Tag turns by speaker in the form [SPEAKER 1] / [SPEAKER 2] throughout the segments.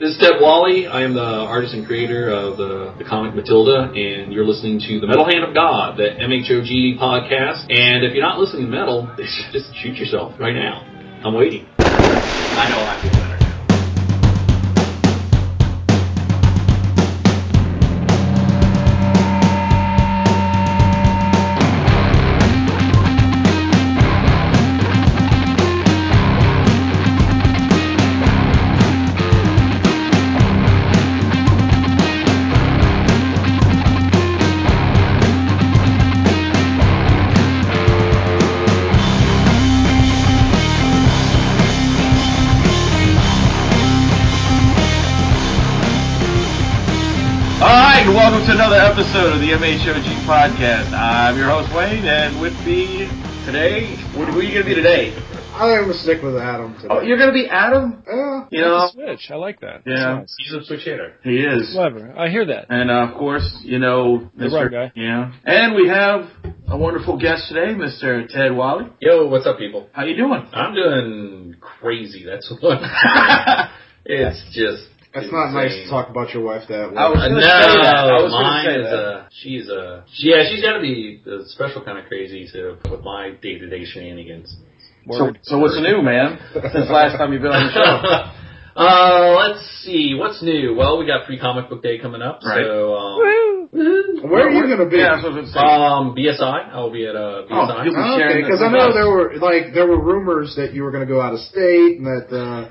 [SPEAKER 1] This is Deb Wally. I am the artist and creator of the, the comic Matilda, and you're listening to The Metal Hand of God, the MHOG podcast. And if you're not listening to metal, just shoot yourself right now. I'm waiting. I know I feel better now.
[SPEAKER 2] All right, and welcome to another episode of the MHOG podcast. I'm your host Wayne, and with me today, what who are you going to be today?
[SPEAKER 3] I'm gonna stick with Adam today. Uh,
[SPEAKER 2] Oh, you're going to be Adam.
[SPEAKER 3] yeah.
[SPEAKER 2] You know,
[SPEAKER 4] Switch. I like that.
[SPEAKER 2] Yeah.
[SPEAKER 4] That's
[SPEAKER 1] He's a switch hitter.
[SPEAKER 2] he
[SPEAKER 4] nice.
[SPEAKER 2] is,
[SPEAKER 4] Clever. I hear that.
[SPEAKER 2] and uh, of course, you know,
[SPEAKER 4] The
[SPEAKER 2] Mr.
[SPEAKER 4] right guy.
[SPEAKER 2] Yeah, and we have a wonderful guest today, Mr. Ted Wally.
[SPEAKER 1] Yo, what's up, people?
[SPEAKER 2] How you doing?
[SPEAKER 1] I'm doing crazy. That's what. it's just.
[SPEAKER 3] That's not
[SPEAKER 1] insane.
[SPEAKER 3] nice to talk about your wife that way.
[SPEAKER 2] I was
[SPEAKER 1] Uh,
[SPEAKER 2] gonna
[SPEAKER 1] no,
[SPEAKER 2] say that. I was gonna
[SPEAKER 1] mine
[SPEAKER 2] say
[SPEAKER 1] is
[SPEAKER 2] that.
[SPEAKER 1] a she's a yeah she's got to be a special kind of crazy to with my day to day shenanigans.
[SPEAKER 2] So,
[SPEAKER 4] Word.
[SPEAKER 2] so what's new, man? Since last time you've been on the show.
[SPEAKER 1] uh, let's see what's new. Well, we got free comic book day coming up,
[SPEAKER 2] Right.
[SPEAKER 1] so um,
[SPEAKER 4] Woo!
[SPEAKER 3] Where are you gonna be?
[SPEAKER 2] Yeah, that's what I was gonna say.
[SPEAKER 1] um BSI. I'll be at uh, BSI.
[SPEAKER 2] you'll be
[SPEAKER 3] Oh, okay,
[SPEAKER 2] sharing
[SPEAKER 3] because
[SPEAKER 2] this
[SPEAKER 3] I know
[SPEAKER 2] with us.
[SPEAKER 3] there were like there were rumors that you were gonna go out of state and that uh,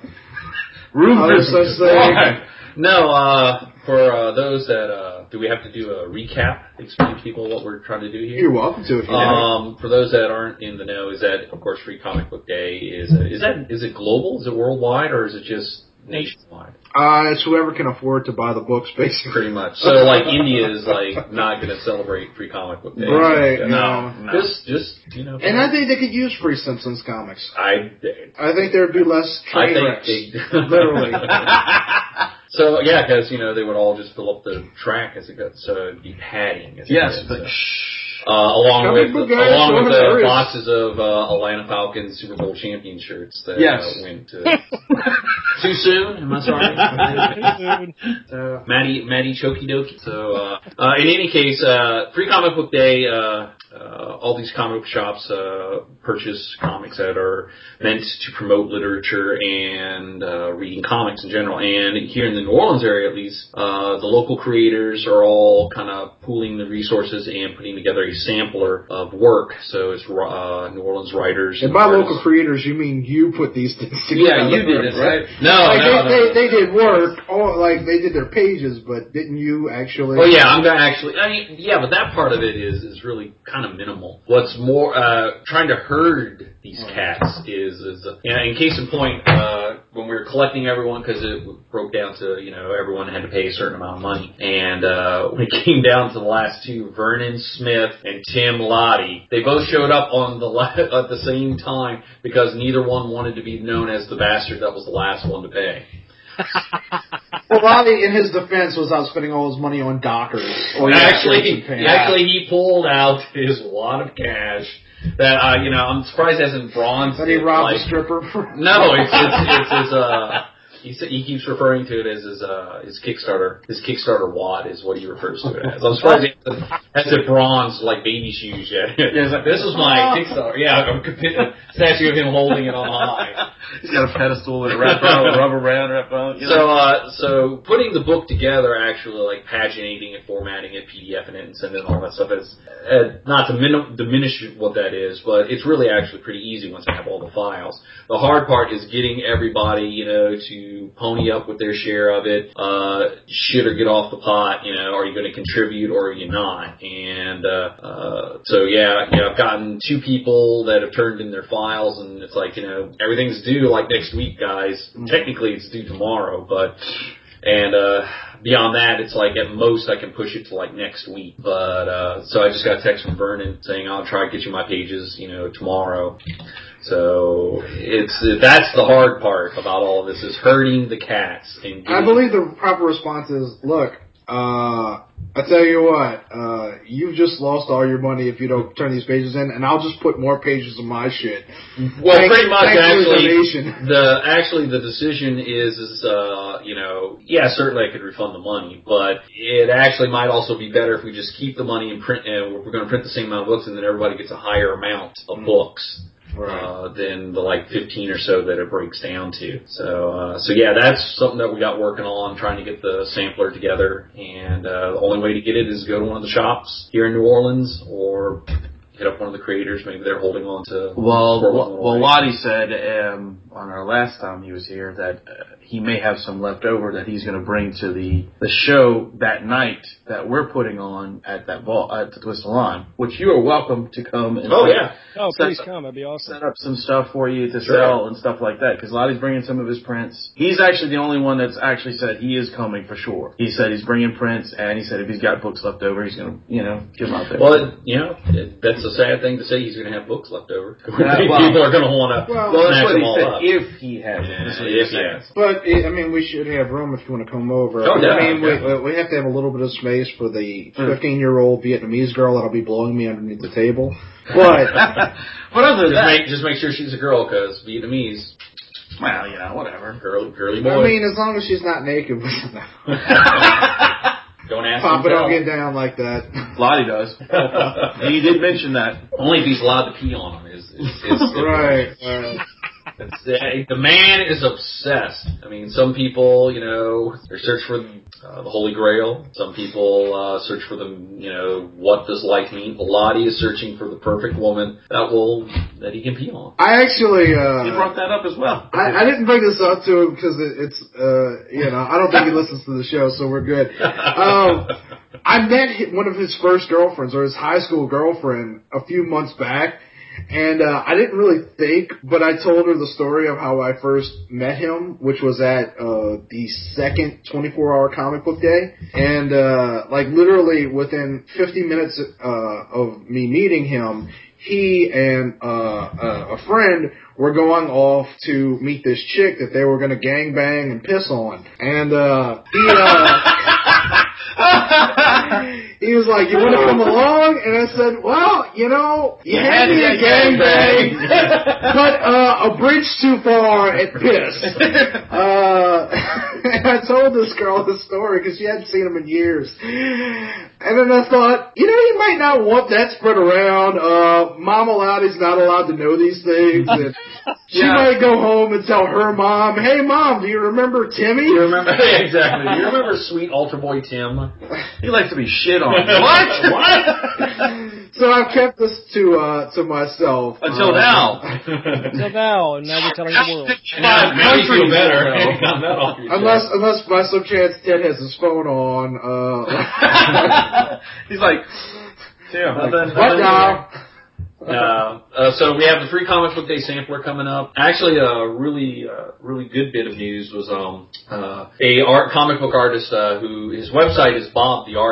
[SPEAKER 2] Rumors.
[SPEAKER 3] other such thing.
[SPEAKER 2] Why?
[SPEAKER 1] No, uh, for uh, those that uh, do we have to do a recap? Explain to people what we're trying to do here.
[SPEAKER 3] you're welcome to if you like.
[SPEAKER 1] Um, for those that aren't in the know, is that of course Free Comic Book Day is uh, is that is it global? Is it worldwide or is it just nationwide?
[SPEAKER 3] Uh, it's whoever can afford to buy the books, basically.
[SPEAKER 1] Pretty much. So like India is like not going to celebrate Free Comic Book Day,
[SPEAKER 3] Right,
[SPEAKER 1] So,
[SPEAKER 3] no,
[SPEAKER 2] no.
[SPEAKER 1] Just just you know.
[SPEAKER 3] And I think they could use free Simpsons comics.
[SPEAKER 1] I
[SPEAKER 3] I think there'd be less
[SPEAKER 1] I
[SPEAKER 3] train
[SPEAKER 1] think
[SPEAKER 3] wrecks.
[SPEAKER 1] they,
[SPEAKER 3] Literally.
[SPEAKER 1] so yeah, because you know they would all just fill up the track as it goes. So it'd be padding. As it
[SPEAKER 2] Yes,
[SPEAKER 1] goes,
[SPEAKER 2] but
[SPEAKER 1] so.
[SPEAKER 2] shh.
[SPEAKER 1] Uh, along
[SPEAKER 3] Comic
[SPEAKER 1] with
[SPEAKER 3] book guys,
[SPEAKER 1] along with
[SPEAKER 3] what
[SPEAKER 1] the
[SPEAKER 3] there is.
[SPEAKER 1] boxes of uh, Atlanta Falcons Super Bowl champion shirts that
[SPEAKER 2] Yes.
[SPEAKER 1] uh, went to too soon. Am I sorry?
[SPEAKER 3] Uh,
[SPEAKER 1] Maddie Maddie Choky Doki. So uh, uh, in any case, uh, free comic book day. Uh, uh, all these comic book shops uh, purchase comics that are meant to promote literature and uh, reading comics in general. And here in the New Orleans area, at least, uh, the local creators are all kind of pooling the resources and putting together a sampler of work. So it's uh, New Orleans writers.
[SPEAKER 3] and by
[SPEAKER 1] artists.
[SPEAKER 3] local creators, you mean you put these things together?
[SPEAKER 2] Yeah, you did it,
[SPEAKER 3] right?
[SPEAKER 2] right?
[SPEAKER 1] No, Oh,
[SPEAKER 3] like
[SPEAKER 1] no, no, no.
[SPEAKER 3] they, they, they did work, or like they did their pages, but didn't you actually?
[SPEAKER 1] Well, Oh, yeah, I'm gonna actually. I mean, yeah, but that part of it is is really kind of minimal. What's more, uh, trying to herd these cats is is. Uh, and in case in point, uh, when we were collecting everyone, because it broke down to you know everyone had to pay a certain amount of money, and uh, when it came down to the last two, Vernon Smith and Tim Lottie, they both showed up on the la- at the same time because neither one wanted to be known as the bastard that was the last one to pay.
[SPEAKER 3] Well, Bobby, in his defense, was out spending all his money on Dockers. Or
[SPEAKER 1] actually,
[SPEAKER 3] shirts and pants.
[SPEAKER 1] actually, he pulled out his wad of cash that uh, you know I'm surprised hasn't bronze.
[SPEAKER 3] that he robbed
[SPEAKER 1] like,
[SPEAKER 3] a stripper. For.
[SPEAKER 1] No, it's it's, it's his. Uh, he sa- he keeps referring to it as his uh, his Kickstarter his Kickstarter wad is what he refers to it as. I'm surprised he hasn't, hasn't bronze like baby shoes yet.
[SPEAKER 2] it's like-
[SPEAKER 1] this is my Kickstarter. Yeah, I'm compi- statue of him holding it on high.
[SPEAKER 2] He's got a pedestal with a wrap around, a rubber round wrap around. You
[SPEAKER 1] So,
[SPEAKER 2] know.
[SPEAKER 1] uh, so putting the book together, actually, like paginating it, formatting it, PDFing it, and sending all that stuff is uh, not to min- diminish what that is, but it's really actually pretty easy once I have all the files. The hard part is getting everybody, you know, to pony up with their share of it. Uh, shit or get off the pot. You know, are you going to contribute or are you not? And uh, uh, so, yeah, yeah, I've gotten two people that have turned in their files, and it's like, you know, everything's due like next week, guys. Technically, it's due tomorrow, but and uh, beyond that, it's like at most I can push it to like next week. But uh, so I just got a text from Vernon saying I'll try to get you my pages, you know, tomorrow. So it's that's the hard part about all this is hurting the cats. And
[SPEAKER 3] I believe the proper response is, look, uh, I tell you what, uh, you've just lost all your money if you don't turn these pages in, and I'll just put more pages of my shit.
[SPEAKER 1] Well,
[SPEAKER 3] Thank-
[SPEAKER 1] pretty much
[SPEAKER 3] thanks for the
[SPEAKER 1] actually.
[SPEAKER 3] donation.
[SPEAKER 1] The actually the decision is is uh you know yeah certainly I could refund the money but it actually might also be better if we just keep the money and print and we're going to print the same amount of books and then everybody gets a higher amount of
[SPEAKER 2] Mm-hmm.
[SPEAKER 1] books
[SPEAKER 3] Right.
[SPEAKER 1] uh, than the like 15 or so that it breaks down to. So, uh, so yeah, that's something that we got working on, trying to get the sampler together. And uh, the only way to get it is go to one of the shops here in New Orleans or hit up one of the creators. Maybe they're holding on to.
[SPEAKER 2] Well,
[SPEAKER 1] for
[SPEAKER 2] well,
[SPEAKER 1] one
[SPEAKER 2] well,
[SPEAKER 1] away.
[SPEAKER 2] Lottie said um, on our last time he was here that uh, he may have some left over that he's going to bring to the the show that night that we're putting on at that ball at the Twist Salon, which you are welcome to come. And
[SPEAKER 1] Oh yeah,
[SPEAKER 4] Oh,
[SPEAKER 2] So-
[SPEAKER 4] please come. That'd be awesome.
[SPEAKER 2] set up some stuff for you to
[SPEAKER 1] Sure.
[SPEAKER 2] sell and stuff like that because Lottie's bringing some of his prints. He's actually the only one that's actually said he is coming for sure. He said he's bringing prints and he said if he's got books left over, he's gonna you know give them out there.
[SPEAKER 1] well, it- you know it, that's a sad thing to say. He's going to have books left over.
[SPEAKER 2] well-
[SPEAKER 1] People are going to want to
[SPEAKER 3] Well,
[SPEAKER 2] Well,
[SPEAKER 1] smash
[SPEAKER 2] that's what
[SPEAKER 1] them
[SPEAKER 2] he
[SPEAKER 1] all
[SPEAKER 2] said.
[SPEAKER 1] up.
[SPEAKER 2] If he has,
[SPEAKER 1] Yeah,
[SPEAKER 2] that's what
[SPEAKER 1] if
[SPEAKER 2] he
[SPEAKER 1] he
[SPEAKER 2] said.
[SPEAKER 1] has.
[SPEAKER 3] But it, I mean, we should have room if you want to come over.
[SPEAKER 1] Oh, yeah,
[SPEAKER 3] I mean,
[SPEAKER 1] yeah. Hmm.
[SPEAKER 3] we, we have to have a little bit of space for
[SPEAKER 2] Mm.
[SPEAKER 3] the fifteen-year-old Vietnamese girl that'll be blowing me underneath the table. But
[SPEAKER 2] but other
[SPEAKER 1] Just
[SPEAKER 2] than that,
[SPEAKER 1] make, just make sure she's a girl, because Vietnamese
[SPEAKER 2] well, you know, whatever.
[SPEAKER 1] girl, girly boy.
[SPEAKER 3] I mean, as long as she's not naked,
[SPEAKER 1] don't ask.
[SPEAKER 3] Papa
[SPEAKER 1] don't
[SPEAKER 3] don't get down like that.
[SPEAKER 2] Lottie does. he did mention that.
[SPEAKER 1] Only if he's allowed to pee on him is, is, is, is
[SPEAKER 3] right. right.
[SPEAKER 1] That's it. The man is obsessed. I mean, some people, you know, they search for uh, the Holy Grail. Some people uh, search for the, you know, what does life mean? Lottie is searching for the perfect woman that will that he can pee on.
[SPEAKER 3] I actually.
[SPEAKER 2] He
[SPEAKER 3] Uh,
[SPEAKER 2] brought that up as well.
[SPEAKER 3] I, I didn't bring this up to him because it, it's, uh, you know, I don't think he listens to the show, so we're good. Um, I met hi- one of his first girlfriends or his high school girlfriend a few months back, and uh, I didn't really think, but I told her the story of how I first met him, which was at uh, the second 24-hour comic book day, and uh, like literally within 50 minutes uh, of me meeting him, he and uh, a a friend were going off to meet this chick that they were going to gang bang and piss on, and uh, he. Uh, he was like, "You want to come along?" And I said, "Well, you know, you had me a gangbang, but uh, a bridge too far at piss." Uh, and I told this girl the story because she hadn't seen him in years, and then I thought, you know, you might not want that spread around. Uh, Mom allowed is not allowed to know these things. And She
[SPEAKER 2] Yeah.
[SPEAKER 3] might go home and tell her mom, "Hey, mom, do you remember Timmy?"
[SPEAKER 1] You remember exactly. You remember sweet Ultra Boy Tim?
[SPEAKER 2] He likes to be shit on.
[SPEAKER 1] What?
[SPEAKER 3] So I've kept this to uh, to myself
[SPEAKER 2] Until
[SPEAKER 3] Uh,
[SPEAKER 2] now.
[SPEAKER 4] Until now, and now we're telling the world.
[SPEAKER 1] Now, now you feel better.
[SPEAKER 2] Now.
[SPEAKER 1] having gotten that off your chest.
[SPEAKER 3] Unless, unless by some chance Ted has his phone on. Uh,
[SPEAKER 2] He's like, Tim. nothing-
[SPEAKER 3] what now?
[SPEAKER 1] uh, uh, so we have the free comic book day sampler coming up. Actually, a really, uh, really good bit of news was um, uh, a art comic book artist uh, who his website is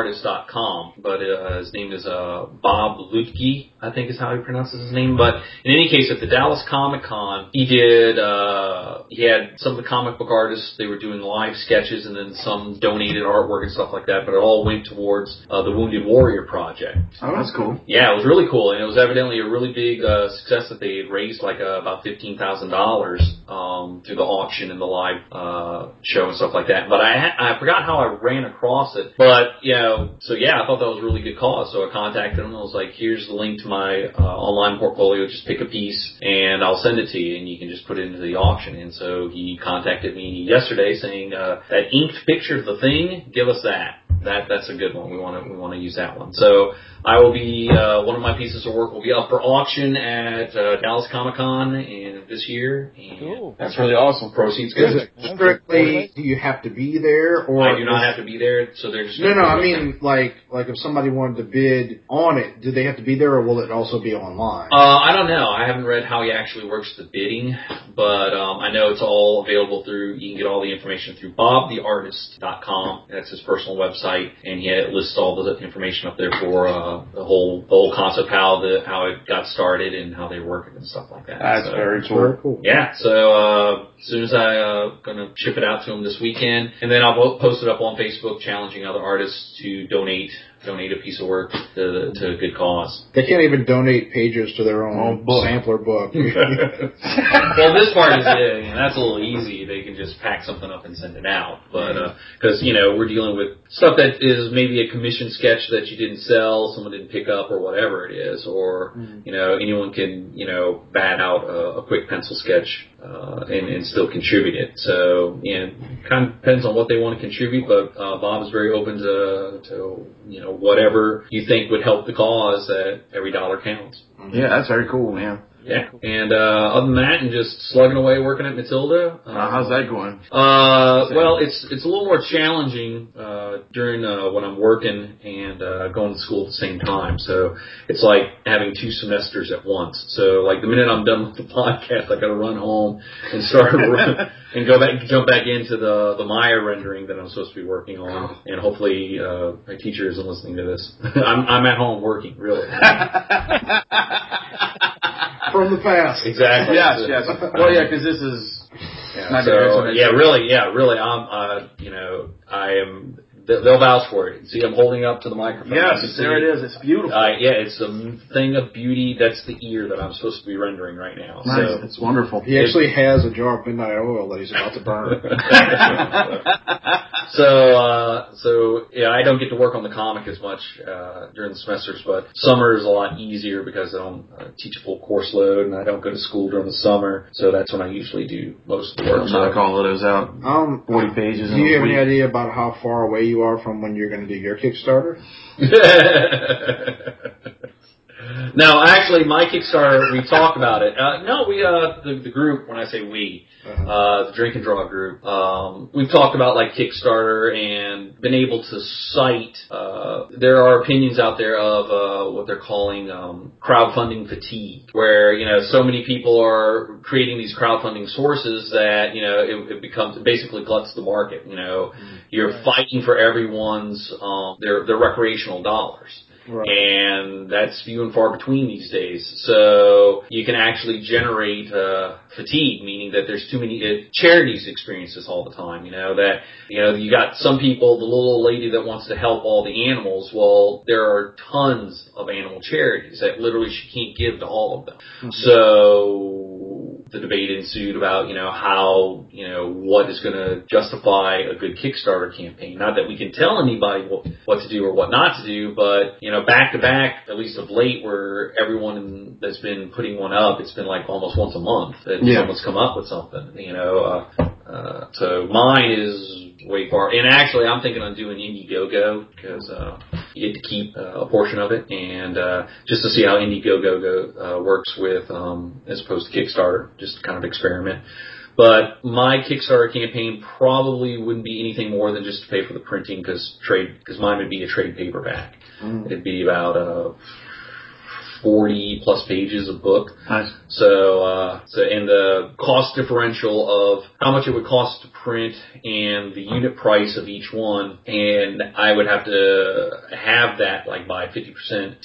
[SPEAKER 1] bobtheartist.com, but uh, his name is uh, Bob Lutke, I think is how he pronounces his name. But in any case, at the Dallas Comic Con, he did. Uh, he had some of the comic book artists. They were doing live sketches, and then some donated artwork and stuff like that. But it all went towards uh, the Wounded Warrior Project.
[SPEAKER 2] Oh, that's cool.
[SPEAKER 1] Yeah, it was really cool, and it was evidently a really big uh, success that they had raised like uh, about fifteen thousand dollars um, through the auction and the live uh, show and stuff like that. But I ha- I forgot how I ran across it, but you know, so yeah, I thought that was a really good cause. So I contacted them. and I was like, "Here's the link to my uh, online portfolio. Just pick a piece, and I'll send it to you, and you can just put it into the auction." And so he contacted me yesterday saying uh, that inked picture of the thing. Give us that. That that's a good one. We want to we want to use that one. So. I will be uh, one of my pieces of work will be up for auction at uh, Dallas Comic Con in this year. And
[SPEAKER 4] Cool.
[SPEAKER 2] That's really awesome.
[SPEAKER 1] Proceeds
[SPEAKER 3] Is
[SPEAKER 1] go.
[SPEAKER 3] it strictly do you have to be there, or
[SPEAKER 1] I do not have
[SPEAKER 3] is-
[SPEAKER 1] to be there, so they're just
[SPEAKER 3] No, no.
[SPEAKER 1] gonna-
[SPEAKER 3] I mean, like, like if somebody wanted to bid on it, do they have to be there, or will it also be online?
[SPEAKER 1] Uh, I don't know. I haven't read how he actually works the bidding, but um, I know it's all available through. You can get all the information through bobtheartist.com. That's his personal website. site, and he had- lists all the information up there for uh, the whole the whole concept how the how it got started and how they work it and stuff like that.
[SPEAKER 5] That's
[SPEAKER 1] So-
[SPEAKER 5] very
[SPEAKER 3] Very
[SPEAKER 5] cool.
[SPEAKER 3] cool.
[SPEAKER 1] yeah, so uh, as soon as I uh, gonna ship it out to him this weekend, and then I'll po- post it up on Facebook, challenging other artists to donate donate a piece of work to to a good cause.
[SPEAKER 3] They can't even donate pages to their own
[SPEAKER 1] Oh,
[SPEAKER 5] Own book.
[SPEAKER 3] sampler book.
[SPEAKER 1] well, this part is yeah, you know, that's a little easy. They can just pack something up and send it out, but because you know we're dealing with stuff that is maybe a commission sketch that you didn't sell, someone didn't pick up, or whatever it is, or you know anyone can you know bat out a, a quick pencil sketch uh, and, and still contribute it. So you know, kind of depends on what they want to contribute, but uh, Bob is very open to to you know whatever you think would help the cause. That every dollar counts.
[SPEAKER 2] Yeah, that's very cool, man.
[SPEAKER 1] Yeah, and uh, other than that, and just slugging away working at Matilda. Uh,
[SPEAKER 2] Uh, how's that going?
[SPEAKER 1] Uh, well, it's it's a little more challenging uh, during uh, when I'm working and uh, going to school at the same time. So it's like having two semesters at once. So like the minute I'm done with the podcast, I got to run home and start and go back jump back into the the Maya rendering that I'm supposed to be working on. And hopefully uh, my teacher isn't listening to this. I'm I'm at home working really.
[SPEAKER 3] From the past.
[SPEAKER 1] Exactly.
[SPEAKER 2] yes, yes. Well, yeah, because this is
[SPEAKER 1] Yeah,
[SPEAKER 2] Not
[SPEAKER 1] so,
[SPEAKER 2] very much.
[SPEAKER 1] yeah, really, yeah, really. I'm, uh, you know, I am. They'll they'll vouch for it. See, I'm holding up to the microphone. You
[SPEAKER 2] yes,
[SPEAKER 1] can
[SPEAKER 2] there
[SPEAKER 1] see-
[SPEAKER 2] it is. It's beautiful.
[SPEAKER 1] Uh, yeah, it's a thing of beauty. That's the ear that I'm supposed to be rendering right now.
[SPEAKER 2] nice.
[SPEAKER 1] So.
[SPEAKER 2] It's wonderful.
[SPEAKER 3] He actually has a jar of midnight oil that he's about to burn.
[SPEAKER 1] so, uh, so yeah, I don't get to work on the comic as much uh, during the semesters, but summer is a lot easier because I don't uh, teach a full course load and I don't go to school during the summer. So that's when I usually do most of the work.
[SPEAKER 2] I'll knock
[SPEAKER 1] So,
[SPEAKER 2] all of those out.
[SPEAKER 3] Um,
[SPEAKER 2] Forty pages.
[SPEAKER 3] do
[SPEAKER 2] In
[SPEAKER 3] you
[SPEAKER 2] a
[SPEAKER 3] have any
[SPEAKER 2] week.
[SPEAKER 3] idea about how far away you are from when you're going to do your Kickstarter?
[SPEAKER 1] no, actually, my Kickstarter, we talked about it. Uh, no, we, uh, the, the group, when I say we,
[SPEAKER 3] Uh-huh.
[SPEAKER 1] uh, the Drink and Draw group, um, we've talked about like Kickstarter and been able to cite, uh, there are opinions out there of, uh, what they're calling, um, crowdfunding fatigue, where, you know, so many people are creating these crowdfunding sources that, you know, it, it becomes, it basically gluts the market, you know. You're
[SPEAKER 4] Right.
[SPEAKER 1] fighting for everyone's, um, their, their recreational dollars
[SPEAKER 3] Right.
[SPEAKER 1] and that's few and far between these days. So you can actually generate uh, fatigue, meaning that there's too many uh, charities experience this all the time. You know that you know you got some people, the little old lady that wants to help all the animals. Well, there are tons of animal charities that literally she can't give to all of them. So the debate ensued about you know how you know what is going to justify a good Kickstarter campaign. Not that we can tell anybody what, what to do or what not to do, but you know back to back, at least of late, where everyone that's been putting one up, it's been like almost once a month that
[SPEAKER 2] Yeah.
[SPEAKER 1] someone's come up with something. You know, uh, uh, so mine is way far. And actually, I'm thinking on doing Indiegogo because uh, you get to keep uh, a portion of it, and uh, just to see how Indiegogo go, uh, works with um, as opposed to Kickstarter, just to kind of experiment. But my Kickstarter campaign probably wouldn't be anything more than just to pay for the printing because trade because mine would be a trade paperback.
[SPEAKER 2] Mm.
[SPEAKER 1] It'd be about uh, forty plus pages of book.
[SPEAKER 2] Nice.
[SPEAKER 1] So, uh, so and the cost differential of how much it would cost to print and the unit price of each one, and I would have to have that like by 50%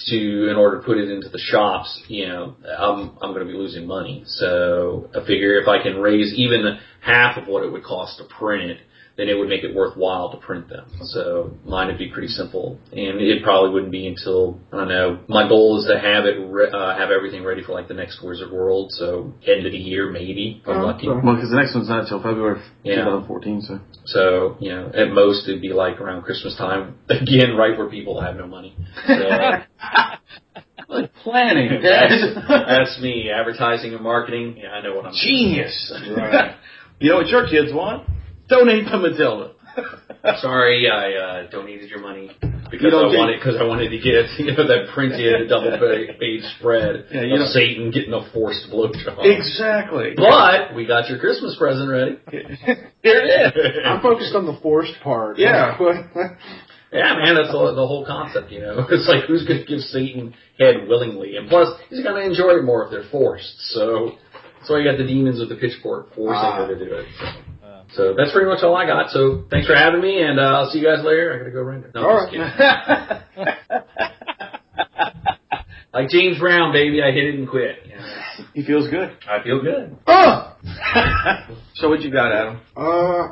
[SPEAKER 1] to in order to put it into the shops. You know, I'm I'm going to be losing money. So I figure if I can raise even half of what it would cost to print it, then it would make it worthwhile to print them. So mine would be pretty simple, and it probably wouldn't be until I don't know. My goal is to have it re- uh, have everything ready for like the next Wizard World, so end of the year maybe. if I'm
[SPEAKER 3] Oh,
[SPEAKER 1] lucky.
[SPEAKER 3] okay.
[SPEAKER 2] Well, because the next one's not until February
[SPEAKER 1] Yeah.
[SPEAKER 2] 2014, so
[SPEAKER 1] So you know, at most it'd be like around Christmas time again, right where people have no money. So, uh,
[SPEAKER 2] like planning.
[SPEAKER 1] that's me, advertising and marketing. Yeah, I know what I'm. doing.
[SPEAKER 2] Genius.
[SPEAKER 3] Right.
[SPEAKER 2] you know what your kids want? Donate to Matilda.
[SPEAKER 1] Sorry, I uh, donated your money because I
[SPEAKER 2] don't get-
[SPEAKER 1] wanted because I wanted to get you know that printed double pa- page spread
[SPEAKER 2] Yeah, you
[SPEAKER 1] of
[SPEAKER 2] don't-
[SPEAKER 1] Satan getting a forced blowjob.
[SPEAKER 2] exactly.
[SPEAKER 1] But we got your Christmas present ready.
[SPEAKER 2] Here it is.
[SPEAKER 3] I'm focused on the forced part.
[SPEAKER 2] Yeah.
[SPEAKER 1] yeah, man, that's all, the whole concept. You know, it's like who's going to give Satan head willingly, and plus he's going to enjoy it more if they're forced. So that's why you got the demons with the pitchfork forcing
[SPEAKER 3] Ah.
[SPEAKER 1] her to do it.
[SPEAKER 4] Uh,
[SPEAKER 1] So that's pretty much all I got. So thanks for having me, and uh, I'll see you guys later. I gotta go render. No,
[SPEAKER 3] All
[SPEAKER 1] I'm just kidding. Like James Brown, baby, I hit it and quit. Yeah,
[SPEAKER 2] he feels good.
[SPEAKER 1] I feel good.
[SPEAKER 3] Oh!
[SPEAKER 2] so what you got, Adam?
[SPEAKER 3] Uh,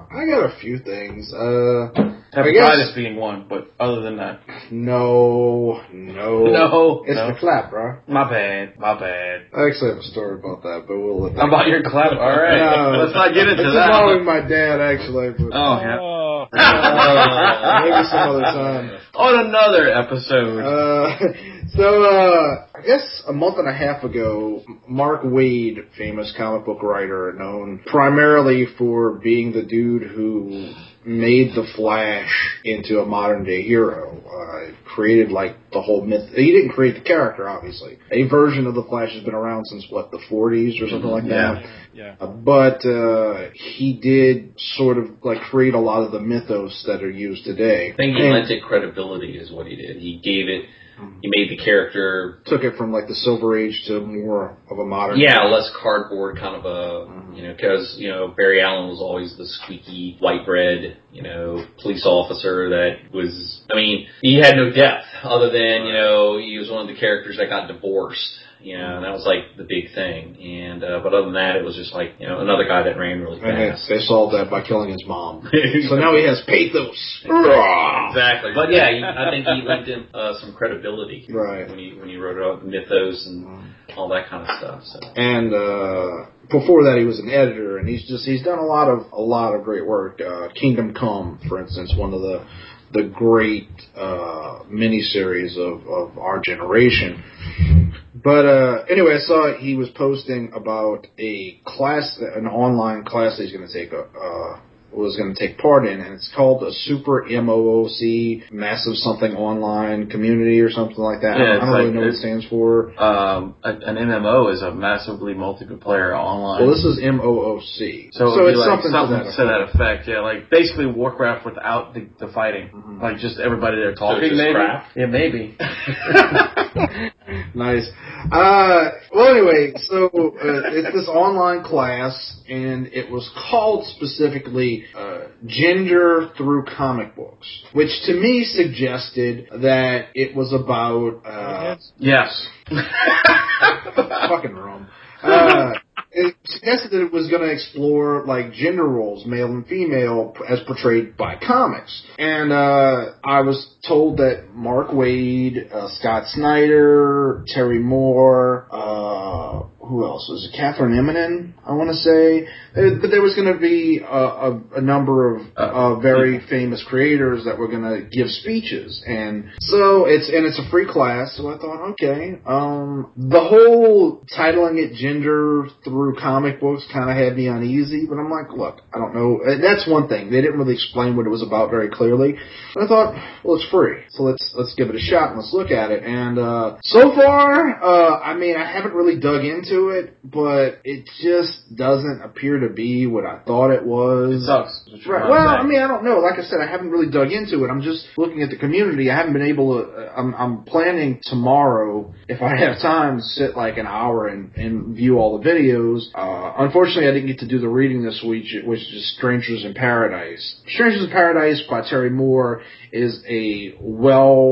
[SPEAKER 3] I got a few things. Uh,
[SPEAKER 2] Hepatitis being one, but other than that,
[SPEAKER 3] no, no.
[SPEAKER 2] no,
[SPEAKER 3] It's
[SPEAKER 2] no.
[SPEAKER 3] the clap, bro.
[SPEAKER 2] my bad, my bad.
[SPEAKER 3] I actually have a story about that, but we'll let that
[SPEAKER 2] How about your clap? All right,
[SPEAKER 3] No.
[SPEAKER 2] let's not get
[SPEAKER 3] It's
[SPEAKER 2] into
[SPEAKER 3] involving
[SPEAKER 2] that.
[SPEAKER 3] my dad, actually. But,
[SPEAKER 2] Oh, yeah.
[SPEAKER 4] Oh,
[SPEAKER 3] uh, maybe some other time.
[SPEAKER 2] On another episode.
[SPEAKER 3] Uh, so, uh, I guess a month and a half ago, Mark Wade, famous comic book writer, known primarily for being the dude who made the Flash into a modern day hero. Uh, created like the whole myth. He didn't create the character, obviously. A version of the Flash has been around since what the 40s or something like
[SPEAKER 2] Yeah.
[SPEAKER 3] that.
[SPEAKER 4] yeah.
[SPEAKER 3] Uh, but uh, he did sort of like create a lot of the mythos that are used today.
[SPEAKER 1] I think he
[SPEAKER 2] um,
[SPEAKER 3] And
[SPEAKER 1] lent it credibility, is what he did. He gave it. He made the character,
[SPEAKER 3] took it from like the Silver Age to more of a modern.
[SPEAKER 1] yeah, less cardboard kind of
[SPEAKER 3] Mm-hmm.
[SPEAKER 1] a, you know, because you know Barry Allen was always the squeaky white bread, you know, police officer that was. I mean, he had no depth other than you know he was one of the characters that got divorced. You know, and that was like the big thing. And uh, but other than that, it was just like you know another guy that ran really
[SPEAKER 3] And they,
[SPEAKER 1] fast.
[SPEAKER 3] they solved that by killing his mom. So now he has pathos. Hurrah!
[SPEAKER 1] Exactly, but yeah, he, I think he lent him uh, some credibility
[SPEAKER 3] Right. Mm-hmm.
[SPEAKER 1] when he when he wrote up mythos and all that kind of stuff. So
[SPEAKER 3] And uh, before that, he was an editor, and he's just he's done a lot of a lot of great work. Uh, Kingdom Come, for instance, one of the the great uh, miniseries of, of our generation. But uh, anyway, I saw he was posting about a class, an online class that he's going to take. Uh, was going to take part in, and it's called a Super MOOC, Massive Something Online Community or something like that.
[SPEAKER 2] Yeah,
[SPEAKER 3] I
[SPEAKER 2] it's
[SPEAKER 3] don't really
[SPEAKER 2] like-
[SPEAKER 3] know what it stands for.
[SPEAKER 2] Um, a- an MMO is a massively multiplayer online.
[SPEAKER 3] Well, this is MOOC.
[SPEAKER 2] So,
[SPEAKER 3] So,
[SPEAKER 2] it'd be
[SPEAKER 3] it's
[SPEAKER 2] like
[SPEAKER 3] something, to that.
[SPEAKER 2] to that effect, yeah. Like basically Warcraft without the, the fighting, like just everybody there talking.
[SPEAKER 1] just
[SPEAKER 2] Mm-hmm. maybe,
[SPEAKER 1] crap?
[SPEAKER 2] yeah, maybe.
[SPEAKER 3] effect. nice. Uh, well, anyway, so uh, it's this online class, and it was called specifically uh, Gender Through Comic Books, which to me suggested that it was about. Uh,
[SPEAKER 4] Dickheads.
[SPEAKER 2] Yes.
[SPEAKER 3] fucking rum. Uh, it suggested that it was going to explore like gender roles, male and female, as portrayed by comics. And uh, I was told that Mark Wade, uh, Scott Snyder, Terry Moore, uh, who else was it? Catherine Eminem, I want to say. Uh, But there was going to be uh, a, a, a number of uh, very famous creators that were going to give speeches, and so it's and it's a free class. So I thought, okay, um, the whole titling it gender through comic books kind of had me uneasy. But I'm like, look, I don't know. Uh, That's one thing they didn't really explain what it was about very clearly. And I thought, well, it's free, so let's let's give it a shot and let's look at it. And uh, so far, uh, I mean, I haven't really dug into it, but it just doesn't appear to be what I thought it was.
[SPEAKER 2] It sucks. is what you're
[SPEAKER 3] Right.
[SPEAKER 2] trying
[SPEAKER 3] Well,
[SPEAKER 2] to say.
[SPEAKER 3] I mean, I don't know. Like I said, I haven't really dug into it. I'm just looking at the community. I haven't been able to. uh, I'm, I'm planning tomorrow, if I have time, to sit like an hour and, and view all the videos. Uh, unfortunately, I didn't get to do the reading this week, which is Strangers in Paradise. Strangers in Paradise by Terry Moore is a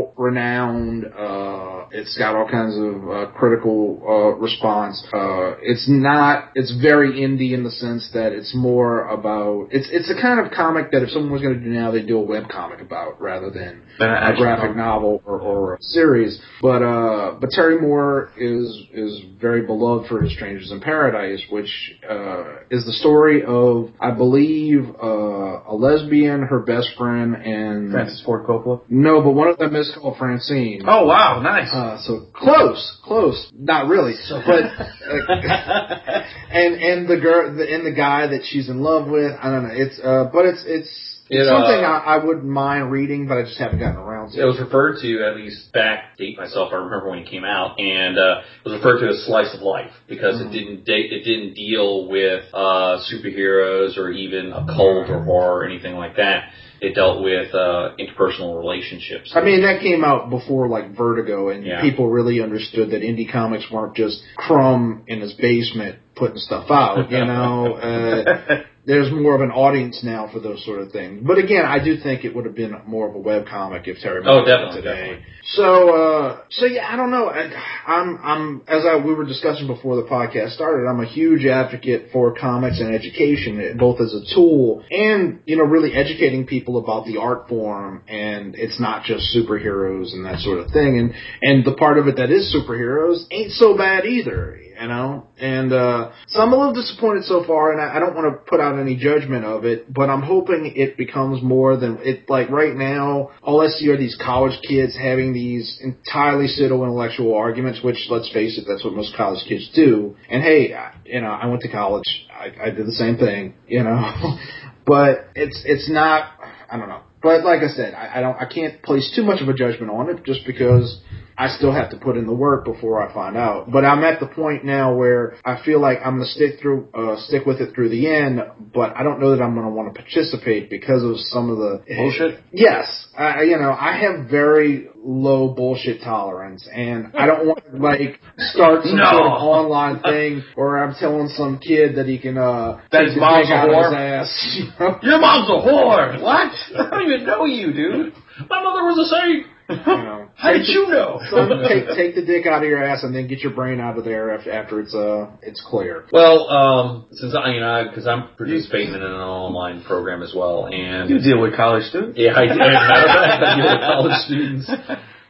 [SPEAKER 3] well-renowned. Uh, it's got all kinds of uh, critical uh, response. Uh, it's not. It's very indie in the sense that it's more about. It's it's the kind of comic that if someone was going to do now, they do a web comic about rather than
[SPEAKER 2] Then I
[SPEAKER 3] a
[SPEAKER 2] actually
[SPEAKER 3] graphic novel or, or a series. But uh, but Terry Moore is is very beloved for his Strangers in Paradise, which uh, is the story of I believe uh, a lesbian, her best friend, and
[SPEAKER 2] uh, Francis Ford Coppola.
[SPEAKER 3] no, but one of them is called Francine.
[SPEAKER 2] Oh wow, nice.
[SPEAKER 3] Uh, so close, close, not really, but uh, and and the girl the, and the guy that she's in love with, I don't know. It's uh, but it's it's.
[SPEAKER 1] It,
[SPEAKER 3] It's something
[SPEAKER 1] uh,
[SPEAKER 3] I, I wouldn't mind reading, but I just haven't gotten around to.
[SPEAKER 1] It was referred to, at least back date myself. I remember when it came out, and uh, it was referred to as slice of life because
[SPEAKER 2] Mm.
[SPEAKER 1] it didn't de- it didn't deal with uh, superheroes or even a cult or horror or anything like that. It dealt with uh, interpersonal relationships.
[SPEAKER 3] I mean, that came out before like Vertigo, and
[SPEAKER 1] Yeah.
[SPEAKER 3] people really understood that indie comics weren't just Crumb in his basement putting stuff out. You know, uh, there's more of an audience now for those sort of things. But again, I do think it would have been more of a web comic if Terry.
[SPEAKER 1] Oh,
[SPEAKER 3] Miller did it
[SPEAKER 1] definitely, definitely.
[SPEAKER 3] So, uh, so yeah, I don't know. I, I'm, I'm as I we were discussing before the podcast started. I'm a huge advocate for comics and education, both as a tool and you know really educating people about the art form, and it's not just superheroes and that sort of thing. And and the part of it that is superheroes ain't so bad either you know. And uh, so I'm a little disappointed so far, and I, I don't want to put out any judgment of it, but I'm hoping it becomes more than it. Like right now, all I see are these college kids having these entirely pseudo intellectual arguments, which let's face it, that's what most college kids do. And hey, I, you know, I went to college, I, I did the same thing, you know. but it's it's not. I don't know. But like I said, I, I don't. I can't place too much of a judgment on it just because I still have to put in the work before I find out. But I'm at the point now where I feel like I'm gonna stick through, uh, stick with it through the end. But I don't know that I'm gonna want to participate because of some of the
[SPEAKER 2] Bullshit?
[SPEAKER 3] Yes, I, you know, I have very low bullshit tolerance, and I don't want to like start some
[SPEAKER 2] No.
[SPEAKER 3] sort of online thing where I'm telling some kid that he can uh
[SPEAKER 2] That
[SPEAKER 3] take
[SPEAKER 2] his
[SPEAKER 3] his
[SPEAKER 2] mom's
[SPEAKER 3] dick
[SPEAKER 2] a
[SPEAKER 3] out of his
[SPEAKER 2] whore?
[SPEAKER 3] ass. you know?
[SPEAKER 2] Your mom's a whore. What? I don't even know you, dude.
[SPEAKER 1] My mother was a saint.
[SPEAKER 3] You know.
[SPEAKER 2] How did you know?
[SPEAKER 3] Son, take take the dick out of your ass and then get your brain out of there after, after it's uh it's clear.
[SPEAKER 1] Well, um, since I, you know, because I'm participating in an online program as well,
[SPEAKER 2] You
[SPEAKER 1] and
[SPEAKER 2] deal with college students.
[SPEAKER 1] yeah, I, as a matter of fact, I deal with college students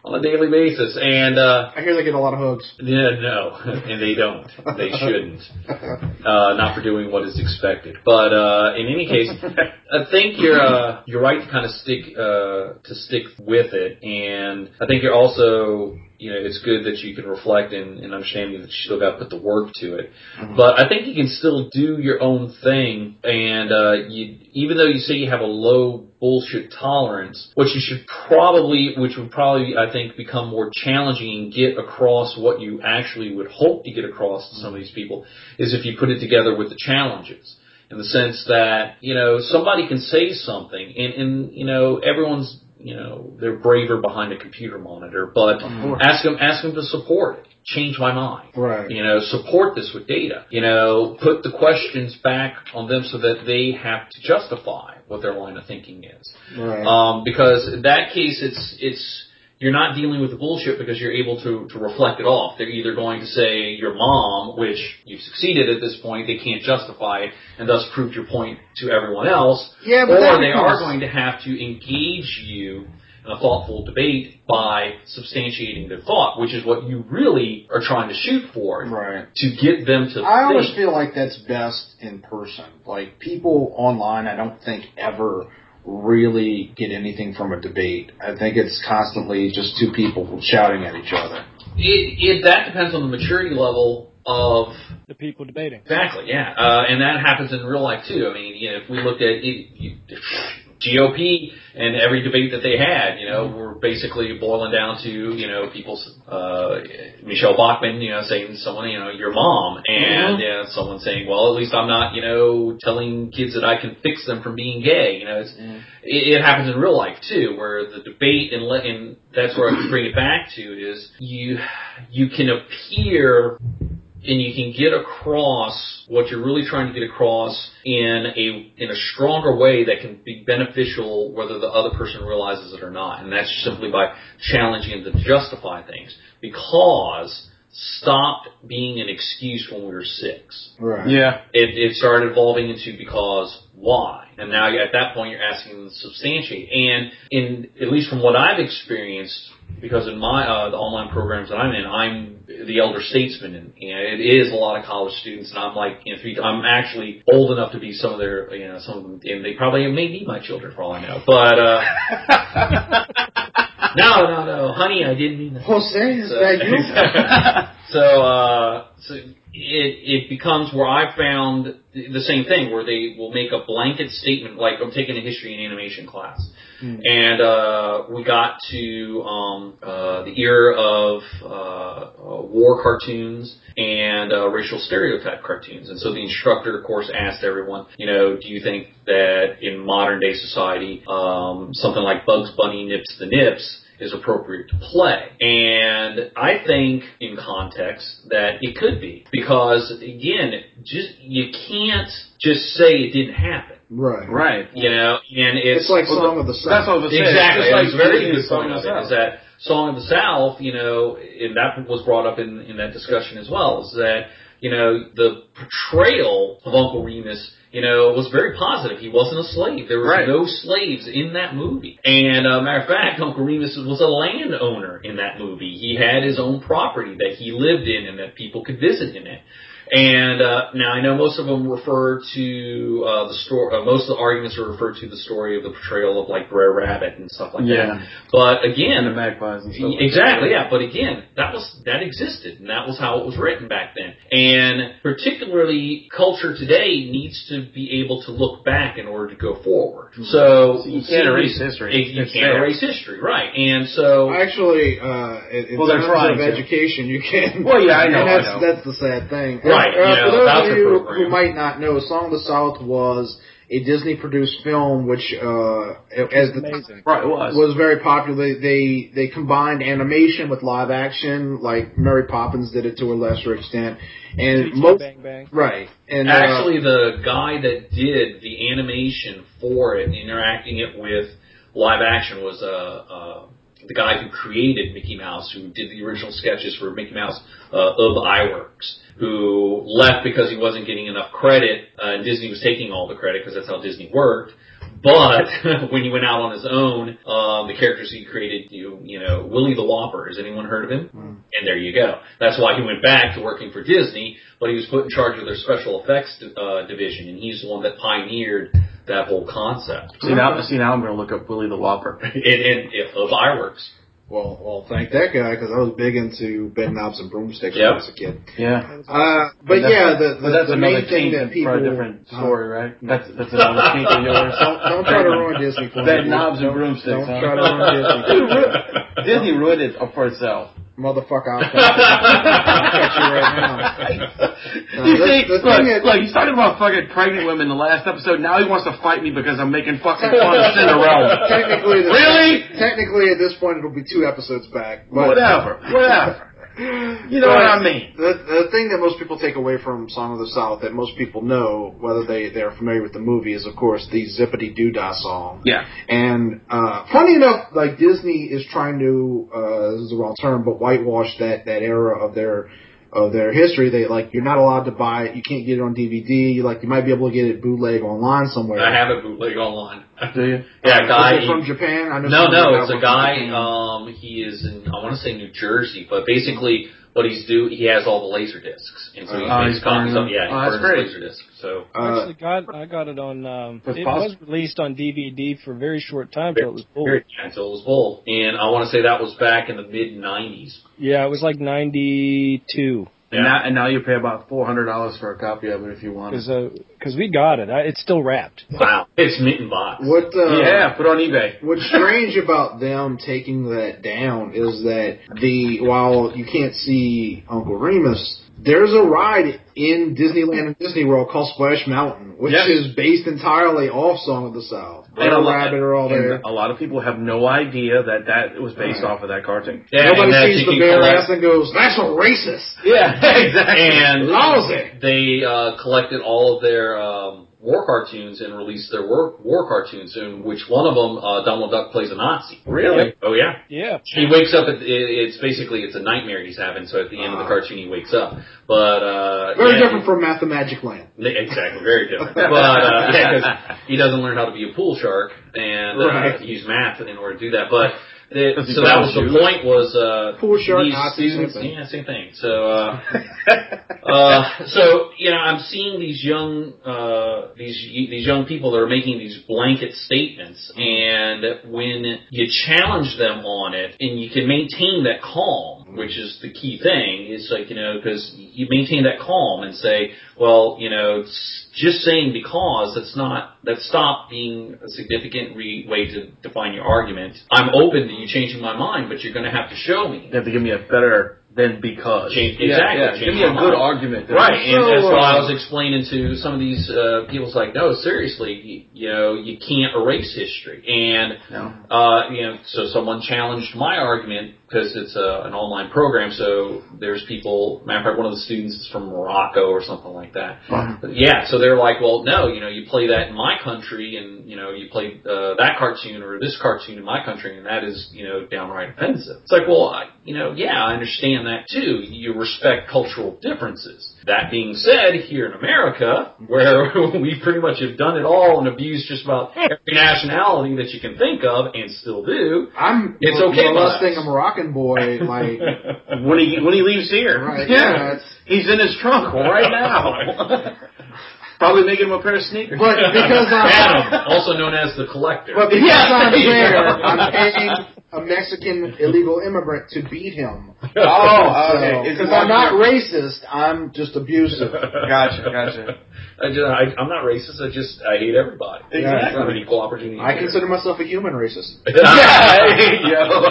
[SPEAKER 1] on a daily basis, and uh,
[SPEAKER 3] I hear they get a lot of hugs.
[SPEAKER 1] yeah, no, and they don't, they shouldn't, uh, not for doing what is expected. But uh, in any case, I think you're uh, you're right to kind of stick uh, to stick with it, and I think you're also you know it's good that you can reflect and, and understand that you still got to put the work to it. But I think you can still do your own thing, and uh, you, even though you say you have a low bullshit tolerance, what you should probably, which would probably I think become more challenging and get across what you actually would hope to get across to some of these people, is if you put it together with the challenges. In the sense that you know somebody can say something, and and you know everyone's you know they're braver behind a computer monitor, but
[SPEAKER 3] Mhm.
[SPEAKER 1] ask them ask them to support it. Change my mind.
[SPEAKER 3] Right.
[SPEAKER 1] You know, support this with data. You know, put the questions back on them so that they have to justify what their line of thinking is.
[SPEAKER 3] Right.
[SPEAKER 1] Um, because in that case, it's it's you're not dealing with the bullshit because you're able to to reflect it off. They're either going to say your mom, which you've succeeded at this point, they can't justify it, and thus prove your point to everyone else,
[SPEAKER 3] yeah, but that
[SPEAKER 1] or they are
[SPEAKER 3] becomes-
[SPEAKER 1] going to have to engage you in a thoughtful debate by substantiating their thought, which is what you really are trying to shoot for,
[SPEAKER 3] Right.
[SPEAKER 1] to get them to
[SPEAKER 3] I always
[SPEAKER 1] think.
[SPEAKER 3] feel like that's best in person. Like people online, I don't think ever really get anything from a debate. I think it's constantly just two people shouting at each other.
[SPEAKER 1] It, it, that depends on the maturity level of
[SPEAKER 4] The people debating.
[SPEAKER 1] Exactly, yeah. Uh, and that happens in real life too. I mean, you know, if we looked at it, you, GOP and every debate that they had, you know, were basically boiling down to, you know, people's, uh, Michelle Bachman, you know, saying to someone, you know, your mom. And you know, someone saying, well, at least I'm not, you know, telling kids that I can fix them from being gay. You know, it's, it, it happens in real life too, where the debate and, le- and that's where I can bring it back to is you, you can appear and you can get across what you're really trying to get across in a in a stronger way that can be beneficial whether the other person realizes it or not and that's simply by challenging them to justify things because stopped being an excuse when we were six
[SPEAKER 3] Right.
[SPEAKER 2] Yeah.
[SPEAKER 1] it, it started evolving into because why? And now at that point you're asking them to substantiate. And in at least from what I've experienced, because in my uh, the online programs that I'm in, I'm the elder statesman, and you know, it is a lot of college students. And I'm like, you know, three, I'm actually old enough to be some of their, you know, some of them, and they probably may be my children for all I know. But uh, no, no, no, honey, I didn't mean that.
[SPEAKER 3] Jose, is that you?
[SPEAKER 1] So, uh, so it it becomes where I found the same thing where they will make a blanket statement like I'm taking a history and animation class,
[SPEAKER 3] Hmm.
[SPEAKER 1] and uh, we got to um, uh, the era of uh, uh, war cartoons and uh, racial stereotype cartoons, and so the instructor, of course, asked everyone, you know, do you think that in modern day society um, something like Bugs Bunny nips the nips is appropriate to play. And I think in context that it could be because again, just you can't just say it didn't happen.
[SPEAKER 3] Right.
[SPEAKER 2] Right.
[SPEAKER 1] You know, and it's,
[SPEAKER 3] It's like
[SPEAKER 2] Well,
[SPEAKER 3] Song of the South.
[SPEAKER 2] That's all I was saying.
[SPEAKER 1] exactly
[SPEAKER 2] It's like
[SPEAKER 1] that's a very
[SPEAKER 2] beginning of
[SPEAKER 1] good
[SPEAKER 2] Song
[SPEAKER 1] point
[SPEAKER 2] of
[SPEAKER 1] of
[SPEAKER 2] the
[SPEAKER 1] it
[SPEAKER 2] South.
[SPEAKER 1] is that Song of the South, you know, and that was brought up in in that discussion as well, is that you know the portrayal of Uncle Remus. You know, was very positive. He wasn't a slave. There was
[SPEAKER 2] Right.
[SPEAKER 1] no slaves in that movie. And uh, matter of fact, Uncle Remus was a landowner in that movie. He had his own property that he lived in and that people could visit him in. And uh, now I know most of them refer to uh, the story. Uh, most of the arguments are referred to the story of the portrayal of like Brer Rabbit and stuff like that.
[SPEAKER 2] yeah.
[SPEAKER 1] But
[SPEAKER 2] And the
[SPEAKER 1] again,
[SPEAKER 2] magpies and stuff. like
[SPEAKER 1] exactly, yeah. But again, that was that existed, and that was how it was written back then. And particularly, culture today needs to be able to look back in order to go forward.
[SPEAKER 2] that.
[SPEAKER 1] So
[SPEAKER 2] Mm-hmm. So you can't erase history.
[SPEAKER 1] You
[SPEAKER 2] It's
[SPEAKER 1] can't
[SPEAKER 2] there.
[SPEAKER 1] erase history, right? And so
[SPEAKER 3] Actually, uh, in, in
[SPEAKER 2] Well, they're
[SPEAKER 3] terms
[SPEAKER 2] trying
[SPEAKER 3] of
[SPEAKER 2] to.
[SPEAKER 3] education, you can.
[SPEAKER 2] Well, yeah, I know,
[SPEAKER 3] And
[SPEAKER 2] I
[SPEAKER 3] that's,
[SPEAKER 2] know.
[SPEAKER 3] that's the sad thing. And,
[SPEAKER 1] Right,
[SPEAKER 3] uh,
[SPEAKER 1] you know,
[SPEAKER 3] for those
[SPEAKER 1] that's
[SPEAKER 3] of
[SPEAKER 1] a
[SPEAKER 3] you
[SPEAKER 1] program.
[SPEAKER 3] who might not know, Song of the South was a Disney-produced film, which, uh, as the
[SPEAKER 4] Amazing.
[SPEAKER 2] Right, it was.
[SPEAKER 3] was very popular. They they combined animation with live action, like Mary Poppins did it to a lesser extent, and
[SPEAKER 4] Chitty
[SPEAKER 3] most
[SPEAKER 4] Bang Bang.
[SPEAKER 3] right and uh,
[SPEAKER 1] Actually, the guy that did the animation for it, interacting it with live action, was uh, uh, the guy who created Mickey Mouse, who did the original sketches for Mickey Mouse uh, of Iwerks, who left because he wasn't getting enough credit, uh, and Disney was taking all the credit because that's how Disney worked. But when he went out on his own, um, the characters he created, you you know, Willy the Whopper. Has anyone heard of him? And there you go. That's why he went back to working for Disney, but he was put in charge of their special effects uh, division, and he's the one that pioneered that whole concept.
[SPEAKER 2] See now, see now I'm going to look up Willy the Whopper.
[SPEAKER 1] And, and, and of fireworks.
[SPEAKER 3] well well thank that guy because I was big into bed knobs and broomsticks
[SPEAKER 1] Yep.
[SPEAKER 3] when I was a kid.
[SPEAKER 2] Yeah.
[SPEAKER 4] That was
[SPEAKER 3] Uh,
[SPEAKER 2] But
[SPEAKER 3] but
[SPEAKER 2] that's-
[SPEAKER 3] yeah, the
[SPEAKER 2] But
[SPEAKER 3] the,
[SPEAKER 2] that's another
[SPEAKER 3] the main thing
[SPEAKER 2] kink
[SPEAKER 3] that people
[SPEAKER 2] for a different
[SPEAKER 3] Huh?
[SPEAKER 2] story, right? That's that's another kink of yours.
[SPEAKER 3] don't, don't try to ruin Disney for me.
[SPEAKER 2] Bed knobs and
[SPEAKER 3] Don't-
[SPEAKER 2] broomsticks,
[SPEAKER 3] Don't
[SPEAKER 2] huh?
[SPEAKER 3] try to ruin Disney,
[SPEAKER 2] Disney ruined it for itself.
[SPEAKER 3] motherfucker. I'll catch you right now. No,
[SPEAKER 2] you
[SPEAKER 3] the-
[SPEAKER 2] see,
[SPEAKER 3] the
[SPEAKER 2] look,
[SPEAKER 3] thing is-
[SPEAKER 2] look, he's talking about fucking pregnant women in the last episode. Now he wants to fight me because I'm making fucking fun of Cinderella.
[SPEAKER 3] Technically, the-
[SPEAKER 2] Really?
[SPEAKER 3] Technically, at this point, it'll be two episodes back. But
[SPEAKER 2] Whatever, whatever. You know what I mean?
[SPEAKER 3] The, the thing that most people take away from Song of the South that most people know, whether they, they're familiar with the movie, is of course the Zippity Doo Dah song.
[SPEAKER 2] Yeah.
[SPEAKER 3] And uh, funny enough, like Disney is trying to uh, this is the wrong term, but whitewash that that era of their of their history. They like you're not allowed to buy it, you can't get it on DVD. You, Like you might be able to get it bootleg online somewhere.
[SPEAKER 1] I have it bootleg online.
[SPEAKER 2] Do you?
[SPEAKER 1] Uh, Yeah, a guy.
[SPEAKER 3] Is it from Japan. I know
[SPEAKER 1] No,
[SPEAKER 3] somebody
[SPEAKER 1] no, it's
[SPEAKER 3] got one
[SPEAKER 1] a
[SPEAKER 3] from
[SPEAKER 1] guy.
[SPEAKER 3] Japan.
[SPEAKER 1] Um, he is in I want to say New Jersey, but basically what he's do he has all the laser discs, and so he
[SPEAKER 2] Oh,
[SPEAKER 1] makes
[SPEAKER 2] he's
[SPEAKER 1] copies
[SPEAKER 2] burning
[SPEAKER 1] of yeah,
[SPEAKER 2] them. Oh,
[SPEAKER 1] he
[SPEAKER 2] that's
[SPEAKER 1] burns
[SPEAKER 2] great.
[SPEAKER 1] laser discs. So
[SPEAKER 4] I
[SPEAKER 3] Uh,
[SPEAKER 4] actually got I got it on. Um,
[SPEAKER 2] Was
[SPEAKER 4] it
[SPEAKER 2] pos-
[SPEAKER 4] was released on DVD for a very short time till it was full.
[SPEAKER 1] Very gentle was bull, and I want to say that was back in the mid '90s.
[SPEAKER 4] Yeah, it was like ninety two
[SPEAKER 2] And now, and now you pay about four hundred dollars for a copy of it if you want. it.
[SPEAKER 4] because uh, we got it. I, it's still wrapped.
[SPEAKER 1] Wow, it's mitten box.
[SPEAKER 3] what? Uh,
[SPEAKER 2] yeah, put it on eBay.
[SPEAKER 3] What's strange about them taking that down is that the while you can't see Uncle Remus, there's a ride in Disneyland and Disney World called Splash Mountain, which
[SPEAKER 2] Yes.
[SPEAKER 3] is based entirely off Song of the South.
[SPEAKER 2] a
[SPEAKER 3] Little
[SPEAKER 2] lot-
[SPEAKER 3] Rabbit are all
[SPEAKER 2] and
[SPEAKER 3] there.
[SPEAKER 2] A lot of people have no idea that that was based
[SPEAKER 3] Right.
[SPEAKER 2] off of that cartoon.
[SPEAKER 1] Yeah,
[SPEAKER 3] Nobody
[SPEAKER 1] and that
[SPEAKER 3] sees
[SPEAKER 1] you
[SPEAKER 3] the
[SPEAKER 1] can
[SPEAKER 3] bare
[SPEAKER 1] collect-
[SPEAKER 3] ass and goes, "That's a racist."
[SPEAKER 2] Yeah, exactly.
[SPEAKER 1] And
[SPEAKER 3] Lousy.
[SPEAKER 1] they uh, collected all of their um, war cartoons and released their war, war cartoons. In which one of them, uh, Donald Duck plays a Nazi.
[SPEAKER 2] really?
[SPEAKER 1] Oh yeah,
[SPEAKER 4] Yeah,
[SPEAKER 1] he wakes up. At, it, it's basically it's a nightmare he's having. So at the end of the
[SPEAKER 3] Ah.
[SPEAKER 1] cartoon, he wakes up. But uh,
[SPEAKER 3] Very
[SPEAKER 1] yeah,
[SPEAKER 3] different from Mathemagic Land.
[SPEAKER 1] Exactly, very different. But uh, yeah, 'cause he doesn't learn how to be a pool shark and uh,
[SPEAKER 3] Right.
[SPEAKER 1] use math in order to do that. But the,
[SPEAKER 2] Does he
[SPEAKER 1] so that
[SPEAKER 2] burn
[SPEAKER 1] was the
[SPEAKER 2] shoes?
[SPEAKER 1] point was uh,
[SPEAKER 3] Pool shark,
[SPEAKER 1] these
[SPEAKER 3] Nazi, same
[SPEAKER 1] students-
[SPEAKER 3] thing.
[SPEAKER 1] yeah, same thing. So uh, uh, so you know, I'm seeing these young uh, these these young people that are making these blanket statements, and when you challenge them on it, and you can maintain that calm, which is the key thing. It's like you know, because you maintain that calm and say, well, you know, s- just saying because that's not that stop being a significant re- way to define your argument. I'm open to you changing my mind, but you're going to have to show me.
[SPEAKER 2] You have to give me a better than because.
[SPEAKER 1] Change-
[SPEAKER 2] Yeah,
[SPEAKER 1] exactly,
[SPEAKER 2] yeah,
[SPEAKER 1] change
[SPEAKER 2] Give me a
[SPEAKER 1] my
[SPEAKER 2] good
[SPEAKER 1] mind.
[SPEAKER 2] argument. that-
[SPEAKER 1] Right, and
[SPEAKER 2] So,
[SPEAKER 1] that's why I
[SPEAKER 2] uh,
[SPEAKER 1] was explaining to some of these uh, people. It's like, no, seriously, you, you know, you can't erase history. And
[SPEAKER 2] No.
[SPEAKER 1] uh, you know, so someone challenged my argument because it's a, an online program. So there's people. Matter of fact, one of the students is from Morocco or something like that.
[SPEAKER 2] Wow.
[SPEAKER 1] Yeah, so they're like, well, no, you know, you play that in my country, and you know, you play uh, that cartoon or this cartoon in my country, and that is, you know, downright offensive. It's like, well, I, you know, yeah, I understand that too. You respect cultural differences. That being said, here in America, where we pretty much have done it all and abused just about every nationality that you can think of, and still do.
[SPEAKER 3] I'm
[SPEAKER 1] It's okay with
[SPEAKER 3] molesting
[SPEAKER 1] us.
[SPEAKER 3] a Moroccan boy. Like,
[SPEAKER 2] when he when he leaves here,
[SPEAKER 3] right?
[SPEAKER 2] yeah,
[SPEAKER 3] Yeah. it's-
[SPEAKER 2] he's in his trunk right now. Probably making him a pair of sneakers.
[SPEAKER 3] But because I'm,
[SPEAKER 1] Adam, also known as the collector.
[SPEAKER 3] but because
[SPEAKER 2] Yeah,
[SPEAKER 3] I'm
[SPEAKER 2] there you
[SPEAKER 3] there,
[SPEAKER 2] go.
[SPEAKER 3] I'm paying a Mexican illegal immigrant to beat him.
[SPEAKER 2] oh, okay. Is it
[SPEAKER 3] Because I'm not
[SPEAKER 2] on
[SPEAKER 3] racist, I'm just abusive.
[SPEAKER 2] Gotcha, gotcha.
[SPEAKER 1] I just, I, I'm not racist. I just I hate everybody.
[SPEAKER 2] Exactly.
[SPEAKER 1] I'm an equal opportunity.
[SPEAKER 3] I
[SPEAKER 1] here.
[SPEAKER 3] consider myself a human racist.
[SPEAKER 2] Yeah, there you go.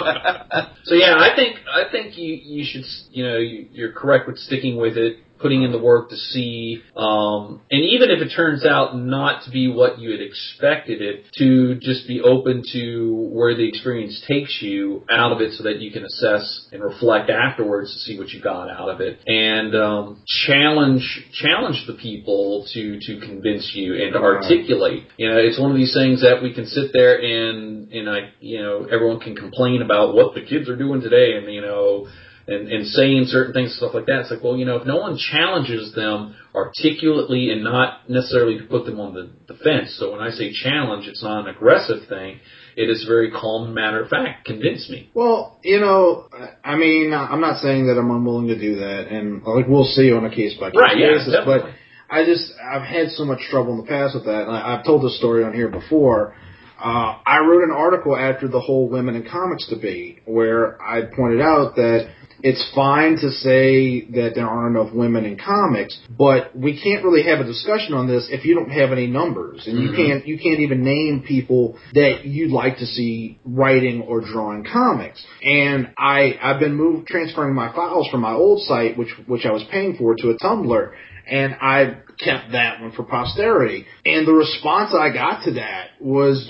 [SPEAKER 1] So yeah, I think I think you you should s- you know you, you're correct with sticking with it, putting in the work to see, um, and even if it turns out not to be what you had expected it, to just be open to where the experience takes you out of it, so that you can assess and reflect afterwards to see what you got out of it, and um, challenge challenge the people to to convince you and to
[SPEAKER 3] Right.
[SPEAKER 1] articulate. You know, it's one of these things that we can sit there and and I you know everyone can complain about what the kids are doing today and you know and and saying certain things stuff like that. It's like well you know if no one challenges them articulately and not necessarily to put them on the, the fence. So when I say challenge, it's not an aggressive thing. It is very calm and matter of fact. Convince me.
[SPEAKER 3] Well, you know, I mean, I'm not saying that I'm unwilling to do that, and like we'll see on a case by case
[SPEAKER 1] Right, yeah,
[SPEAKER 3] basis. but
[SPEAKER 1] definitely.
[SPEAKER 3] I just I've had so much trouble in the past with that. And I, I've told this story on here before. Uh, I wrote an article after the whole women in comics debate where I pointed out that it's fine to say that there aren't enough women in comics, but we can't really have a discussion on this if you don't have any numbers and you can't you can't even name people that you'd like to see writing or drawing comics. And I I've been moved transferring my files from my old site which which I was paying for to a Tumblr and I kept that one for posterity. And the response I got to that was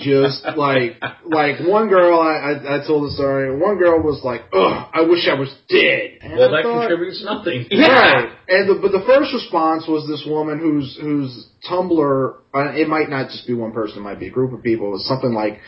[SPEAKER 3] just like, like one girl, I, I, I told the story, one girl was like, ugh, I wish I was dead. And
[SPEAKER 1] Well,
[SPEAKER 3] I
[SPEAKER 1] that
[SPEAKER 3] thought-
[SPEAKER 1] contributes nothing.
[SPEAKER 3] Right. And the, but the first response was this woman whose whose Tumblr. Uh, it might not just be one person; it might be a group of people. It was something like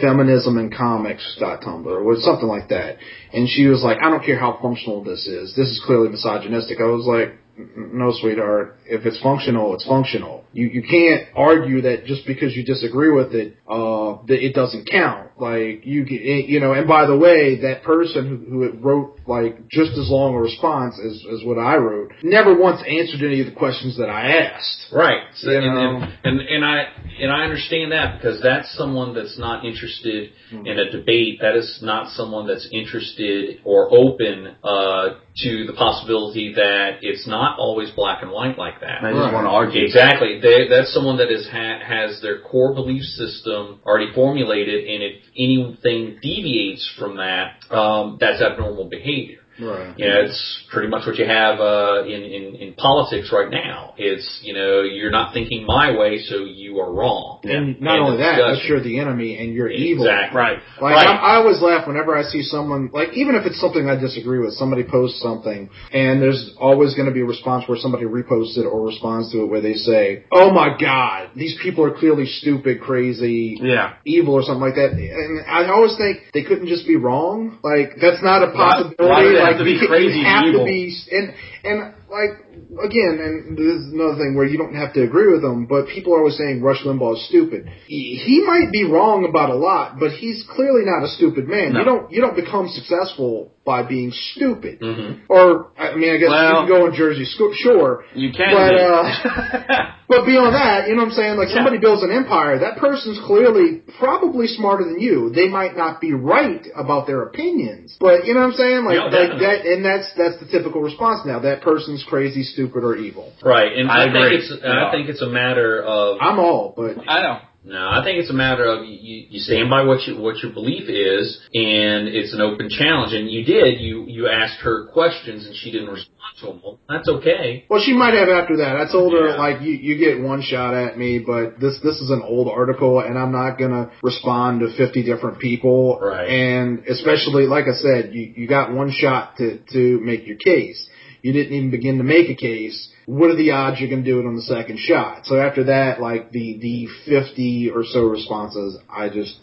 [SPEAKER 3] feminism and comics comics.tumblr or something like that. And she was like, "I don't care how functional this is. This is clearly misogynistic." I was like. "N- No, sweetheart. If it's functional, it's functional. You you can't argue that just because you disagree with it, uh, that it doesn't count. Like you can, it- you know. And by the way, that person who, who it wrote like just as long a response as as what I wrote never once answered any of the questions that I asked.
[SPEAKER 1] Right. So,
[SPEAKER 3] You
[SPEAKER 1] and,
[SPEAKER 3] know.
[SPEAKER 1] and, and and I and I understand that because that's someone that's not interested
[SPEAKER 3] Hmm.
[SPEAKER 1] in a debate. That is not someone that's interested or open uh, to the possibility that it's not always black and white like that.
[SPEAKER 2] I just want to argue.
[SPEAKER 1] Exactly. They, that's someone that is ha- has their core belief system already formulated, and if anything deviates from that, um, that's abnormal behavior.
[SPEAKER 3] Right.
[SPEAKER 1] You know, it's pretty much what you have uh, in, in in politics right now. It's you know you're not thinking my way, so you are wrong.
[SPEAKER 3] And not
[SPEAKER 1] And
[SPEAKER 3] only that, but
[SPEAKER 1] discussion.
[SPEAKER 3] you're the enemy and you're evil.
[SPEAKER 1] Exactly.
[SPEAKER 2] Right.
[SPEAKER 3] Like
[SPEAKER 1] Right.
[SPEAKER 3] I'm, I always laugh whenever I see someone like even if it's something I disagree with, somebody posts something, and there's always going to be a response where somebody reposts it or responds to it where they say, "Oh my God, these people are clearly stupid, crazy,
[SPEAKER 2] Yeah.
[SPEAKER 3] evil, or something like that." And I always think they couldn't just be wrong. Like that's not a
[SPEAKER 2] Why-
[SPEAKER 3] possibility.
[SPEAKER 2] why do they have
[SPEAKER 3] like
[SPEAKER 2] to be
[SPEAKER 3] you can't-
[SPEAKER 2] crazy
[SPEAKER 3] you
[SPEAKER 2] and
[SPEAKER 3] have to
[SPEAKER 2] evil?
[SPEAKER 3] be and and like. Again, and this is another thing where you don't have to agree with them, but people are always saying Rush Limbaugh is stupid he he might be wrong about a lot, but he's clearly not a stupid man.
[SPEAKER 2] No.
[SPEAKER 3] You don't you don't become successful by being stupid.
[SPEAKER 1] Mhm.
[SPEAKER 3] Or I mean, I guess you
[SPEAKER 2] Mm. Well-
[SPEAKER 3] can go on Jersey Sco- Shore,
[SPEAKER 2] You can.
[SPEAKER 3] But, uh,
[SPEAKER 2] do.
[SPEAKER 3] but beyond that, you know what I'm saying? Like
[SPEAKER 2] Yeah.
[SPEAKER 3] somebody builds an empire, that person's clearly probably smarter than you. They might not be right about their opinions, but you know what I'm saying? Like,
[SPEAKER 1] No,
[SPEAKER 3] like
[SPEAKER 1] definitely.
[SPEAKER 3] that, and that's that's the typical response now. That person's crazy, stupid, or evil.
[SPEAKER 1] Right. And
[SPEAKER 2] I
[SPEAKER 1] I,
[SPEAKER 2] agree.
[SPEAKER 1] think it's and I
[SPEAKER 2] Yeah.
[SPEAKER 1] think it's a matter of
[SPEAKER 3] I'm all, but
[SPEAKER 2] I know.
[SPEAKER 1] No, I think it's a matter of you, you stand by what you, what your belief is, and it's an open challenge. And you did. You you asked her questions, and she didn't respond to them. Well, that's okay.
[SPEAKER 3] Well, she might have after that. I told her
[SPEAKER 1] Yeah.
[SPEAKER 3] like you, you get one shot at me, but this this is an old article, and I'm not gonna respond to 50 different people.
[SPEAKER 1] Right.
[SPEAKER 3] And especially, like I said, you you got one shot to to make your case. You didn't even begin to make a case. What are the odds you're gonna do it on the second shot? So after that, like the the 50 or so responses, I just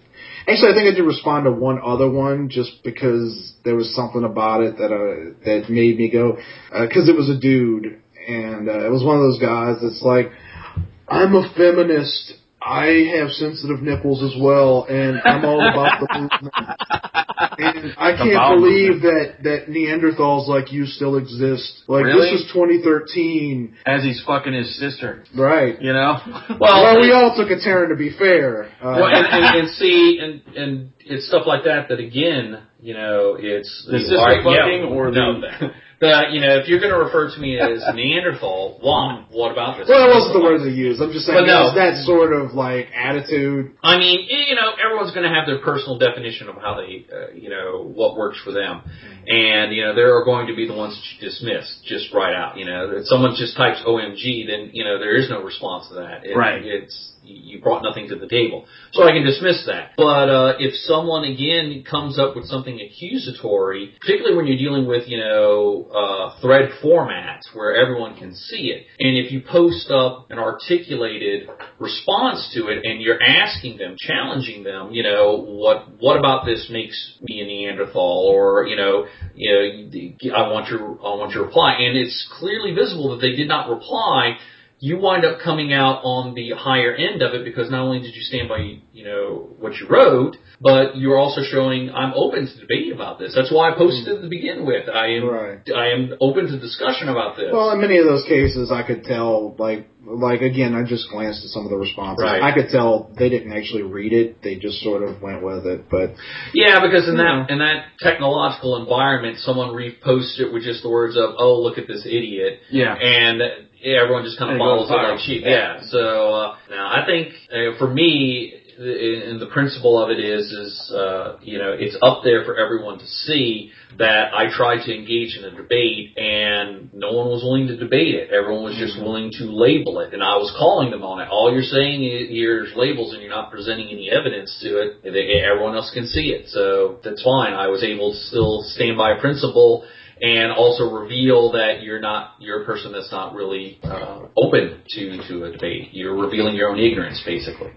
[SPEAKER 3] Actually, I think I did respond to one other one just because there was something about it that uh, that made me go because Uh, it was a dude and uh, it was one of those guys that's like, I'm a feminist. I have sensitive nipples as well, and I'm all about the movement. And I can't
[SPEAKER 2] About
[SPEAKER 3] believe that that Neanderthals like you still exist. Like
[SPEAKER 2] Really?
[SPEAKER 3] this is 2013,
[SPEAKER 2] As he's fucking his sister,
[SPEAKER 3] right?
[SPEAKER 2] you know?
[SPEAKER 3] Well, we all took a turn to be fair. Uh,
[SPEAKER 1] Well, and, and, and see, and and it's stuff like that that again, you know, it's
[SPEAKER 2] The sister
[SPEAKER 1] all right,
[SPEAKER 2] fucking
[SPEAKER 1] yeah,
[SPEAKER 2] or
[SPEAKER 1] no,
[SPEAKER 2] the-
[SPEAKER 1] the you know, if you're going to refer to me as Neanderthal, why? What about this?
[SPEAKER 3] well, that wasn't the word they used. I'm just saying
[SPEAKER 1] But no.
[SPEAKER 3] it's that sort of like attitude.
[SPEAKER 1] I mean, y- you know, everyone's going to have their personal definition of how they, uh, you know, what works for them, and you know, there are going to be the ones that you dismiss just right out. You know, if someone just types "OMG," then you know there is no response to that. It-
[SPEAKER 2] Right.
[SPEAKER 1] It's you brought nothing to the table, so I can dismiss that. But uh, if someone again comes up with something accusatory, particularly when you're dealing with you know uh, thread formats where everyone can see it, and if you post up an articulated response to it and you're asking them, challenging them, you know, what what about this makes me a Neanderthal or, you know, you know, I want your I want your reply and it's clearly visible that they did not reply you wind up coming out on the higher end of it because not only did you stand by you know what you wrote, but you're also showing I'm open to debate about this. That's why I posted to begin with. I am
[SPEAKER 3] Right.
[SPEAKER 1] I am open to discussion about this.
[SPEAKER 3] Well, in many of those cases, I could tell, like, like again, I just glanced at some of the responses.
[SPEAKER 1] Right.
[SPEAKER 3] I could tell they didn't actually read it; they just sort of went with it. But
[SPEAKER 1] Yeah, because in that in that technological environment, someone reposted it with just the words of "Oh, look at this idiot,"
[SPEAKER 2] yeah.
[SPEAKER 1] and everyone just kind of
[SPEAKER 2] And it
[SPEAKER 1] follows
[SPEAKER 2] goes
[SPEAKER 1] it
[SPEAKER 2] viral.
[SPEAKER 1] like sheep. Yeah. So uh, now I think uh, for me, the- and the principle of it is is uh, you know it's up there for everyone to see that I tried to engage in a debate and no one was willing to debate it. Everyone was
[SPEAKER 2] Mm-hmm.
[SPEAKER 1] just willing to label it, and I was calling them on it. All you're saying is here's labels, and you're not presenting any evidence to it. They- Everyone else can see it, so that's fine. I was able to still stand by a principle and also reveal that you're not you're a person that's not really uh, open to to a debate. You're revealing your own ignorance, basically.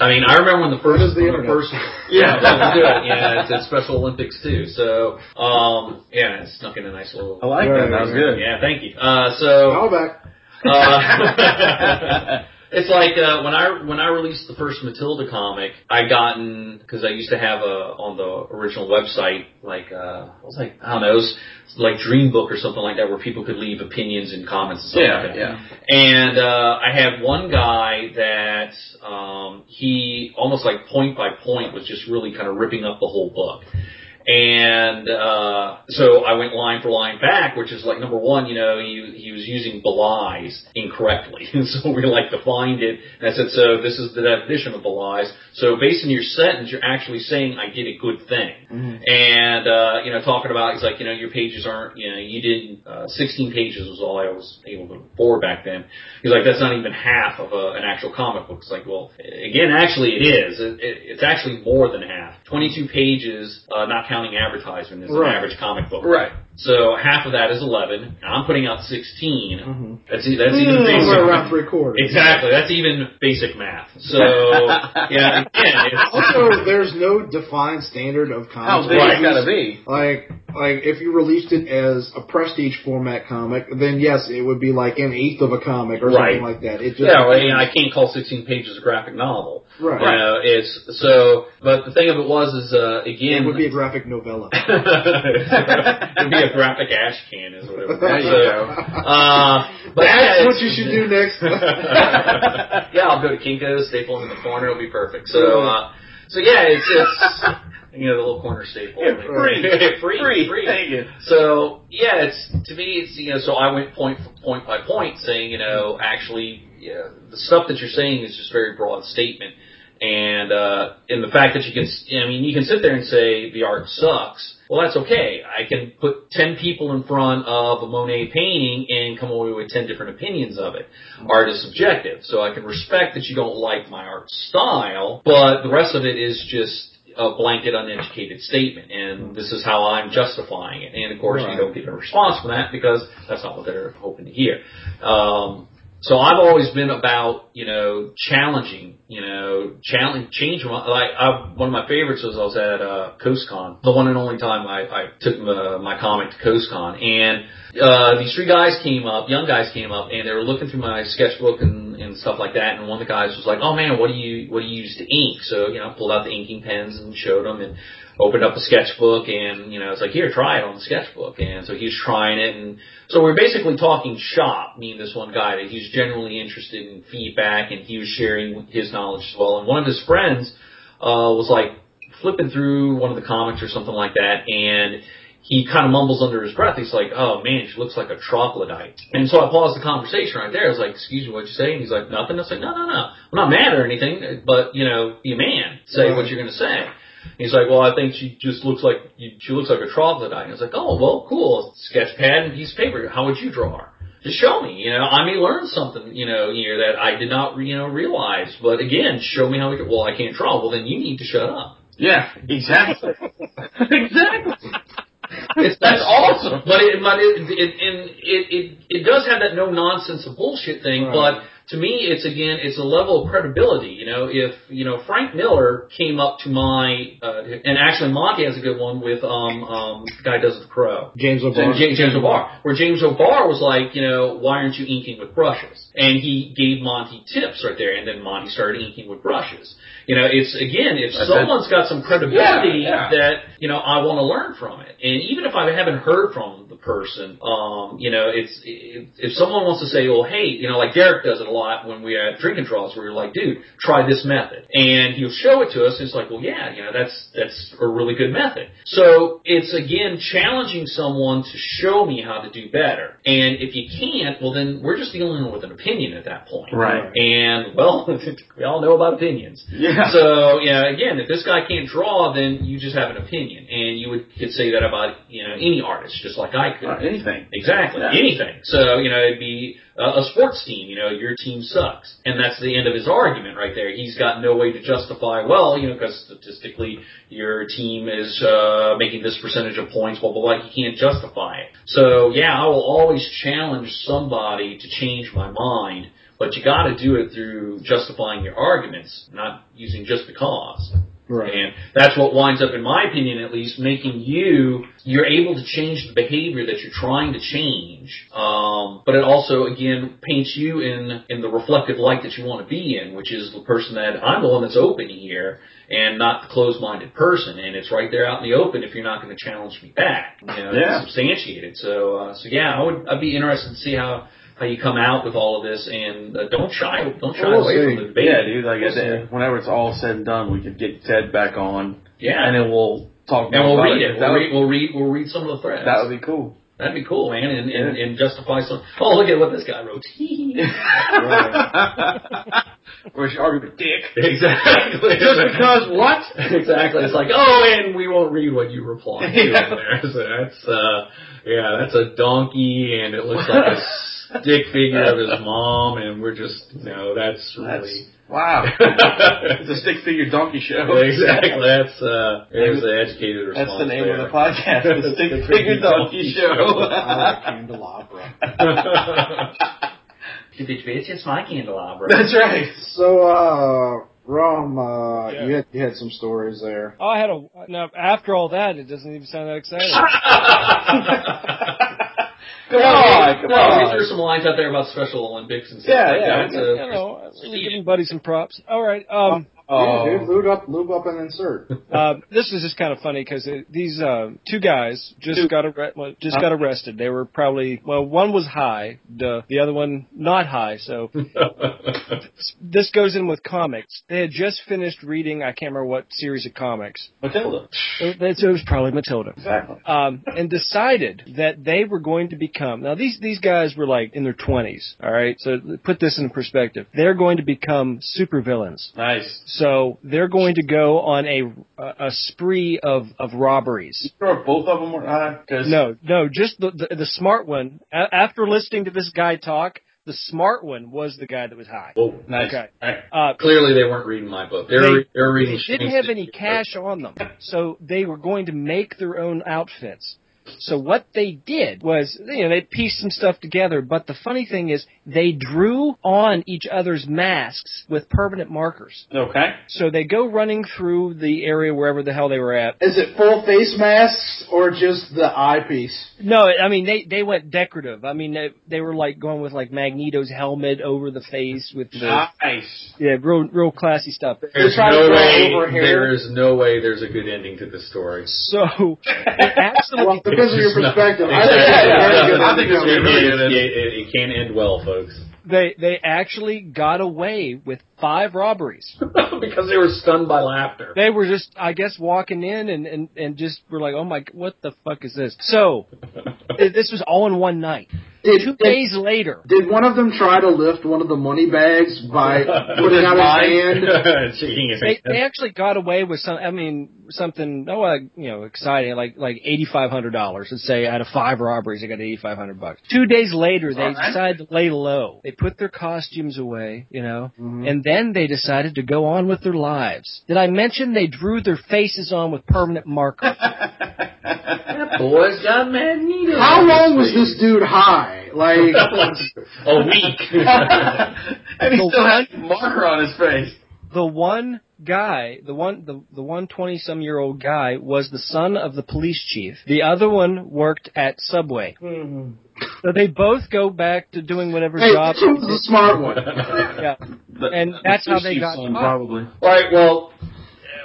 [SPEAKER 1] I mean, I remember when the
[SPEAKER 3] what
[SPEAKER 1] first
[SPEAKER 3] is the
[SPEAKER 1] when the
[SPEAKER 3] internet?
[SPEAKER 1] first yeah, let's do it. Yeah, it's at Special Olympics too. So, um, yeah, it snuck in a nice little.
[SPEAKER 2] I like
[SPEAKER 3] Right,
[SPEAKER 2] that. That was
[SPEAKER 3] right,
[SPEAKER 2] good.
[SPEAKER 1] Yeah, thank you. Uh, so,
[SPEAKER 3] I'll back.
[SPEAKER 1] uh, It's like uh, when I when I released the first Matilda comic, I gotten because I used to have a on the original website like uh, it was like I don't know, it was like Dream Book or something like that, where people could leave opinions and comments and stuff like
[SPEAKER 2] yeah,
[SPEAKER 1] that.
[SPEAKER 2] yeah.
[SPEAKER 1] And uh, I had one guy that um, he almost like point by point was just really kind of ripping up the whole book. And uh, so I went line for line back, which is like number one, you know, he, he was using belies incorrectly. And so we like defined it. And I said, so this is the definition of belies. So based on your sentence, you're actually saying I did a good thing and uh, you know talking about he's like you know your pages aren't you know you didn't uh, 16 pages was all I was able to afford back then. He's like that's not even half of a, an actual comic book. It's like well again actually it is it, it, it's actually more than half. 22 pages uh, not counting advertisement is
[SPEAKER 3] Right.
[SPEAKER 1] an average comic book.
[SPEAKER 2] Right.
[SPEAKER 1] So half of that is 11. And I'm putting out 16. That's e- that's even
[SPEAKER 3] Yeah,
[SPEAKER 1] basic.
[SPEAKER 3] Hmm. we're around three quarters.
[SPEAKER 1] Exactly. That's even basic math. So yeah, again, it's,
[SPEAKER 3] Also, there's no defined standard of
[SPEAKER 2] How
[SPEAKER 3] comics.
[SPEAKER 2] big
[SPEAKER 1] Right.
[SPEAKER 2] it's gotta be?
[SPEAKER 3] Like, like if you released it as a prestige format comic, then yes, it would be like an eighth of a comic or
[SPEAKER 1] Right.
[SPEAKER 3] something like that. It just
[SPEAKER 1] yeah, well, I mean, I can't call 16 pages a graphic novel.
[SPEAKER 3] right.
[SPEAKER 1] You know, it's so. But the thing of it was is uh, again,
[SPEAKER 3] It would be a graphic novella.
[SPEAKER 1] it would be a graphic ash can is what it would be.
[SPEAKER 2] There you
[SPEAKER 1] So,
[SPEAKER 2] go.
[SPEAKER 1] Uh, but
[SPEAKER 3] That's
[SPEAKER 1] yeah,
[SPEAKER 3] what
[SPEAKER 1] it's-
[SPEAKER 3] you should do next.
[SPEAKER 1] yeah, I'll go to Kinko's, staple them in the corner, it'll be perfect. So, uh, so yeah, it's it's you know the little corner staple.
[SPEAKER 2] Yeah, free.
[SPEAKER 1] free,
[SPEAKER 2] Free.
[SPEAKER 1] free.
[SPEAKER 2] Thank you.
[SPEAKER 1] So yeah, it's to me, it's you know. So I went point point by point, saying you know, actually, yeah, the stuff that you're saying is just very broad statement, and uh, and the fact that you can, I mean, you can sit there and say the art sucks. Well, that's okay. I can put ten people in front of a Monet painting and come away with ten different opinions of it. Art is subjective, so I can respect that you don't like my art style, but the rest of it is just a blanket uneducated statement and this is how I'm justifying it. And of course
[SPEAKER 3] Right.
[SPEAKER 1] you don't get a response from that because that's not what they're hoping to hear. Um so I've always been about, you know, challenging, you know, challenge, change. my- Like I, one of my favorites was I was at uh, CoastCon, the one and only time I, I took my, my comic to CoastCon, and uh, these three guys came up, young guys came up, and they were looking through my sketchbook and, and stuff like that. And one of the guys was like, "Oh man, what do you what do you use to ink?" So you know, I pulled out the inking pens and showed them, and opened up the sketchbook, and you know, it's like, "Here, try it on the sketchbook." And so he was trying it, and so we're basically talking shop. Me and this one guy that he's generally interested in feedback, and he was sharing his knowledge as well. And one of his friends uh, was like flipping through one of the comics or something like that, and he kind of mumbles under his breath. He's like, "Oh man, she looks like a troglodyte." And so I paused the conversation right there. I was like, "Excuse me, what'd you say?" And he's like, "Nothing." I was like, "No, no, no. I'm not mad or anything, but you know, be a man. Say what you're gonna say." He's like, "Well, I think she just looks like she looks like a troglodyte." And I was like, "Oh, well, cool. Sketch pad and piece of paper. How would you draw her?" Just show me, you know, I may learn something, you know, here that I did not, you know, realize. But again, show me how we. Well, I can't draw. Well, then you need to shut up.
[SPEAKER 2] Yeah, exactly. exactly.
[SPEAKER 1] It's, that's awesome, but it, but it, it, and it, it, it does have that no nonsense of bullshit thing.
[SPEAKER 3] Right.
[SPEAKER 1] But to me, it's again, it's a level of credibility. You know, if you know Frank Miller came up to my, uh, and actually Monty has a good one with um um the guy who does the crow.
[SPEAKER 3] James
[SPEAKER 1] James,
[SPEAKER 3] O'Barr.
[SPEAKER 1] James, James O'Barr, where James O'Barr was like, you know, why aren't you inking with brushes? And he gave Monty tips right there, and then Monty started inking with brushes. You know, it's again, if
[SPEAKER 2] That's it.
[SPEAKER 1] someone's got some credibility
[SPEAKER 2] Yeah, yeah.
[SPEAKER 1] that you know, I want to learn from it, and even if I haven't heard from the person, um, you know, it's if, if someone wants to say, well, hey, you know, like Derek does it a lot when we are at drinking draws, where you're like, dude, try this method, and he'll show it to us. And it's like, well, yeah, you know, that's that's a really good method. So it's again challenging someone to show me how to do better, and if you can't, well, then we're just dealing with an opinion at that point.
[SPEAKER 2] Right.
[SPEAKER 1] And well, we all know about opinions.
[SPEAKER 2] Yeah.
[SPEAKER 1] So yeah, again, if this guy can't draw, then you just have an opinion, and you would could say that about you know any artist, just like I could.
[SPEAKER 2] Or anything.
[SPEAKER 1] Exactly.
[SPEAKER 2] Yeah.
[SPEAKER 1] Anything. So, you know, it'd be uh, a, a sports team, you know, your team sucks. And that's the end of his argument right there. He's got no way to justify, well, you know, because statistically your team is uh, making this percentage of points, blah, blah, blah. He can't justify it. So, yeah, I will always challenge somebody to change my mind, but you got to do it through justifying your arguments, not using just because.
[SPEAKER 3] Right.
[SPEAKER 1] And that's what winds up, in my opinion at least, making you, you're able to change the behavior that you're trying to change. Um, but it also, again, paints you in, in the reflective light that you want to be in, which is the person that I'm the one that's open here and not the closed-minded person. And it's right there out in the open if you're not going to challenge me back, you know,
[SPEAKER 2] Yeah.
[SPEAKER 1] and substantiate it. So, uh, so yeah, I would, I'd be interested to see how, how you come out with all of this and uh, don't shy, don't shy
[SPEAKER 3] We'll
[SPEAKER 1] away
[SPEAKER 3] see.
[SPEAKER 1] from the debate.
[SPEAKER 2] Yeah, dude. Like I
[SPEAKER 1] We'll
[SPEAKER 2] said, whenever it's all said and done, we could get Ted back on,
[SPEAKER 1] Yeah.
[SPEAKER 2] and then we'll talk.
[SPEAKER 1] And
[SPEAKER 2] more
[SPEAKER 1] we'll
[SPEAKER 2] about
[SPEAKER 1] read it.
[SPEAKER 2] That
[SPEAKER 1] We'll
[SPEAKER 2] would-
[SPEAKER 1] read, we'll read, we'll read some of the threads.
[SPEAKER 2] that would be cool.
[SPEAKER 1] That'd be cool, man, and, and, and justify some. Oh, look at what this guy wrote.
[SPEAKER 2] Where's your argument, dick?
[SPEAKER 1] exactly.
[SPEAKER 2] Just because what?
[SPEAKER 1] Exactly. It's like, oh, and we won't read what you reply to in there. So that's, uh, yeah, that's a donkey, and it looks like a stick figure of his mom, and we're just, you know, that's
[SPEAKER 2] That's
[SPEAKER 1] really.
[SPEAKER 2] wow. It's a stick figure donkey show.
[SPEAKER 1] exactly. That's uh, there's an educated response.
[SPEAKER 2] That's the name
[SPEAKER 1] there.
[SPEAKER 2] of the podcast, the Stick Figure Donkey
[SPEAKER 3] Out of
[SPEAKER 2] Show.
[SPEAKER 3] the candelabra.
[SPEAKER 1] It's just my candelabra.
[SPEAKER 2] That's right.
[SPEAKER 3] So, uh, Rom, uh,
[SPEAKER 4] Yeah.
[SPEAKER 3] you, had, you had some stories there.
[SPEAKER 4] Oh, I had a now. After all that, it doesn't even sound that exciting.
[SPEAKER 2] Come on, come
[SPEAKER 1] no,
[SPEAKER 2] on.
[SPEAKER 1] There's some lines out there about Special Olympics and stuff
[SPEAKER 2] Yeah,
[SPEAKER 1] like
[SPEAKER 2] yeah,
[SPEAKER 1] that.
[SPEAKER 2] it's
[SPEAKER 4] you
[SPEAKER 1] So,
[SPEAKER 4] know, we're giving Buddy some props. All right. Um,
[SPEAKER 3] yeah, dude,
[SPEAKER 2] Oh,
[SPEAKER 3] lube up, lube up, and insert.
[SPEAKER 4] uh, this is just kind of funny because these uh, two guys just
[SPEAKER 2] Dude.
[SPEAKER 4] got arre- well, just
[SPEAKER 2] Huh?
[SPEAKER 4] got arrested. They were probably well, one was high, duh, the other one not high. So this goes in with comics. They had just finished reading. I can't remember what series of comics.
[SPEAKER 2] Matilda.
[SPEAKER 4] It was- it was probably Matilda
[SPEAKER 2] Exactly.
[SPEAKER 4] um, and decided that they were going to become. Now these these guys were like in their twenties, all right. So put this in perspective. They're going to become supervillains.
[SPEAKER 2] Nice.
[SPEAKER 4] So they're going to go on a a spree of of robberies.
[SPEAKER 2] Sure, both of them were high. 'Cause-
[SPEAKER 4] No, no, just the the, the smart one. A- after listening to this guy talk, the smart one was the guy that was high.
[SPEAKER 1] Well,
[SPEAKER 2] Oh, Nice.
[SPEAKER 4] Okay.
[SPEAKER 2] All right.
[SPEAKER 4] Uh,
[SPEAKER 1] clearly they weren't reading my book. They're
[SPEAKER 4] They-
[SPEAKER 1] they're reading.
[SPEAKER 4] they didn't
[SPEAKER 1] Shane's
[SPEAKER 4] have any
[SPEAKER 1] book.
[SPEAKER 4] cash on them, so they were going to make their own outfits. So what they did was, you know, they pieced some stuff together, but the funny thing is they drew on each other's masks with permanent markers.
[SPEAKER 2] Okay.
[SPEAKER 4] So they go running through the area wherever the hell they were at.
[SPEAKER 3] Is it full face masks or just the eyepiece?
[SPEAKER 4] No, I mean they they went decorative. I mean they, they were like going with like Magneto's helmet over the face with the
[SPEAKER 2] Ah. Nice.
[SPEAKER 4] yeah, real real classy stuff.
[SPEAKER 1] There's
[SPEAKER 3] trying to
[SPEAKER 1] no
[SPEAKER 3] go
[SPEAKER 1] way.
[SPEAKER 3] over here.
[SPEAKER 1] There is no way. There's a good ending to this story.
[SPEAKER 4] So it
[SPEAKER 3] Well,
[SPEAKER 4] absolutely
[SPEAKER 3] depends on your
[SPEAKER 1] It's not-
[SPEAKER 3] perspective. I
[SPEAKER 1] Exactly.
[SPEAKER 3] think it's a
[SPEAKER 2] Yeah,
[SPEAKER 3] very
[SPEAKER 2] yeah,
[SPEAKER 3] good
[SPEAKER 2] I think it's
[SPEAKER 3] outcome.
[SPEAKER 2] a really
[SPEAKER 1] It-
[SPEAKER 2] good
[SPEAKER 1] it-
[SPEAKER 2] ending.
[SPEAKER 1] it- it can end well, folks,
[SPEAKER 4] they they actually got away with five robberies.
[SPEAKER 1] because they were stunned by laughter.
[SPEAKER 4] They were just, I guess, walking in and and and just were like, oh my, what the fuck is this? So th- this was all in one night. Two
[SPEAKER 3] Did, did,
[SPEAKER 4] days later,
[SPEAKER 3] did one of them try to lift one of the money bags by putting out his hand?
[SPEAKER 1] Shaking his
[SPEAKER 4] they they
[SPEAKER 1] hand.
[SPEAKER 4] actually got away with some, I mean, something, oh, uh, you know, exciting, like like eighty five hundred dollars. Let's say out of five robberies, they got eighty five hundred bucks. Two days later, they
[SPEAKER 2] All right.
[SPEAKER 4] decided to lay low. They put their costumes away, you know,
[SPEAKER 2] Mm-hmm.
[SPEAKER 4] and then they decided to go on with their lives. Did I mention they drew their faces on with permanent marker?
[SPEAKER 1] That boy's got mad needles.
[SPEAKER 3] How long was this dude high? Like,
[SPEAKER 1] a week.
[SPEAKER 2] and he
[SPEAKER 4] The
[SPEAKER 2] still had marker on his face.
[SPEAKER 4] the one guy, the one, the, the one 20 some year old guy was the son of the police chief. The other one worked at Subway. So they both go back to doing whatever
[SPEAKER 3] hey,
[SPEAKER 4] job.
[SPEAKER 3] this was the smart one.
[SPEAKER 4] Yeah.
[SPEAKER 2] The-
[SPEAKER 4] And
[SPEAKER 2] the
[SPEAKER 4] that's how they
[SPEAKER 2] sushi
[SPEAKER 4] got
[SPEAKER 2] son,
[SPEAKER 4] caught.
[SPEAKER 2] probably.
[SPEAKER 1] All right. Well,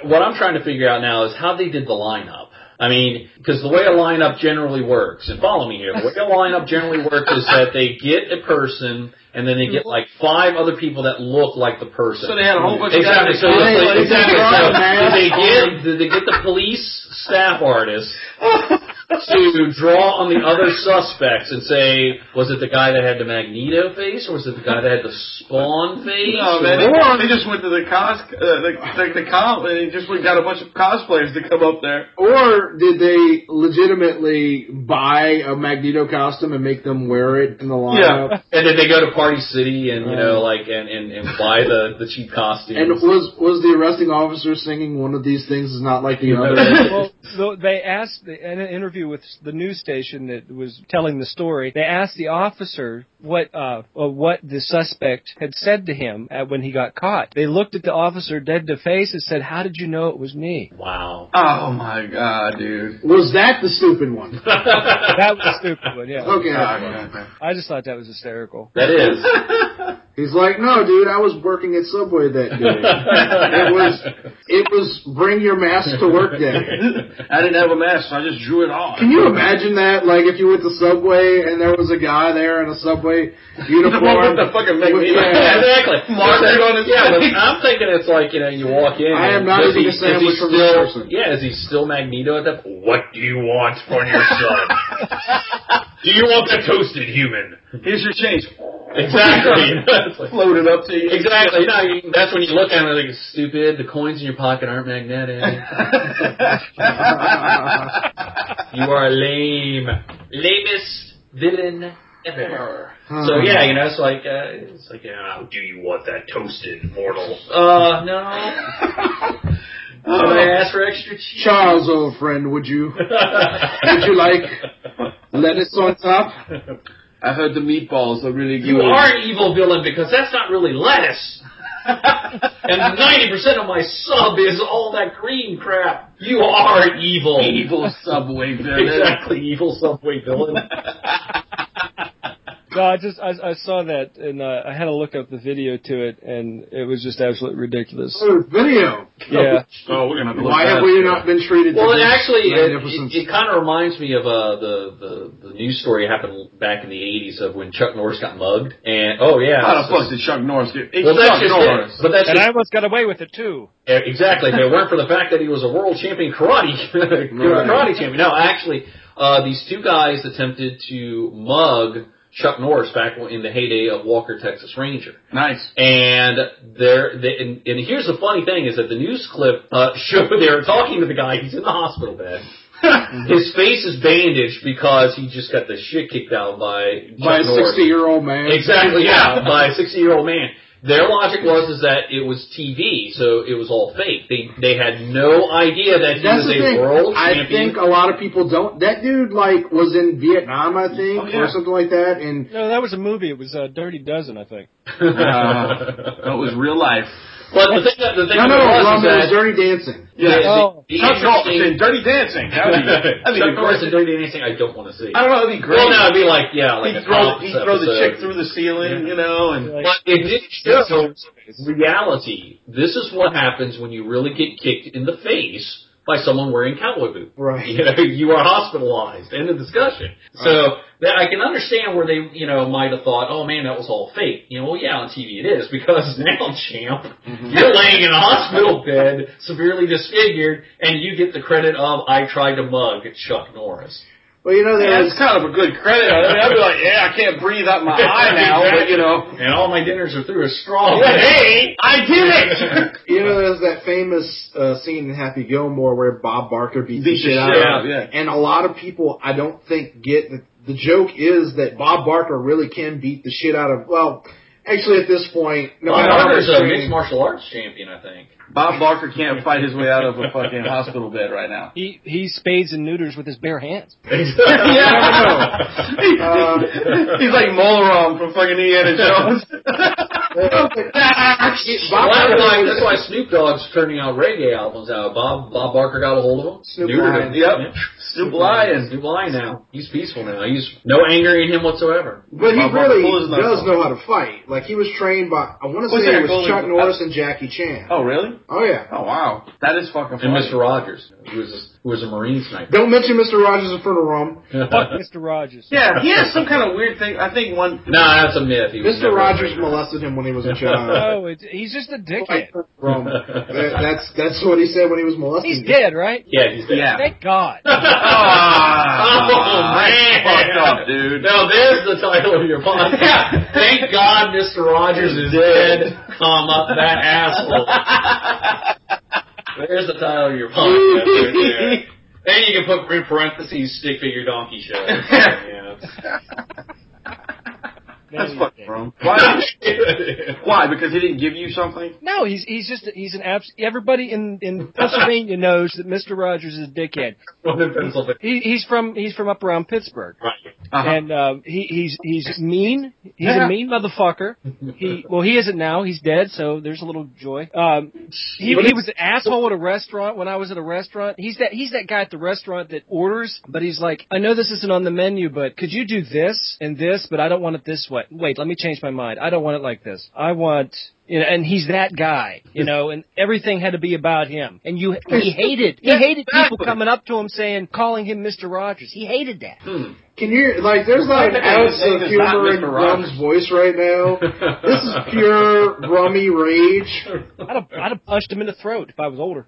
[SPEAKER 1] what I'm trying to figure out now is how they did the lineup. I mean, because the way a lineup generally works, and follow me here, the way a lineup generally works is that they get a person, and then they get like five other people that look like the person.
[SPEAKER 2] So they had a whole bunch of
[SPEAKER 1] Exactly.
[SPEAKER 2] guys.
[SPEAKER 1] So,
[SPEAKER 2] that-
[SPEAKER 1] it's
[SPEAKER 3] Hey,
[SPEAKER 1] like-
[SPEAKER 3] they
[SPEAKER 1] exactly.
[SPEAKER 3] got
[SPEAKER 1] So
[SPEAKER 3] a mask
[SPEAKER 1] did they
[SPEAKER 3] on.
[SPEAKER 1] get did they get the police staff artist to draw on the other suspects and say, was it the guy that had the Magneto face, or was it the guy that had the Spawn face?
[SPEAKER 2] No,
[SPEAKER 1] or-
[SPEAKER 2] man, they, they just went to the cos, uh, the, the, the com, and they just went got a bunch of cosplayers to come up there.
[SPEAKER 3] Or did they legitimately buy a Magneto costume and make them wear it in the lineup?
[SPEAKER 1] And then they go to Party City and you know like and and, and buy the the cheap costumes.
[SPEAKER 3] And was was the arresting officer singing one of these things is not like the other?
[SPEAKER 4] Well, so they asked the, in an interview with the news station that was telling the story. They asked the officer what uh, uh, what the suspect had said to him uh when he got caught. They looked at the officer dead to face and said, "How did you know it was me?"
[SPEAKER 1] wow.
[SPEAKER 2] Oh my god, dude.
[SPEAKER 3] Was that the stupid one?
[SPEAKER 4] That was a stupid one. Yeah,
[SPEAKER 3] Okay.
[SPEAKER 2] Oh, God, God, God.
[SPEAKER 4] I just thought that was hysterical.
[SPEAKER 1] That is.
[SPEAKER 3] He's like, no, dude, I was working at Subway that day. It was it was bring your mask to work day.
[SPEAKER 2] I didn't have a mask, so I just drew it on.
[SPEAKER 3] Can you imagine that? Like if you went to Subway and there was a guy there in a Subway
[SPEAKER 2] The one with
[SPEAKER 3] uniform.
[SPEAKER 2] the fucking Magneto.
[SPEAKER 3] Yeah.
[SPEAKER 1] exactly.
[SPEAKER 2] Market on his
[SPEAKER 1] yeah, but
[SPEAKER 2] face.
[SPEAKER 1] I'm thinking it's like you know you walk in.
[SPEAKER 3] I am
[SPEAKER 1] and
[SPEAKER 3] not
[SPEAKER 1] does he-
[SPEAKER 3] eating a
[SPEAKER 1] is he
[SPEAKER 3] sandwich from this
[SPEAKER 1] still-
[SPEAKER 3] person.
[SPEAKER 1] Yeah, is he still Magneto at that? point? What do you want from your son? do you want the toasted human?
[SPEAKER 2] Here's your change.
[SPEAKER 1] Exactly. You know, it's like-
[SPEAKER 2] Floated up to you.
[SPEAKER 1] Exactly. No, you- that's when you look at it like it's stupid. The coins in your pocket aren't magnetic. you are lame, lamest villain ever. So yeah, you know, it's like uh, it's like, uh, do you want that toasted mortal? Uh, no. Can I ask for extra cheese?
[SPEAKER 3] Uh, Charles, old friend, would you would you like lettuce on top?
[SPEAKER 2] I heard the meatballs are really good.
[SPEAKER 1] You are an evil villain because that's not really lettuce. and ninety percent of my sub is all that green crap. You are evil.
[SPEAKER 2] evil subway villain.
[SPEAKER 1] Exactly, evil subway villain.
[SPEAKER 4] No, I just I, I saw that and uh, I had a look up the video to it and it was just absolutely ridiculous.
[SPEAKER 3] Oh, video.
[SPEAKER 4] Yeah,
[SPEAKER 2] Oh, we're gonna have to look
[SPEAKER 3] Why
[SPEAKER 2] that up.
[SPEAKER 3] have we not been treated? to
[SPEAKER 1] Well, it
[SPEAKER 3] this
[SPEAKER 1] actually it,
[SPEAKER 3] magnificence?
[SPEAKER 1] it, it kind of reminds me of uh, the, the the news story happened back in the '80s of when Chuck Norris got mugged. And oh yeah,
[SPEAKER 2] How the
[SPEAKER 1] it's-
[SPEAKER 2] fuck did Chuck Norris get? It's
[SPEAKER 1] well,
[SPEAKER 2] Chuck
[SPEAKER 1] that's just
[SPEAKER 2] Norris.
[SPEAKER 1] it. But that's
[SPEAKER 4] and I
[SPEAKER 1] just,
[SPEAKER 4] almost got away with it too.
[SPEAKER 1] yeah, Eh, exactly. If it weren't for the fact that he was a world champion karate karate champion, no, actually, uh, these two guys attempted to mug Chuck Norris back in the heyday of Walker Texas Ranger.
[SPEAKER 2] Nice.
[SPEAKER 1] And there, they, and, and here's the funny thing is that the news clip uh, showed they were talking to the guy. He's in the hospital bed. His face is bandaged because he just got the shit kicked out by
[SPEAKER 3] by a
[SPEAKER 1] Chuck Norris.
[SPEAKER 3] sixty year old man.
[SPEAKER 1] Exactly, yeah, by a 60 year old man. Their logic was is that it was TV, so it was all fake. They they had no idea that he
[SPEAKER 3] That's
[SPEAKER 1] was
[SPEAKER 3] the
[SPEAKER 1] a
[SPEAKER 3] thing.
[SPEAKER 1] world
[SPEAKER 3] I
[SPEAKER 1] champion.
[SPEAKER 3] think a lot of people don't. That dude like was in Vietnam, I think,
[SPEAKER 2] Oh, yeah.
[SPEAKER 3] or something like that, and
[SPEAKER 4] No, that was a movie. It was uh, Dirty Dozen, I think.
[SPEAKER 2] That Uh, was real life.
[SPEAKER 1] but the thing that the thing
[SPEAKER 3] no, no,
[SPEAKER 1] that was,
[SPEAKER 3] Rum
[SPEAKER 1] is that
[SPEAKER 3] was Dirty Dancing.
[SPEAKER 1] the- the-
[SPEAKER 4] Oh.
[SPEAKER 1] the
[SPEAKER 2] Chuck Norris
[SPEAKER 1] interesting-
[SPEAKER 2] in Dirty Dancing. That'd be, that'd be
[SPEAKER 1] Chuck Norris
[SPEAKER 2] great.
[SPEAKER 1] and Dirty Dancing, I don't want to see.
[SPEAKER 2] I don't know. That'd be great.
[SPEAKER 1] Well, no, it'd be like yeah, like a
[SPEAKER 2] he'd throw,
[SPEAKER 1] Cops
[SPEAKER 2] he'd throw the
[SPEAKER 1] episode.
[SPEAKER 2] chick through the ceiling, you know, and
[SPEAKER 4] Like,
[SPEAKER 1] But it did show reality. This is what happens when you really get kicked in the face by someone wearing cowboy boots.
[SPEAKER 3] Right.
[SPEAKER 1] You know, you are hospitalized. End of discussion. So that I can understand where they, you know, might have thought, oh man, that was all fake. You know, well, yeah, on TV it is because now, champ, you're laying in a hospital bed, severely disfigured, and you get the credit of I tried to mug Chuck Norris.
[SPEAKER 3] Well, you know,
[SPEAKER 2] Yeah,
[SPEAKER 3] there
[SPEAKER 2] that's
[SPEAKER 3] was
[SPEAKER 2] kind of a good credit. I mean, I'd be like, yeah, I can't breathe out my eye now, but you know.
[SPEAKER 1] and all my dinners are through a straw.
[SPEAKER 2] Hey, I did it!
[SPEAKER 3] you know there was that famous uh, scene in Happy Gilmore where Bob Barker beats the shit out of
[SPEAKER 1] out
[SPEAKER 2] of yeah.
[SPEAKER 3] And a lot of people, I don't think, get that the joke is that Bob Barker really can beat the shit out of. Well, actually, at this point, no
[SPEAKER 1] Bob
[SPEAKER 3] matter how
[SPEAKER 1] Barker's
[SPEAKER 3] much
[SPEAKER 1] a
[SPEAKER 3] training-
[SPEAKER 1] mixed martial arts champion, I think.
[SPEAKER 2] Bob Barker can't fight his way out of a fucking hospital bed right now.
[SPEAKER 4] he he spades and neuters with his bare hands.
[SPEAKER 3] Yeah, Uh,
[SPEAKER 2] He's like Molarom from fucking Indiana Jones.
[SPEAKER 1] Well,
[SPEAKER 3] Bob
[SPEAKER 1] that's,
[SPEAKER 3] Barker-
[SPEAKER 1] why, that's why Snoop Dogg's turning out reggae albums out. Bob Bob Barker got a hold of him.
[SPEAKER 3] Snoop
[SPEAKER 1] neutered him.
[SPEAKER 3] Lion.
[SPEAKER 2] yep. Snoop Lion.
[SPEAKER 1] Snoop Lion now. He's peaceful now. He's no anger in him whatsoever.
[SPEAKER 3] But he
[SPEAKER 2] Bob Barker
[SPEAKER 3] really
[SPEAKER 2] pulls his knife
[SPEAKER 3] does
[SPEAKER 2] out.
[SPEAKER 3] know how to fight. Like he was trained by, I want to
[SPEAKER 2] Was
[SPEAKER 3] say
[SPEAKER 2] there a
[SPEAKER 3] it was
[SPEAKER 2] goalie-
[SPEAKER 3] Chuck Norris and Jackie Chan.
[SPEAKER 2] Oh, really?
[SPEAKER 3] Oh yeah.
[SPEAKER 2] Oh, wow. That is fucking
[SPEAKER 1] And
[SPEAKER 2] funny.
[SPEAKER 1] Mr. Rogers, who was who was a Marine sniper.
[SPEAKER 3] Don't mention Mr. Rogers in front of Rum.
[SPEAKER 4] Fuck Mr. Rogers.
[SPEAKER 2] Yeah, he has some kind of weird thing. I think one.
[SPEAKER 1] nah, that's a myth. He was
[SPEAKER 3] Mr.
[SPEAKER 1] never a
[SPEAKER 3] Rogers
[SPEAKER 1] Marine.
[SPEAKER 3] molested him when he was a child.
[SPEAKER 4] No, it's, he's just a dickhead.
[SPEAKER 1] Oh,
[SPEAKER 3] Rum. That, that's that's what he said when he was molested.
[SPEAKER 4] He's dead, right?
[SPEAKER 1] Yeah, he's dead.
[SPEAKER 2] Yeah.
[SPEAKER 4] Thank God.
[SPEAKER 2] Ah,
[SPEAKER 1] Oh, man.
[SPEAKER 2] Fucked up, dude.
[SPEAKER 1] Now there's the title of your podcast. Thank God Mr. Rogers is dead, comma, that asshole. There's the title of your podcast right there. And you can put in parentheses stick figure donkey show. Yeah.
[SPEAKER 2] That's
[SPEAKER 4] There you
[SPEAKER 2] fucking
[SPEAKER 4] go.
[SPEAKER 2] wrong. Why? Why? Because he didn't give you something?
[SPEAKER 4] No, he's he's just he's an abs- everybody in in Pennsylvania knows that Mr. Rogers is a dickhead.
[SPEAKER 1] One in Pennsylvania.
[SPEAKER 4] He, he's from he's from up around Pittsburgh.
[SPEAKER 2] Uh-huh.
[SPEAKER 4] and um, he, he's he's mean. He's
[SPEAKER 2] Yeah.
[SPEAKER 4] a mean motherfucker. He well, he isn't now. He's dead, so there's a little joy. Um, he, he was an asshole at a restaurant when I was at a restaurant. He's that he's that guy at the restaurant that orders, but he's like, I know this isn't on the menu, but could you do this and this? But I don't want it this way. Wait, let me change my mind. I don't want it like this. I want. You know, and he's that guy, you know, and everything had to be about him. And you, he hated, he
[SPEAKER 2] Yeah,
[SPEAKER 4] hated people
[SPEAKER 2] exactly.
[SPEAKER 4] coming up to him saying, calling him Mr. Rogers. He hated that.
[SPEAKER 3] Can you like? There's not an
[SPEAKER 2] Technically,
[SPEAKER 3] ounce
[SPEAKER 2] his name
[SPEAKER 3] of
[SPEAKER 2] is not
[SPEAKER 3] humor in
[SPEAKER 2] Mr. Rogers.
[SPEAKER 3] Rum's voice right now. This is pure rummy rage.
[SPEAKER 4] I'd have, I'd have punched him in the throat if I was older.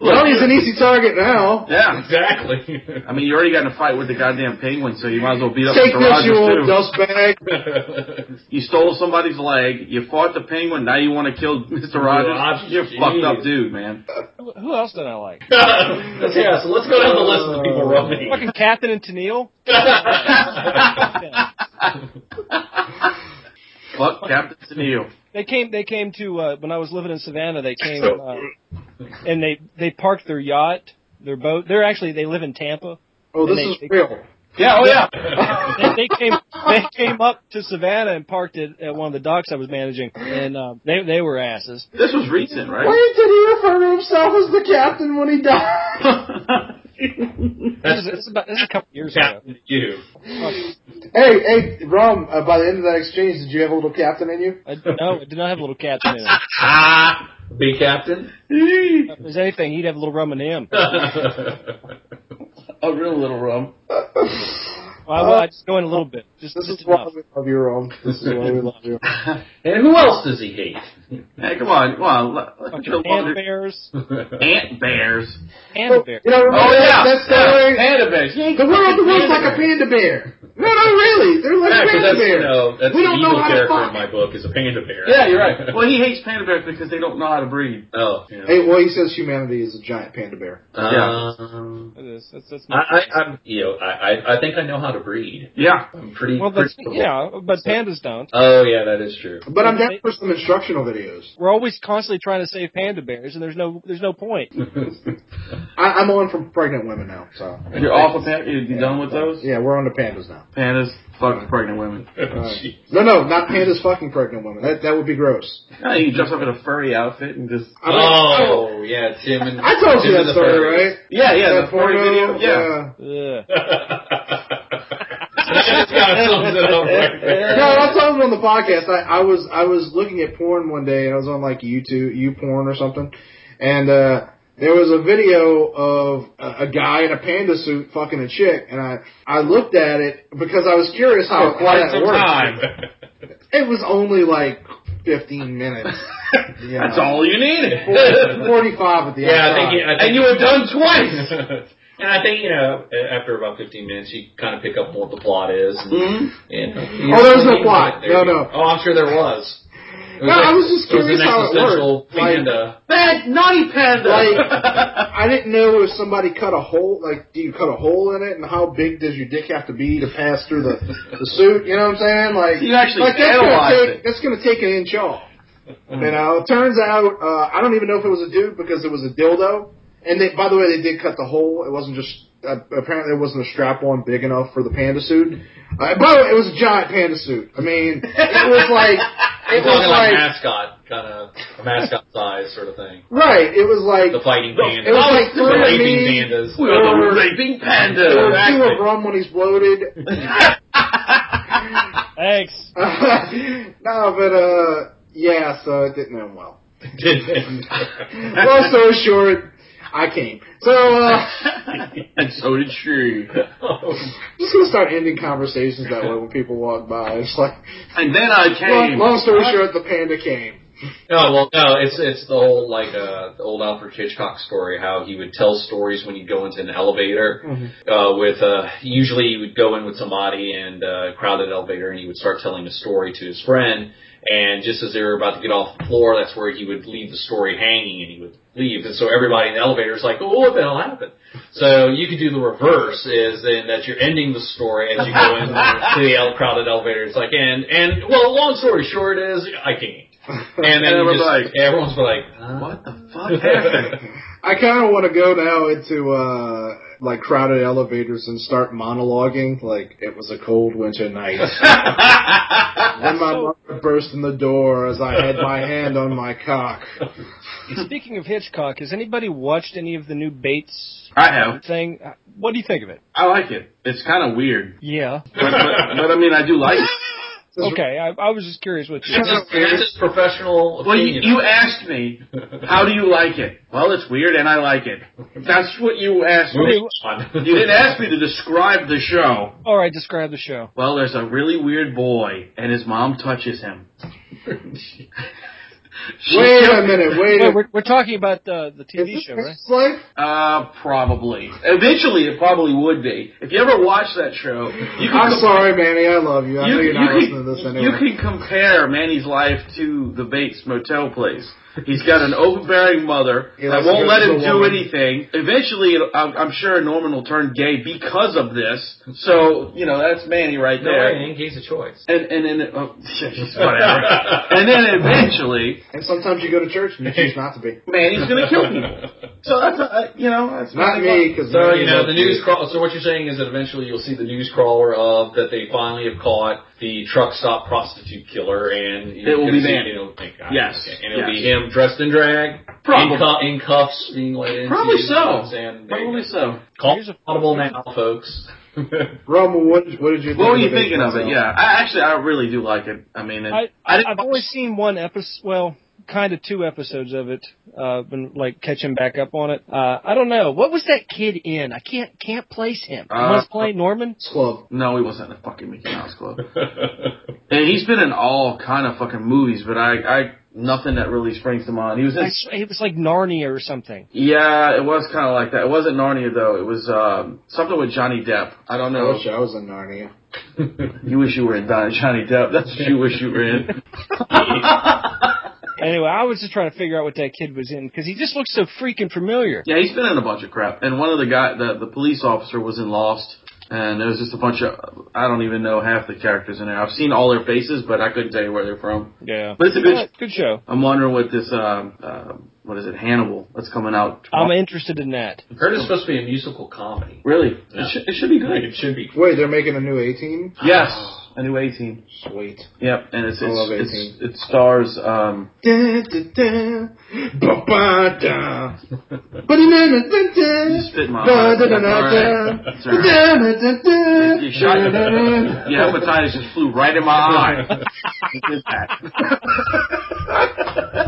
[SPEAKER 3] Johnny's an easy target now.
[SPEAKER 2] Yeah.
[SPEAKER 1] Exactly.
[SPEAKER 2] I mean, you already got in a fight with the goddamn penguin, so you might as well beat up
[SPEAKER 3] Take
[SPEAKER 2] Mr.
[SPEAKER 3] this, you
[SPEAKER 2] Rogers,
[SPEAKER 3] old
[SPEAKER 2] too.
[SPEAKER 3] dustbag.
[SPEAKER 2] You stole somebody's leg. You fought the penguin. Now you want to kill Mr. Rogers?
[SPEAKER 1] Rogers,
[SPEAKER 2] You're
[SPEAKER 1] geez.
[SPEAKER 2] fucked up, dude, man.
[SPEAKER 4] Who who else did I like?
[SPEAKER 1] yeah, so let's go down the list of the people running.
[SPEAKER 4] Fucking Captain and Tennille.
[SPEAKER 2] Fuck Captain Tennille.
[SPEAKER 4] They came. They came to uh, when I was living in Savannah. They came uh, and they they parked their yacht, their boat. They're actually they live in Tampa.
[SPEAKER 3] Oh, this
[SPEAKER 4] And
[SPEAKER 3] is
[SPEAKER 4] they-
[SPEAKER 3] real.
[SPEAKER 2] Yeah, oh yeah.
[SPEAKER 4] They, they came they came up to Savannah and parked it at one of the docks I was managing, and uh, they they were asses.
[SPEAKER 2] This was recent, right?
[SPEAKER 3] Wait, did he refer to himself as the captain when he died?
[SPEAKER 4] This is, this is about this is a couple years ago.
[SPEAKER 1] Captain you.
[SPEAKER 3] hey, hey, Rum. Uh, by the end of that exchange, did you have a little captain in you?
[SPEAKER 4] I, no, I did not have a little captain in it.
[SPEAKER 1] Ah, big captain.
[SPEAKER 4] If there's anything, he'd have a little rum in him.
[SPEAKER 2] A real little rum.
[SPEAKER 4] Well, I, well, I just go in a little bit. Just,
[SPEAKER 3] This
[SPEAKER 4] just
[SPEAKER 3] is why
[SPEAKER 4] enough.
[SPEAKER 3] we love you, Rum. This is why we love you.
[SPEAKER 1] and who else does he hate?
[SPEAKER 2] Hey, come on, come on. Let- Let's get a
[SPEAKER 4] Fucking panda
[SPEAKER 2] longer-
[SPEAKER 4] bears,
[SPEAKER 2] Ant bears.
[SPEAKER 4] panda bears.
[SPEAKER 3] You know, remember
[SPEAKER 2] Oh
[SPEAKER 3] that-
[SPEAKER 2] yeah,
[SPEAKER 3] that's the
[SPEAKER 2] yeah.
[SPEAKER 3] way.
[SPEAKER 2] panda bears.
[SPEAKER 3] The world looks like a panda bear. No, no, really. They're like
[SPEAKER 1] Yeah, because
[SPEAKER 3] panda
[SPEAKER 1] that's you
[SPEAKER 3] bears.
[SPEAKER 1] know that's
[SPEAKER 3] we
[SPEAKER 1] the
[SPEAKER 3] don't know
[SPEAKER 1] evil
[SPEAKER 3] how to
[SPEAKER 1] character
[SPEAKER 3] fuck.
[SPEAKER 1] in my book is a panda bear.
[SPEAKER 2] Yeah, you're right. Well, he hates panda bears because they don't know how to breed.
[SPEAKER 1] oh, yeah.
[SPEAKER 3] Hey, well, he says humanity is a giant panda bear.
[SPEAKER 1] Oh, Um,
[SPEAKER 4] It is. That's, that's
[SPEAKER 1] I, I, I'm, you know, I, I- I think I know how to breed.
[SPEAKER 2] Yeah.
[SPEAKER 1] I'm pretty.
[SPEAKER 4] well, but
[SPEAKER 1] pretty
[SPEAKER 4] yeah, but pandas don't.
[SPEAKER 1] Oh yeah, that is true.
[SPEAKER 3] But I'm down for some instructional videos.
[SPEAKER 4] We're always constantly trying to save panda bears, and there's no there's no point.
[SPEAKER 3] I, I'm on from pregnant women now, so.
[SPEAKER 2] You're off of pan- you you done with those? Oh,
[SPEAKER 3] Yeah, we're on to pandas now.
[SPEAKER 2] Pandas fuck pregnant women.
[SPEAKER 1] Gee.
[SPEAKER 3] No, no, not pandas fucking pregnant women. That that would be gross.
[SPEAKER 2] Yeah, you dress up in a furry outfit and just
[SPEAKER 3] I mean,
[SPEAKER 1] oh yeah, Tim and
[SPEAKER 3] I told you
[SPEAKER 1] Tim and the
[SPEAKER 3] that story,
[SPEAKER 1] Furries.
[SPEAKER 3] right?
[SPEAKER 2] yeah yeah the furry
[SPEAKER 3] porno,
[SPEAKER 2] video yeah.
[SPEAKER 4] Ugh.
[SPEAKER 1] That's kinda sums it up right
[SPEAKER 3] No,
[SPEAKER 1] there.
[SPEAKER 3] I told him on the podcast. I, I was I was looking at porn one day, and I was on like YouTube, you porn or something, and uh, there was a video of a, a guy in a panda suit fucking a chick, and I I looked at it because I was curious how,
[SPEAKER 2] For
[SPEAKER 3] how
[SPEAKER 2] quite
[SPEAKER 3] that
[SPEAKER 2] some
[SPEAKER 3] worked.
[SPEAKER 2] time.
[SPEAKER 3] It was only like fifteen minutes. Yeah.
[SPEAKER 2] That's all you needed.
[SPEAKER 3] Forty-five at the
[SPEAKER 1] yeah, I
[SPEAKER 3] outside.
[SPEAKER 1] think, you- I think
[SPEAKER 2] and you have done twice.
[SPEAKER 1] and I think you know after about 15 minutes you kind of pick up on what the plot is. And, you know,
[SPEAKER 3] Hmm? Oh, there was no plot. No, no.
[SPEAKER 1] Oh, I'm sure there was. It
[SPEAKER 3] No, I was just curious
[SPEAKER 1] it was an
[SPEAKER 3] how it
[SPEAKER 1] existential
[SPEAKER 3] worked. Like-
[SPEAKER 1] Panda.
[SPEAKER 2] Bad naughty panda.
[SPEAKER 3] Like- I didn't know if somebody cut a hole, like, do you cut a hole in it, and how big does your dick have to be to pass through the, the suit? You know what I'm saying? Like,
[SPEAKER 2] You actually
[SPEAKER 3] like that's gonna
[SPEAKER 2] analyzed
[SPEAKER 3] take
[SPEAKER 2] it.
[SPEAKER 3] that's gonna take an inch off. You know, turns out uh, I don't even know if it was a dude because it was a dildo. And they, by the way, they did cut the hole. It wasn't just uh, apparently it wasn't a strap on big enough for the panda suit. Uh, by the way, it was a giant panda suit. I mean, it was like
[SPEAKER 1] I'm
[SPEAKER 3] it was
[SPEAKER 1] talking like,
[SPEAKER 3] like
[SPEAKER 1] mascot kind of a mascot size sort of thing.
[SPEAKER 3] right. It was like
[SPEAKER 1] The fighting panda.
[SPEAKER 3] it was like
[SPEAKER 1] the
[SPEAKER 3] three of
[SPEAKER 1] raping
[SPEAKER 3] me.
[SPEAKER 1] pandas.
[SPEAKER 2] we are the raping
[SPEAKER 3] Or
[SPEAKER 2] panda.
[SPEAKER 3] two of rum when he's bloated.
[SPEAKER 4] Thanks.
[SPEAKER 3] no, but uh, yeah, so it didn't end well.
[SPEAKER 1] Didn't.
[SPEAKER 3] Long story short, I came. So uh,
[SPEAKER 2] and so did she.
[SPEAKER 3] I'm just gonna start ending conversations that way when people walk by. It's like
[SPEAKER 2] And then I
[SPEAKER 3] long,
[SPEAKER 2] came.
[SPEAKER 3] long story short, the panda came.
[SPEAKER 1] No, well, no, it's it's the whole like uh, the old Alfred Hitchcock story how he would tell stories when you'd go into an elevator
[SPEAKER 2] Mm-hmm.
[SPEAKER 1] uh, with uh, usually he would go in with somebody and uh, crowded elevator and he would start telling a story to his friend and just as they were about to get off the floor that's where he would leave the story hanging and he would leave and so everybody in the elevator is like oh what the hell happened so you could do the reverse is in that you're ending the story as you go into the el- crowded elevator it's like and and well long story short is I can't. And then you
[SPEAKER 2] Everyone's
[SPEAKER 1] just,
[SPEAKER 2] like-
[SPEAKER 1] everyone's like, huh?
[SPEAKER 2] What the fuck happened?
[SPEAKER 3] I kind of want to go now into uh like crowded elevators and start monologuing. Like it was a cold winter night, and my mother burst in the door as I had my hand on my cock.
[SPEAKER 4] Speaking of Hitchcock, has anybody watched any of the new Bates
[SPEAKER 2] I have.
[SPEAKER 4] thing? What do you think of it?
[SPEAKER 2] I like it. It's kind of weird,
[SPEAKER 4] Yeah.
[SPEAKER 2] but, but, but I mean, I do like it.
[SPEAKER 4] Okay. I, I was just curious what you.
[SPEAKER 1] That's just, that's just professional
[SPEAKER 2] Well, you,
[SPEAKER 1] opinion.
[SPEAKER 2] you asked me, how do you like it? Well, it's weird, and I like it. That's what you asked me.
[SPEAKER 1] Moving on.
[SPEAKER 2] You didn't ask me to describe the show.
[SPEAKER 4] All right. Describe the show.
[SPEAKER 2] Well, there's a really weird boy, and his mom touches him. She
[SPEAKER 3] Wait
[SPEAKER 2] killed-
[SPEAKER 3] a minute, wait.
[SPEAKER 4] Wait,
[SPEAKER 3] a
[SPEAKER 4] we're, we're talking about the the
[SPEAKER 3] Is
[SPEAKER 4] TV
[SPEAKER 3] this
[SPEAKER 4] show, right?
[SPEAKER 3] Christmas life?
[SPEAKER 2] Uh, probably. Eventually, it probably would be. If you ever watch that show, you can
[SPEAKER 3] I'm
[SPEAKER 2] com-
[SPEAKER 3] sorry, Manny. I love you. I
[SPEAKER 2] You,
[SPEAKER 3] know
[SPEAKER 2] you
[SPEAKER 3] you're not
[SPEAKER 2] can,
[SPEAKER 3] listening to this
[SPEAKER 2] you
[SPEAKER 3] anyway.
[SPEAKER 2] can compare Manny's life to the Bates Motel place. He's got an overbearing mother
[SPEAKER 3] Yeah,
[SPEAKER 2] that
[SPEAKER 3] that's
[SPEAKER 2] won't
[SPEAKER 3] a
[SPEAKER 2] let him
[SPEAKER 3] good
[SPEAKER 2] do
[SPEAKER 3] woman.
[SPEAKER 2] anything. Eventually, it'll- I'm, I'm sure Norman will turn gay because of this. So, you know, that's Manny right
[SPEAKER 1] No,
[SPEAKER 2] there.
[SPEAKER 1] I ain't gay's a choice.
[SPEAKER 2] And and then oh, whatever. and then eventually,
[SPEAKER 3] and sometimes you go to church and you choose not to be.
[SPEAKER 2] Manny's gonna kill people. So that's uh, you know that's
[SPEAKER 3] Not
[SPEAKER 2] Manny's
[SPEAKER 3] me, because
[SPEAKER 1] So you know the news crawl. So what you're saying is that eventually you'll see the news crawler of that they finally have caught the truck stop prostitute killer, and you're
[SPEAKER 2] will
[SPEAKER 1] gonna
[SPEAKER 2] be
[SPEAKER 1] see-
[SPEAKER 2] Manny.
[SPEAKER 1] It'll, thank God.
[SPEAKER 2] Yes,
[SPEAKER 1] Okay. and it'll
[SPEAKER 2] yes.
[SPEAKER 1] be him dressed in drag,
[SPEAKER 2] Probably.
[SPEAKER 1] in, cu- in cuffs, being led into
[SPEAKER 2] Probably so.
[SPEAKER 1] And
[SPEAKER 2] Probably so.
[SPEAKER 1] Call
[SPEAKER 4] Here's a-
[SPEAKER 1] audible now, folks.
[SPEAKER 3] Roma, what, what did you think
[SPEAKER 2] What were
[SPEAKER 3] of
[SPEAKER 2] you
[SPEAKER 3] the Bates
[SPEAKER 2] thinking of it?
[SPEAKER 3] Motel?
[SPEAKER 2] Yeah, I actually I really do like it. I mean, it,
[SPEAKER 4] I,
[SPEAKER 2] I
[SPEAKER 4] I
[SPEAKER 2] didn't
[SPEAKER 4] I've
[SPEAKER 2] watch-
[SPEAKER 4] only seen one episode. Well, kind of two episodes of it. Uh, been like catching back up on it. Uh, I don't know. What was that kid in? I can't can't place him.
[SPEAKER 2] Uh,
[SPEAKER 4] Must play Norman.
[SPEAKER 3] It's Club.
[SPEAKER 2] No, he wasn't in the fucking Mickey Mouse Club. and he's been in all kind of fucking movies, but I I nothing that really springs to mind. He was in
[SPEAKER 4] I swear It was like Narnia or something.
[SPEAKER 2] Yeah, it was kind of like that. It wasn't Narnia though. It was um, something with Johnny Depp. I don't
[SPEAKER 3] I
[SPEAKER 2] know.
[SPEAKER 3] wish I was in Narnia.
[SPEAKER 2] You wish you were in Don- Johnny Depp. That's what you wish you were in.
[SPEAKER 4] Anyway, I was just trying to figure out what that kid was in because he just looked so freaking familiar.
[SPEAKER 2] yeah, he's been in a bunch of crap. And one of the guy, the, the police officer, was in Lost. And there was just a bunch of I don't even know half the characters in there. I've seen all their faces, but I couldn't tell you where they're from.
[SPEAKER 4] Yeah.
[SPEAKER 2] But it's a good.
[SPEAKER 4] Good show.
[SPEAKER 2] I'm wondering what this um, uh, what is it Hannibal that's coming out.
[SPEAKER 4] I'm interested in that.
[SPEAKER 1] Heard it's supposed to be a musical comedy.
[SPEAKER 2] really?
[SPEAKER 1] Yeah.
[SPEAKER 2] It, should, it should be good.
[SPEAKER 1] It should be.
[SPEAKER 3] Wait, they're making a new 18?
[SPEAKER 2] Yes, a new 18.
[SPEAKER 3] Sweet.
[SPEAKER 2] Yep, and it's
[SPEAKER 3] I love
[SPEAKER 2] it's,
[SPEAKER 3] 18.
[SPEAKER 2] it's it stars um,
[SPEAKER 3] Dun, dun, dun. Ba-ba-da.
[SPEAKER 2] You
[SPEAKER 3] Ba-da-na-na-na-na.
[SPEAKER 2] spit my
[SPEAKER 3] Ba-da-na-na-na.
[SPEAKER 2] It's all right.
[SPEAKER 3] Ba-da-na-na-na.
[SPEAKER 2] You shot
[SPEAKER 3] Ba-da-na-na.
[SPEAKER 2] Your hepatitis just flew right in my eye. It did that.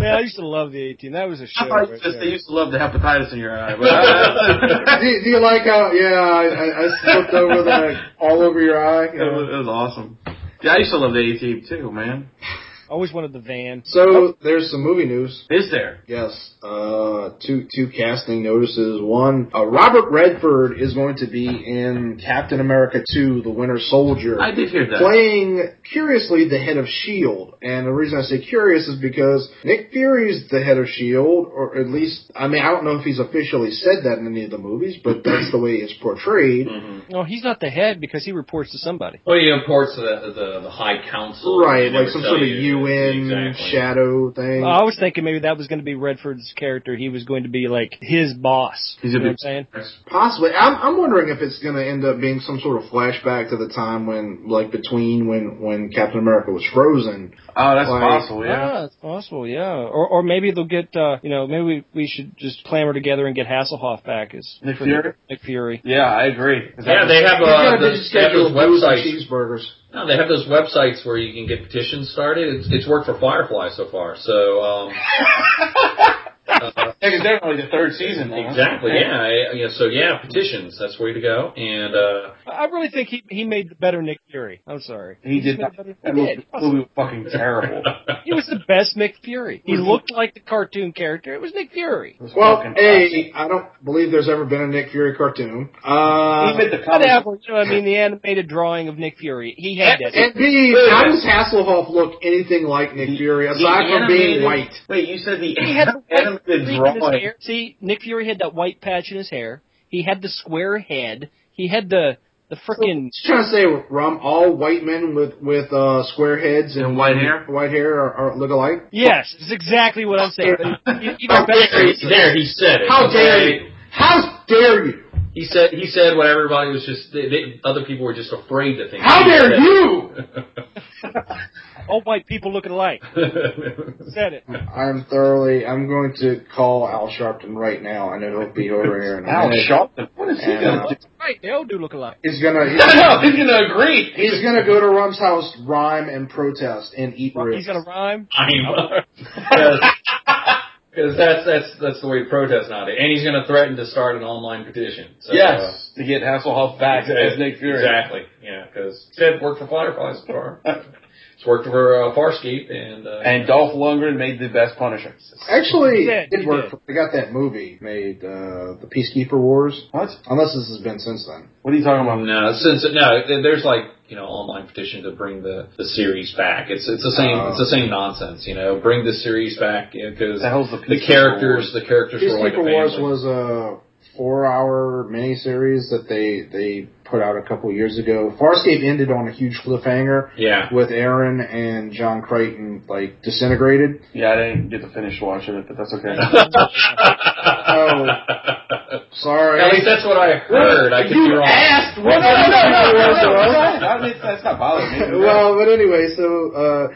[SPEAKER 4] Yeah, I used to love the 18. That was a
[SPEAKER 2] I
[SPEAKER 4] show.
[SPEAKER 2] thought you
[SPEAKER 4] Right
[SPEAKER 2] just- they
[SPEAKER 4] there.
[SPEAKER 2] used to love the hepatitis in your eye. But uh, I,
[SPEAKER 3] Do, do you like how? Yeah, I, I, I slipped over the all over your eye.
[SPEAKER 2] it,
[SPEAKER 3] you
[SPEAKER 2] was,
[SPEAKER 3] know?
[SPEAKER 2] it was awesome. Yeah, I used to love the A-Team too, man.
[SPEAKER 4] I always wanted the van.
[SPEAKER 3] So there's some movie news.
[SPEAKER 2] Is there?
[SPEAKER 3] Yes, uh, two two casting notices. One, uh, Robert Redford is going to be in Captain America 2: The Winter Soldier.
[SPEAKER 2] I did hear that.
[SPEAKER 3] playing curiously the head of Shield, E and the reason I say curious is because Nick Fury's the head of Shield, E or at least I mean I don't know if he's officially said that in any of the movies, but that's the way it's portrayed.
[SPEAKER 4] No, Oh, he's not the head because he reports to somebody.
[SPEAKER 1] Well, you know, parts of the, the the High Council,
[SPEAKER 3] Right,
[SPEAKER 1] They
[SPEAKER 3] like
[SPEAKER 1] would
[SPEAKER 3] some
[SPEAKER 1] tell
[SPEAKER 3] sort of
[SPEAKER 1] you
[SPEAKER 3] UN
[SPEAKER 1] exactly.
[SPEAKER 3] shadow thing.
[SPEAKER 4] I was thinking maybe that was going to be Redford's character. He was going to be like his boss.
[SPEAKER 2] He's a
[SPEAKER 4] you know
[SPEAKER 2] big-
[SPEAKER 4] what I'm saying?
[SPEAKER 3] Possibly. I'm, I'm wondering if it's going to end up being some sort of flashback to the time when, like, between when, when Captain America was frozen.
[SPEAKER 2] Oh, that's
[SPEAKER 3] Like-
[SPEAKER 2] possible, yeah.
[SPEAKER 4] Ah, it's possible, yeah. Or or maybe they'll get uh you know, maybe we, we should just clamor together and get Hasselhoff back as
[SPEAKER 2] Nick Fury?
[SPEAKER 4] Nick Fury.
[SPEAKER 2] Yeah, I agree. 'Cause
[SPEAKER 1] Yeah,
[SPEAKER 2] that-
[SPEAKER 1] they have
[SPEAKER 3] They've got
[SPEAKER 1] uh,
[SPEAKER 3] a busy
[SPEAKER 1] those, they have
[SPEAKER 3] schedule
[SPEAKER 1] those
[SPEAKER 3] of booze and
[SPEAKER 1] websites.
[SPEAKER 3] cheeseburgers.
[SPEAKER 1] No, they have those websites where you can get petitions started. It's, it's worked for Firefly so far. So um, uh,
[SPEAKER 2] Yeah, 'cause they're only the third season now.
[SPEAKER 1] exactly, yeah, I, you know, so yeah, petitions. That's where to go. And uh,
[SPEAKER 4] I really think he he made the better Nick Fury. I'm sorry.
[SPEAKER 2] He did
[SPEAKER 4] He's made
[SPEAKER 2] that.
[SPEAKER 4] the better-
[SPEAKER 2] That
[SPEAKER 4] He
[SPEAKER 2] movie
[SPEAKER 4] did.
[SPEAKER 2] was fucking terrible.
[SPEAKER 4] He was the best Nick Fury.
[SPEAKER 2] Mm-hmm.
[SPEAKER 4] He looked like the cartoon character. It was Nick Fury.
[SPEAKER 2] It was
[SPEAKER 3] Well,
[SPEAKER 2] fucking
[SPEAKER 3] A, I don't believe there's ever been a Nick Fury cartoon. Uh,
[SPEAKER 2] Even the comic
[SPEAKER 4] Whatever. You know, what I mean, the animated drawing of Nick Fury. He had
[SPEAKER 3] and,
[SPEAKER 4] that.
[SPEAKER 3] and B, how does Hasselhoff look anything like Nick Fury aside
[SPEAKER 2] The
[SPEAKER 3] from being
[SPEAKER 2] animated-
[SPEAKER 3] white?
[SPEAKER 2] Wait, you said the
[SPEAKER 4] He had the white
[SPEAKER 2] animated
[SPEAKER 4] streak in his
[SPEAKER 2] drawing.
[SPEAKER 4] hair. See, Nick Fury had that white patch in his hair. He had the square head. He had the the frickin'
[SPEAKER 3] Just trying to say, Rum, all white men with with uh, square heads and,
[SPEAKER 2] And white hair?
[SPEAKER 3] white hair are, are look alike.
[SPEAKER 4] yes. It's exactly what I'm saying. But e- even better.
[SPEAKER 1] there, there, he said it.
[SPEAKER 3] How dare
[SPEAKER 1] okay?
[SPEAKER 3] you? How dare you?
[SPEAKER 1] He said he said what everybody was just. They, they, other people were just afraid to think.
[SPEAKER 3] How
[SPEAKER 1] He
[SPEAKER 3] dare
[SPEAKER 1] said it.
[SPEAKER 3] you?
[SPEAKER 4] All white people looking alike. Said it.
[SPEAKER 3] I'm thoroughly. I'm going to call Al Sharpton right now. I know he'll be over here in a
[SPEAKER 2] Al
[SPEAKER 3] minute.
[SPEAKER 2] Sharpton. What is he
[SPEAKER 3] And,
[SPEAKER 2] gonna do?
[SPEAKER 3] uh,
[SPEAKER 4] Right, they all do look alike.
[SPEAKER 3] he's gonna.
[SPEAKER 2] I
[SPEAKER 3] He's,
[SPEAKER 2] know, he's gonna agree.
[SPEAKER 3] he's gonna go to Rum's house, rhyme and protest and eat ribs.
[SPEAKER 4] He's gonna rhyme.
[SPEAKER 1] I'm because that's that's that's the way to protest nowadays. And he's going to threaten to start an online petition. So, uh,
[SPEAKER 2] Yes, to get Hasselhoff back
[SPEAKER 1] Exactly.
[SPEAKER 2] as Nick Fury.
[SPEAKER 1] Exactly. Yeah, because Ted worked for Firefly so far. it's worked for uh, Farscape and uh,
[SPEAKER 2] And Dolph Lundgren made the best Punisher.
[SPEAKER 3] Actually,
[SPEAKER 4] He did,
[SPEAKER 3] it
[SPEAKER 4] he
[SPEAKER 3] work.
[SPEAKER 4] did.
[SPEAKER 3] For, they got that movie made, uh, the Peacekeeper Wars.
[SPEAKER 2] What?
[SPEAKER 3] Unless this has been since then.
[SPEAKER 2] What are you talking about?
[SPEAKER 1] no, since no, th- there's like you know online petition to bring the the series back. It's it's the same it's the same nonsense. You know, bring the series back because
[SPEAKER 2] The hell's the
[SPEAKER 1] the
[SPEAKER 2] Peacekeeper
[SPEAKER 1] characters
[SPEAKER 2] Wars?
[SPEAKER 1] the characters were like a
[SPEAKER 3] Peacekeeper Wars
[SPEAKER 1] family.
[SPEAKER 3] was a four-hour miniseries that they they put out a couple years ago. Farscape ended on a huge cliffhanger
[SPEAKER 1] yeah.
[SPEAKER 3] with Aaron and John Crichton like disintegrated.
[SPEAKER 2] Yeah, I didn't get to finish watching it, but that's okay.
[SPEAKER 3] Oh, Sorry.
[SPEAKER 1] At least that's what I heard. I could
[SPEAKER 3] you
[SPEAKER 1] be wrong.
[SPEAKER 3] asked what
[SPEAKER 2] no, no, no, no, no,
[SPEAKER 3] Peacekeeper Wars was.
[SPEAKER 2] no, no, no, That's not bothering me.
[SPEAKER 3] well, but anyway, so uh,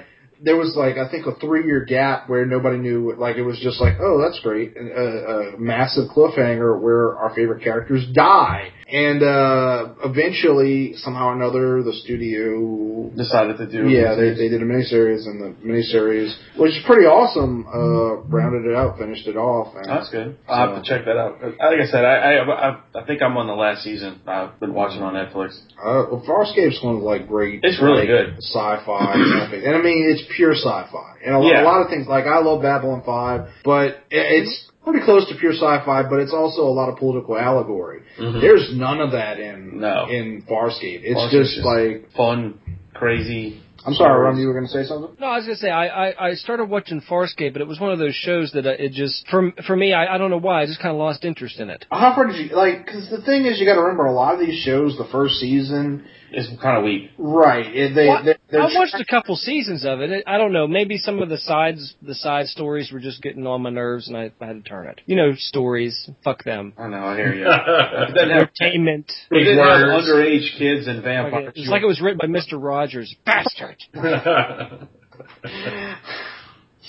[SPEAKER 3] there was like I think a three-year gap where nobody knew. what- Like it was just like, oh, that's great, and, uh, a massive cliffhanger where our favorite characters die, and uh, eventually somehow or another the studio.
[SPEAKER 2] decided to do.
[SPEAKER 3] Yeah, they, they did a miniseries, and the miniseries, which is pretty awesome, uh, rounded it out, finished it off. And
[SPEAKER 2] Oh, that's good. I'll have to check that out. Like I said, I I, I I think I'm on the last season. I've been watching on Netflix.
[SPEAKER 3] Uh, well, Farscape's one of like great.
[SPEAKER 2] It's really
[SPEAKER 3] like,
[SPEAKER 2] good.
[SPEAKER 3] sci-fi, and I mean it's pure sci-fi, and a, lo-
[SPEAKER 2] Yeah.
[SPEAKER 3] a lot of things like I love Babylon Five, but i- it's pretty close to pure sci-fi, but it's also a lot of political allegory.
[SPEAKER 1] Mhm.
[SPEAKER 3] There's none of that in
[SPEAKER 2] Mm-hmm. No.
[SPEAKER 3] in Farscape. It's
[SPEAKER 2] Farscape's
[SPEAKER 3] just,
[SPEAKER 2] just-
[SPEAKER 3] like
[SPEAKER 2] Fun, crazy.
[SPEAKER 3] I'm sorry, Ron, you were going to say something.
[SPEAKER 4] No, I was gonna say I, I I started watching Farscape, but it was one of those shows that uh, it just for for me I, I don't know why I just kind of lost interest in it.
[SPEAKER 3] How far did you like? Because the thing is, you got to remember a lot of these shows, the first season,
[SPEAKER 2] It's kind of weak.
[SPEAKER 3] right? It, they,
[SPEAKER 4] What?
[SPEAKER 3] they're, they're
[SPEAKER 4] I watched a couple seasons of it. it. I don't know. Maybe some of the sides the side stories were just getting on my nerves, and I, I had to turn it. You know, stories. Fuck them.
[SPEAKER 2] I know. I hear you. But then have,
[SPEAKER 4] Entertainment.
[SPEAKER 2] but then
[SPEAKER 1] Big
[SPEAKER 2] have
[SPEAKER 1] words.
[SPEAKER 2] underage kids and vampires.
[SPEAKER 4] It's like it was written by Mister Rogers. Bastard.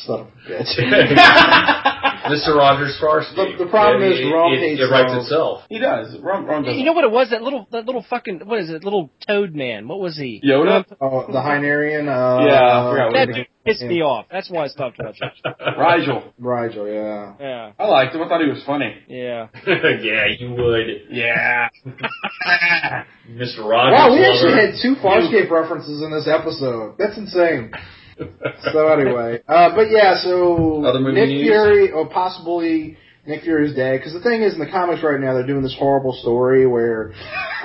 [SPEAKER 3] son of a bitch.
[SPEAKER 1] Mr. Rogers Farscape.
[SPEAKER 3] The- the problem
[SPEAKER 1] It-
[SPEAKER 3] is
[SPEAKER 1] it-
[SPEAKER 3] Ron
[SPEAKER 1] it,
[SPEAKER 3] hates
[SPEAKER 1] it writes
[SPEAKER 3] songs.
[SPEAKER 1] itself.
[SPEAKER 2] he does. Ron, Ron does.
[SPEAKER 4] You know what it was? That little that little fucking what is it? Little Toad Man. What was he?
[SPEAKER 2] Yoda?
[SPEAKER 3] Oh, the Hynerian. Uh,
[SPEAKER 2] Yeah, I forgot what
[SPEAKER 4] That
[SPEAKER 2] his
[SPEAKER 4] dude pissed me off. That's why I stopped watching.
[SPEAKER 2] Rigel.
[SPEAKER 3] Rigel, yeah.
[SPEAKER 4] Yeah,
[SPEAKER 2] I liked him. I thought he was funny.
[SPEAKER 4] yeah.
[SPEAKER 1] yeah, you would,
[SPEAKER 2] Yeah.
[SPEAKER 1] Mr. Rogers.
[SPEAKER 3] Wow, we
[SPEAKER 1] lover.
[SPEAKER 3] actually had two Farscape references in this episode. That's insane. So anyway, uh, but yeah, so
[SPEAKER 1] Other movie
[SPEAKER 3] Nick
[SPEAKER 1] news?
[SPEAKER 3] Fury, or possibly Nick Fury's dad, because the thing is, in the comics right now, they're doing this horrible story where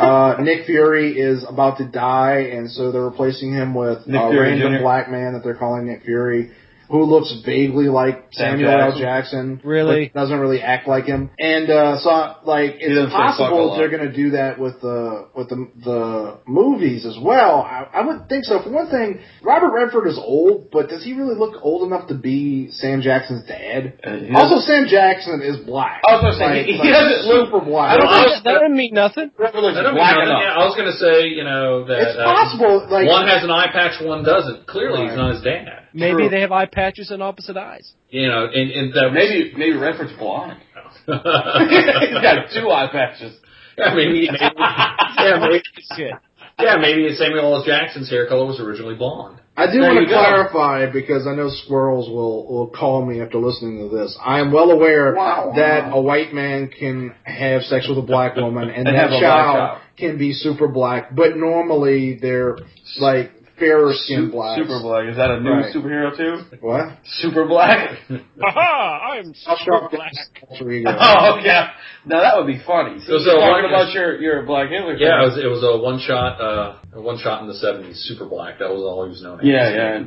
[SPEAKER 3] uh, Nick Fury is about to die, and so they're replacing him with
[SPEAKER 2] Nick
[SPEAKER 3] a
[SPEAKER 2] Fury
[SPEAKER 3] random
[SPEAKER 2] Jr..
[SPEAKER 3] black man that they're calling Nick Fury, who looks vaguely like
[SPEAKER 2] Sam
[SPEAKER 3] Samuel
[SPEAKER 2] Jackson.
[SPEAKER 3] L. Jackson.
[SPEAKER 4] Really?
[SPEAKER 3] but doesn't really act like him. And uh, so, like, it's
[SPEAKER 2] doesn't say fuck a
[SPEAKER 3] possible
[SPEAKER 2] lot.
[SPEAKER 3] they're going to do that with the with the the movies as well. I, I would think so. For one thing, Robert Redford is old, but does he really look old enough to be Sam Jackson's dad?
[SPEAKER 2] Uh, he
[SPEAKER 3] Also, Sam Jackson is black.
[SPEAKER 2] I was gonna say, he- he doesn't look-
[SPEAKER 3] super black.
[SPEAKER 2] I don't
[SPEAKER 1] I
[SPEAKER 2] think-
[SPEAKER 1] was-
[SPEAKER 4] That didn't mean nothing.
[SPEAKER 2] doesn't- Redford looks
[SPEAKER 1] I don't
[SPEAKER 2] black
[SPEAKER 1] know.
[SPEAKER 2] enough.
[SPEAKER 1] Yeah, I was going to say, you know, that
[SPEAKER 3] it's
[SPEAKER 1] uh,
[SPEAKER 3] possible. Like,
[SPEAKER 1] one has an eye patch, one doesn't. Clearly, he's not
[SPEAKER 3] Right.
[SPEAKER 1] his dad.
[SPEAKER 4] Maybe
[SPEAKER 3] True.
[SPEAKER 4] they have eye patches and opposite eyes.
[SPEAKER 1] You know, and, and that
[SPEAKER 2] Maybe maybe Redford's blind. He's
[SPEAKER 1] yeah,
[SPEAKER 2] got two eye patches.
[SPEAKER 1] maybe, maybe, yeah, maybe,
[SPEAKER 4] Shit.
[SPEAKER 1] yeah, maybe Samuel L. Jackson's hair color was originally blonde.
[SPEAKER 3] I
[SPEAKER 2] There
[SPEAKER 3] do want to
[SPEAKER 2] you go.
[SPEAKER 3] clarify because I know squirrels will will call me after listening to this. I am well aware
[SPEAKER 2] Wow.
[SPEAKER 3] that a white man can have sex with a black woman and,
[SPEAKER 2] And have
[SPEAKER 3] that
[SPEAKER 2] a black
[SPEAKER 3] child
[SPEAKER 2] child.
[SPEAKER 3] can be super black, but normally they're like fairer skinned blacks.
[SPEAKER 2] Super black. Is that a new
[SPEAKER 3] Right.
[SPEAKER 2] superhero too?
[SPEAKER 3] What?
[SPEAKER 2] Super black.
[SPEAKER 4] Aha! I'm
[SPEAKER 3] I'll
[SPEAKER 4] super
[SPEAKER 3] show
[SPEAKER 4] black.
[SPEAKER 3] alter ego.
[SPEAKER 2] Oh yeah. Now that would be funny.
[SPEAKER 1] So- so
[SPEAKER 2] talking
[SPEAKER 1] one-
[SPEAKER 2] about your your black Hitler.
[SPEAKER 1] Yeah, it was,
[SPEAKER 2] fan.
[SPEAKER 1] it was a one shot, uh, a one shot in the seventies, super black. That was all he was known as.
[SPEAKER 2] yeah,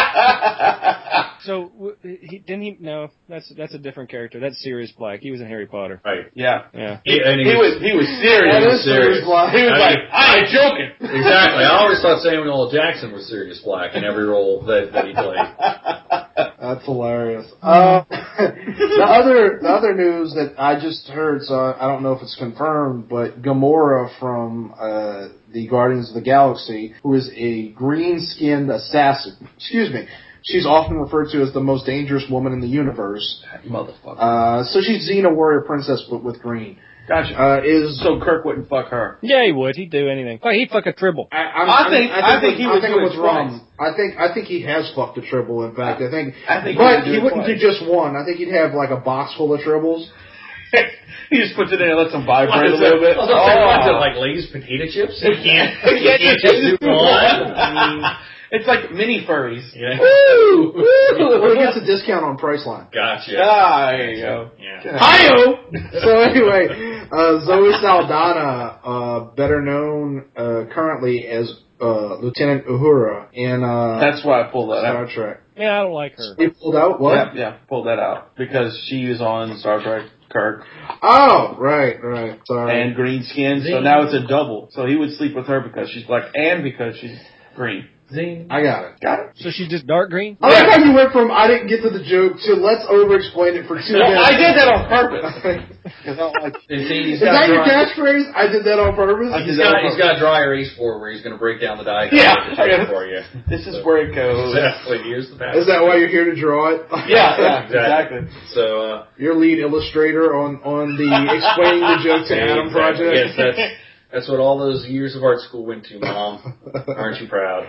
[SPEAKER 2] yeah.
[SPEAKER 4] So w- he didn't he? No, that's that's a different character. That's Sirius Black. He was in Harry Potter.
[SPEAKER 1] right.
[SPEAKER 2] yeah.
[SPEAKER 4] Yeah.
[SPEAKER 1] He, and
[SPEAKER 2] He
[SPEAKER 1] he
[SPEAKER 2] was he was serious.
[SPEAKER 3] That is serious black.
[SPEAKER 2] He was
[SPEAKER 1] I
[SPEAKER 2] like,
[SPEAKER 1] mean-
[SPEAKER 2] I ain't joking.
[SPEAKER 1] exactly. I always thought Samuel L. Jackson was serious black in every role that, that he played.
[SPEAKER 3] That's hilarious. Uh, the other the other news that I just heard, so I don't know if it's confirmed, but Gamora from uh, the Guardians of the Galaxy, who is a green-skinned assassin, excuse me, she's often referred to as the most dangerous woman in the universe.
[SPEAKER 2] Motherfucker.
[SPEAKER 3] Uh, so she's Xena Warrior Princess, but with green.
[SPEAKER 2] Gotcha.
[SPEAKER 3] Uh, is
[SPEAKER 2] So Kirk wouldn't fuck her.
[SPEAKER 4] Yeah, he would. He'd do anything. Fuck, he'd fuck a tribble.
[SPEAKER 3] I, I'm,
[SPEAKER 2] I
[SPEAKER 3] I'm-
[SPEAKER 2] think- I think he
[SPEAKER 3] I
[SPEAKER 2] would
[SPEAKER 3] think
[SPEAKER 2] do
[SPEAKER 3] it
[SPEAKER 2] it
[SPEAKER 3] was wrong. I think I think he has fucked a triple. In fact, I think.
[SPEAKER 2] I think
[SPEAKER 3] but
[SPEAKER 2] he,
[SPEAKER 3] he
[SPEAKER 2] would
[SPEAKER 3] wouldn't do just one. I think he'd have like a box full of tribbles.
[SPEAKER 2] just. he just puts it in and lets him
[SPEAKER 1] Why
[SPEAKER 2] vibrate a
[SPEAKER 1] is
[SPEAKER 2] little
[SPEAKER 1] that-
[SPEAKER 2] bit.
[SPEAKER 1] I was gonna say, why is it
[SPEAKER 2] Oh.
[SPEAKER 1] like Lay's potato chips? You can't,
[SPEAKER 2] He
[SPEAKER 1] you
[SPEAKER 2] can't
[SPEAKER 1] can't just do one.
[SPEAKER 2] it's like mini furries.
[SPEAKER 1] Yeah.
[SPEAKER 2] Woo!
[SPEAKER 3] Well,
[SPEAKER 2] Woo!
[SPEAKER 3] he gets a discount on Priceline.
[SPEAKER 1] Gotcha.
[SPEAKER 2] Ah, there you go.
[SPEAKER 1] Yeah.
[SPEAKER 2] Hi-yo!
[SPEAKER 3] So anyway, uh, Zoe Saldana, uh, better known uh, currently as uh, Lieutenant Uhura in uh,
[SPEAKER 2] That's why I pulled that out.
[SPEAKER 3] Star Trek.
[SPEAKER 4] Yeah, I don't like her.
[SPEAKER 3] He pulled out what?
[SPEAKER 2] Yeah, yeah, pulled that out because she was on Star Trek Kirk
[SPEAKER 3] Oh, right, right. Sorry.
[SPEAKER 2] and green skin, so now it's a double. So he would sleep with her because she's black and because she's green.
[SPEAKER 1] Zing.
[SPEAKER 3] I got it.
[SPEAKER 2] Got it.
[SPEAKER 4] So she's just dark green.
[SPEAKER 3] I like how you went from I didn't get to the joke to let's over-explain it for two
[SPEAKER 2] Well,
[SPEAKER 3] minutes.
[SPEAKER 2] I did that on purpose.
[SPEAKER 3] Is
[SPEAKER 1] And see, he's got
[SPEAKER 3] that your
[SPEAKER 1] dry,
[SPEAKER 3] catchphrase? I did that on purpose.
[SPEAKER 2] I did
[SPEAKER 1] he's
[SPEAKER 2] that on
[SPEAKER 1] got, he's
[SPEAKER 2] purpose.
[SPEAKER 1] got dry erase board where he's gonna break down the diagram
[SPEAKER 2] Yeah.
[SPEAKER 1] for you.
[SPEAKER 2] This is where it goes.
[SPEAKER 1] Exactly. Here's the pattern.
[SPEAKER 3] Is that why you're here to draw it?
[SPEAKER 2] Yeah, yeah,
[SPEAKER 1] Exactly.
[SPEAKER 2] exactly.
[SPEAKER 1] So, uh,
[SPEAKER 3] Your lead illustrator on on the explaining the joke to
[SPEAKER 1] yeah, exactly.
[SPEAKER 3] Adam project.
[SPEAKER 1] Yes, that's,
[SPEAKER 6] That's what all those years of art school went to, Mom. Aren't you proud?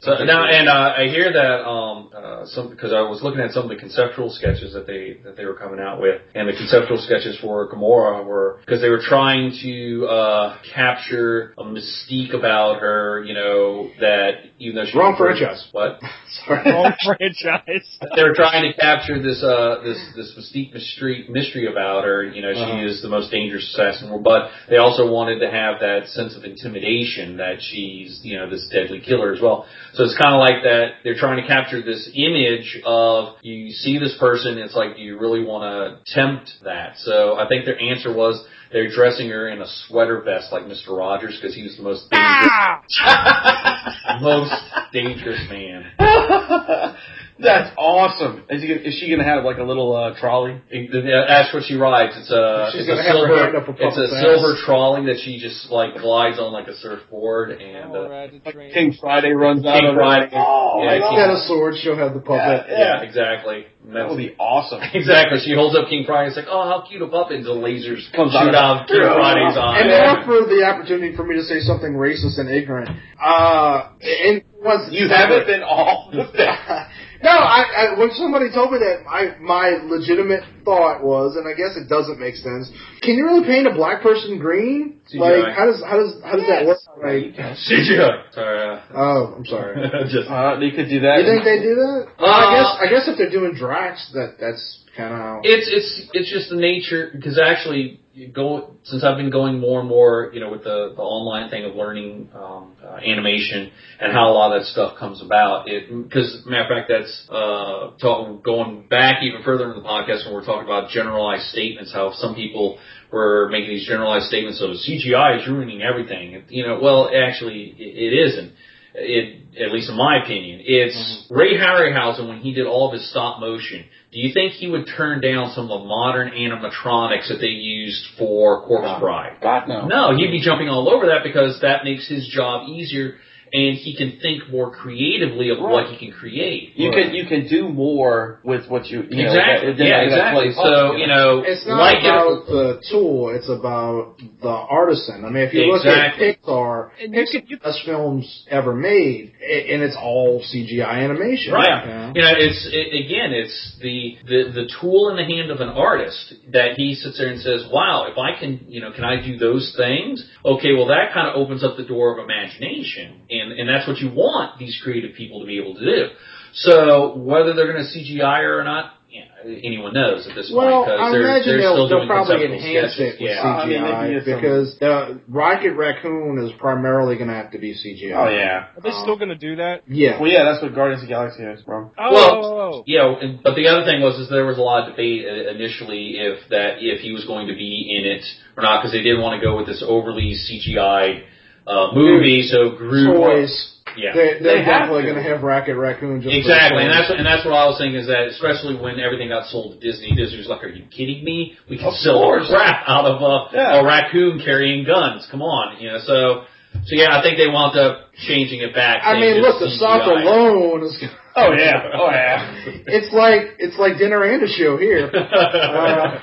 [SPEAKER 6] So now, and uh, I hear that um, uh, some because I was looking at some of the conceptual sketches that they that they were coming out with, and the conceptual sketches for Gamora were because they were trying to uh, capture a mystique about her, you know, that even though she
[SPEAKER 3] Wrong franchise.
[SPEAKER 6] what
[SPEAKER 3] Sorry.
[SPEAKER 4] Wrong franchise.
[SPEAKER 6] they were trying to capture this uh this this mystique mystery mystery about her. You know, she
[SPEAKER 3] Uh-huh.
[SPEAKER 6] is the most dangerous assassin, in the world, but they also wanted to have that sense of intimidation that she's you know this deadly killer as well. So it's kind of like that. They're trying to capture this image of you see this person. It's like, do you really want to tempt that? So I think their answer was. They're dressing her in a sweater vest like Mr. Rogers because he was the most dangerous, most dangerous man.
[SPEAKER 2] That's awesome. Is, he, gonna- is she gonna have like a little uh, trolley?
[SPEAKER 6] Yeah, That's what she rides. It's a
[SPEAKER 3] She's
[SPEAKER 6] Uh,
[SPEAKER 3] gonna
[SPEAKER 6] it's a
[SPEAKER 3] have her
[SPEAKER 6] silver
[SPEAKER 3] hand up her
[SPEAKER 6] it's a
[SPEAKER 3] puppet's ass.
[SPEAKER 6] silver trolley that she just like glides on like a surfboard and
[SPEAKER 4] I'll
[SPEAKER 6] uh,
[SPEAKER 4] ride the train.
[SPEAKER 2] King Friday runs out.
[SPEAKER 6] King
[SPEAKER 2] on her.
[SPEAKER 6] Friday.
[SPEAKER 2] Oh,
[SPEAKER 6] Yeah,
[SPEAKER 2] I
[SPEAKER 3] She's
[SPEAKER 2] love
[SPEAKER 6] King-
[SPEAKER 3] got
[SPEAKER 2] it.
[SPEAKER 3] a sword. She'll have the puppet.
[SPEAKER 2] Yeah.
[SPEAKER 6] yeah exactly. And
[SPEAKER 2] That
[SPEAKER 6] that's
[SPEAKER 2] would be awesome.
[SPEAKER 6] exactly. She holds up King Friday. It's like oh how cute a puppet until lasers
[SPEAKER 2] Comes
[SPEAKER 6] shoot
[SPEAKER 2] out of-
[SPEAKER 6] out of King Friday's
[SPEAKER 3] And
[SPEAKER 6] eye.
[SPEAKER 3] now for the opportunity for me to say something racist and ignorant. Uh, and was
[SPEAKER 2] You haven't been all the time.
[SPEAKER 3] no, I, I when somebody told me that, I, my legitimate thought was, and I guess it doesn't make sense. Can you really paint a black person green?
[SPEAKER 6] CGI.
[SPEAKER 3] Like, how does how does how does that work?
[SPEAKER 2] Yes.
[SPEAKER 3] Like,
[SPEAKER 6] CGI. Sorry,
[SPEAKER 3] oh, I'm sorry.
[SPEAKER 6] uh, just
[SPEAKER 2] Uh, they could do that.
[SPEAKER 3] You think they do that?
[SPEAKER 6] Uh,
[SPEAKER 3] I guess I guess if they're doing Drax, that that's kind of how.
[SPEAKER 6] It's it's it's just the nature because actually you go since I've been going more and more you know with the the online thing of learning um, uh, animation and how a lot of that stuff comes about it because matter of fact that's uh talk, going back even further in the podcast when we're talking about generalized statements how some people were making these generalized statements of CGI is ruining everything you know well actually it, it isn't it, at least in my opinion, it's
[SPEAKER 3] Mm-hmm.
[SPEAKER 6] Ray Harryhausen when he did all of his stop motion. Do you think he would turn down some of the modern animatronics that they used for Corpse
[SPEAKER 2] No.
[SPEAKER 6] Bride?
[SPEAKER 2] God no.
[SPEAKER 6] No, he'd be jumping all over that because that makes his job easier and he can think more creatively of what he can create.
[SPEAKER 2] You
[SPEAKER 3] Right.
[SPEAKER 2] can you can do more with what you, you know,
[SPEAKER 6] exactly.
[SPEAKER 2] that- that-
[SPEAKER 6] yeah,
[SPEAKER 2] that
[SPEAKER 6] exactly. Oh,
[SPEAKER 2] plays up
[SPEAKER 6] So,
[SPEAKER 2] to.
[SPEAKER 6] you know,
[SPEAKER 3] It's not
[SPEAKER 6] like it-
[SPEAKER 3] about the tool; it's about the artisan. I mean, if you
[SPEAKER 6] Exactly.
[SPEAKER 3] look at Pixar,
[SPEAKER 4] And you
[SPEAKER 3] Pixar's
[SPEAKER 4] could, you,
[SPEAKER 3] best films ever made, a- and it's all CGI animation.
[SPEAKER 6] Right.
[SPEAKER 3] Yeah.
[SPEAKER 6] You know, it's it, again, it's the, the the tool in the hand of an artist that he sits there and says, "Wow, if I can, you know, can I do those things?" Okay, well, that kind of opens up the door of imagination, and and that's what you want these creative people to be able to do. So whether they're going to CGI or not, yeah, anyone knows at this
[SPEAKER 3] Well,
[SPEAKER 6] point because
[SPEAKER 3] I
[SPEAKER 6] they're,
[SPEAKER 3] imagine
[SPEAKER 6] they're
[SPEAKER 3] they'll,
[SPEAKER 6] still
[SPEAKER 3] they'll
[SPEAKER 6] doing
[SPEAKER 3] probably
[SPEAKER 6] conceptual
[SPEAKER 3] enhance
[SPEAKER 6] sketches.
[SPEAKER 3] it with
[SPEAKER 6] yeah.
[SPEAKER 2] some- I mean,
[SPEAKER 3] CGI
[SPEAKER 2] they do some-
[SPEAKER 3] because the Rocket Raccoon is primarily going to have to be CGI.
[SPEAKER 2] Oh yeah.
[SPEAKER 4] are they still going to do that?
[SPEAKER 3] Yeah.
[SPEAKER 2] Well, yeah, that's what Guardians of the Galaxy is from.
[SPEAKER 4] Oh,
[SPEAKER 6] Well,
[SPEAKER 4] oh, oh.
[SPEAKER 6] Yeah, and, but the other thing was is there was a lot of debate i- initially if that if he was going to be in it or not because they didn't want to go with this overly CGI uh, movie. So Groot,
[SPEAKER 3] Toys.
[SPEAKER 6] yeah,
[SPEAKER 3] They're, they're
[SPEAKER 2] They have
[SPEAKER 3] definitely
[SPEAKER 2] to.
[SPEAKER 3] going to have Rocket Raccoon. Just for
[SPEAKER 6] exactly, and
[SPEAKER 3] toys.
[SPEAKER 6] that's and that's what I was saying is that especially when everything got sold to Disney, Disney was like, "Are you kidding me? We can
[SPEAKER 2] Of
[SPEAKER 6] sell
[SPEAKER 2] course.
[SPEAKER 6] the crap out of a,
[SPEAKER 2] Yeah.
[SPEAKER 6] a raccoon carrying guns. Come on, you know." So so yeah, I think they wound up changing it back.
[SPEAKER 3] I
[SPEAKER 6] saying
[SPEAKER 3] mean,
[SPEAKER 6] just
[SPEAKER 3] look, the
[SPEAKER 6] CGI.
[SPEAKER 3] sock alone is.
[SPEAKER 2] Oh yeah. Oh yeah.
[SPEAKER 3] It's like it's like dinner and a show here. Uh,
[SPEAKER 6] yeah,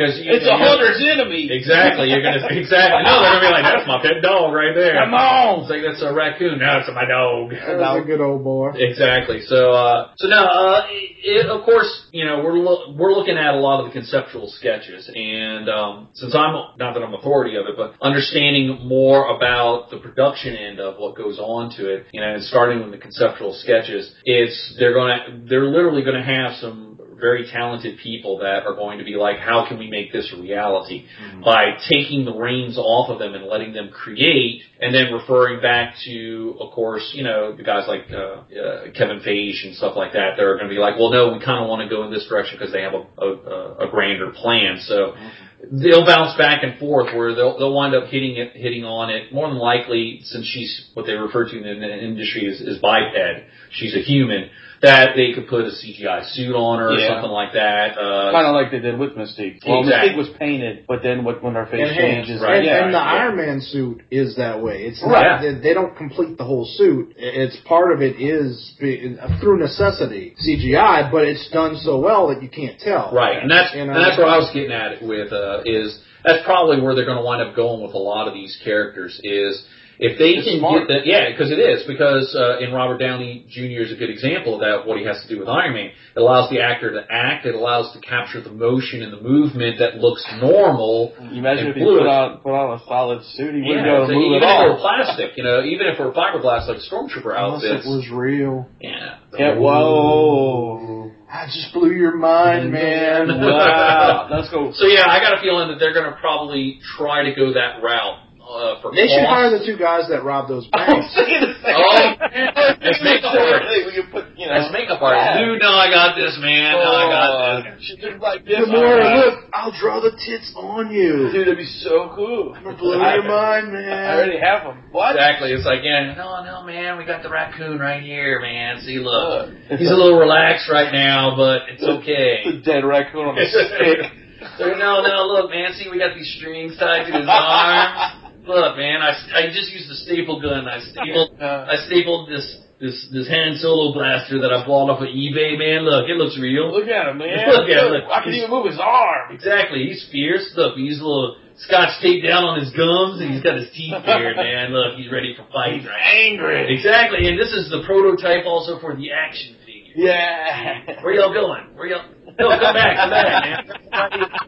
[SPEAKER 6] because
[SPEAKER 2] It's a hunter's enemy.
[SPEAKER 6] Exactly. You're gonna exactly. No, they're gonna be like, that's my pet dog right there.
[SPEAKER 2] Come
[SPEAKER 6] It's
[SPEAKER 2] on.
[SPEAKER 6] like that's a raccoon. No, it's my dog.
[SPEAKER 3] that was a good old boy.
[SPEAKER 6] Exactly. So, uh, so now, uh, it, of course, you know, we're lo- we're looking at a lot of the conceptual sketches, and um, since I'm not that I'm authority of it, but understanding more about the production end of what goes on to it, you know, and starting with the conceptual sketches, it's they're gonna they're literally gonna have some very talented people that are going to be like, how can we make this a reality? by taking the reins off of them and letting them create, and then referring back to, of course, you know, the guys like uh, uh, Kevin Feige and stuff like that. They're going to be like, well, no, we kind of want to go in this direction because they have a, a, a grander plan. So they'll bounce back and forth where they'll they'll wind up hitting it, hitting on it. More than likely, since she's what they refer to in the industry is, is biped, she's a human. that they could put a CGI suit on her
[SPEAKER 2] Yeah.
[SPEAKER 6] or something like that. Uh,
[SPEAKER 2] Kind of like they did with Mystique. Well,
[SPEAKER 6] Exactly.
[SPEAKER 2] Mystique was painted, but then what, when her face
[SPEAKER 3] Enhanced,
[SPEAKER 2] changes,
[SPEAKER 6] right.
[SPEAKER 3] and,
[SPEAKER 2] yeah,
[SPEAKER 3] and the
[SPEAKER 2] yeah.
[SPEAKER 3] Iron Man suit is that way. It's
[SPEAKER 6] Right.
[SPEAKER 3] not, they- they don't complete the whole suit. It's part of it is be- through necessity CGI, but it's done so well that you can't tell.
[SPEAKER 6] Right, and that's
[SPEAKER 3] You know?
[SPEAKER 6] and that's what I was getting at with uh, is that's probably where they're going to wind up going with a lot of these characters is if they
[SPEAKER 2] It's
[SPEAKER 6] can
[SPEAKER 2] smart.
[SPEAKER 6] get that yeah because it is because uh, in Robert Downey Jr. is a good example of that what he has to do with Iron Man it allows the actor to act it allows to capture the motion and the movement that looks normal
[SPEAKER 2] You Imagine if
[SPEAKER 6] and
[SPEAKER 2] you put
[SPEAKER 6] fluid.
[SPEAKER 2] on put on a solid suit, he wouldn't be
[SPEAKER 6] Yeah,
[SPEAKER 2] able
[SPEAKER 6] so
[SPEAKER 2] to move
[SPEAKER 6] even
[SPEAKER 2] at
[SPEAKER 6] if we're
[SPEAKER 2] all.
[SPEAKER 6] plastic you know even if we're fiberglass like stormtrooper
[SPEAKER 3] Unless it
[SPEAKER 6] outfits
[SPEAKER 3] was real.
[SPEAKER 6] yeah
[SPEAKER 2] Yeah, whoa,
[SPEAKER 3] I just blew your mind, man.
[SPEAKER 2] wow, let's go.
[SPEAKER 6] so yeah I got a feeling that they're going to probably try to go that route uh, for
[SPEAKER 3] They should
[SPEAKER 6] cost.
[SPEAKER 3] hire the two guys that robbed those
[SPEAKER 2] I'm
[SPEAKER 3] banks.
[SPEAKER 2] saying the same
[SPEAKER 6] Oh,
[SPEAKER 2] thing.
[SPEAKER 6] that's makeup artist.
[SPEAKER 2] We could put, you know,
[SPEAKER 6] That's makeup artist.
[SPEAKER 2] Yeah.
[SPEAKER 6] Dude, no, I got this, man. No, I got this.
[SPEAKER 2] Oh, she looked like this.
[SPEAKER 3] The more
[SPEAKER 2] all
[SPEAKER 3] I
[SPEAKER 2] right.
[SPEAKER 3] look, I'll draw the tits on you.
[SPEAKER 2] Dude, that'd be so cool.
[SPEAKER 3] I'm gonna blow your
[SPEAKER 2] I
[SPEAKER 3] mind, man.
[SPEAKER 2] already have them.
[SPEAKER 3] Oh,
[SPEAKER 2] What?
[SPEAKER 6] Exactly. It's like, yeah, no, no, man, we got the raccoon right here, man. See,
[SPEAKER 2] Look.
[SPEAKER 6] look.
[SPEAKER 3] Oh.
[SPEAKER 6] He's a little relaxed right now, but it's okay.
[SPEAKER 2] It's a dead raccoon on a stick.
[SPEAKER 6] So, no, no, look, man. See, we got these strings tied to his arms. Look, man, I, I just used the staple gun. I stapled,
[SPEAKER 2] Uh,
[SPEAKER 6] I stapled this, this, this hand solo blaster that I bought off of eBay, man. Look, it looks real.
[SPEAKER 2] look at him, man.
[SPEAKER 6] Look at him.
[SPEAKER 2] I can even move his arm.
[SPEAKER 6] Exactly. He's fierce. Look, he's a little scotch taped down on his gums and he's got his teeth bared, man. Look, he's ready for
[SPEAKER 2] He's
[SPEAKER 6] fighting. Right?
[SPEAKER 2] angry.
[SPEAKER 6] Exactly. And this is the prototype also for the action figure.
[SPEAKER 2] Yeah.
[SPEAKER 6] Where y'all going? Where y'all? No, come back. Come back, man.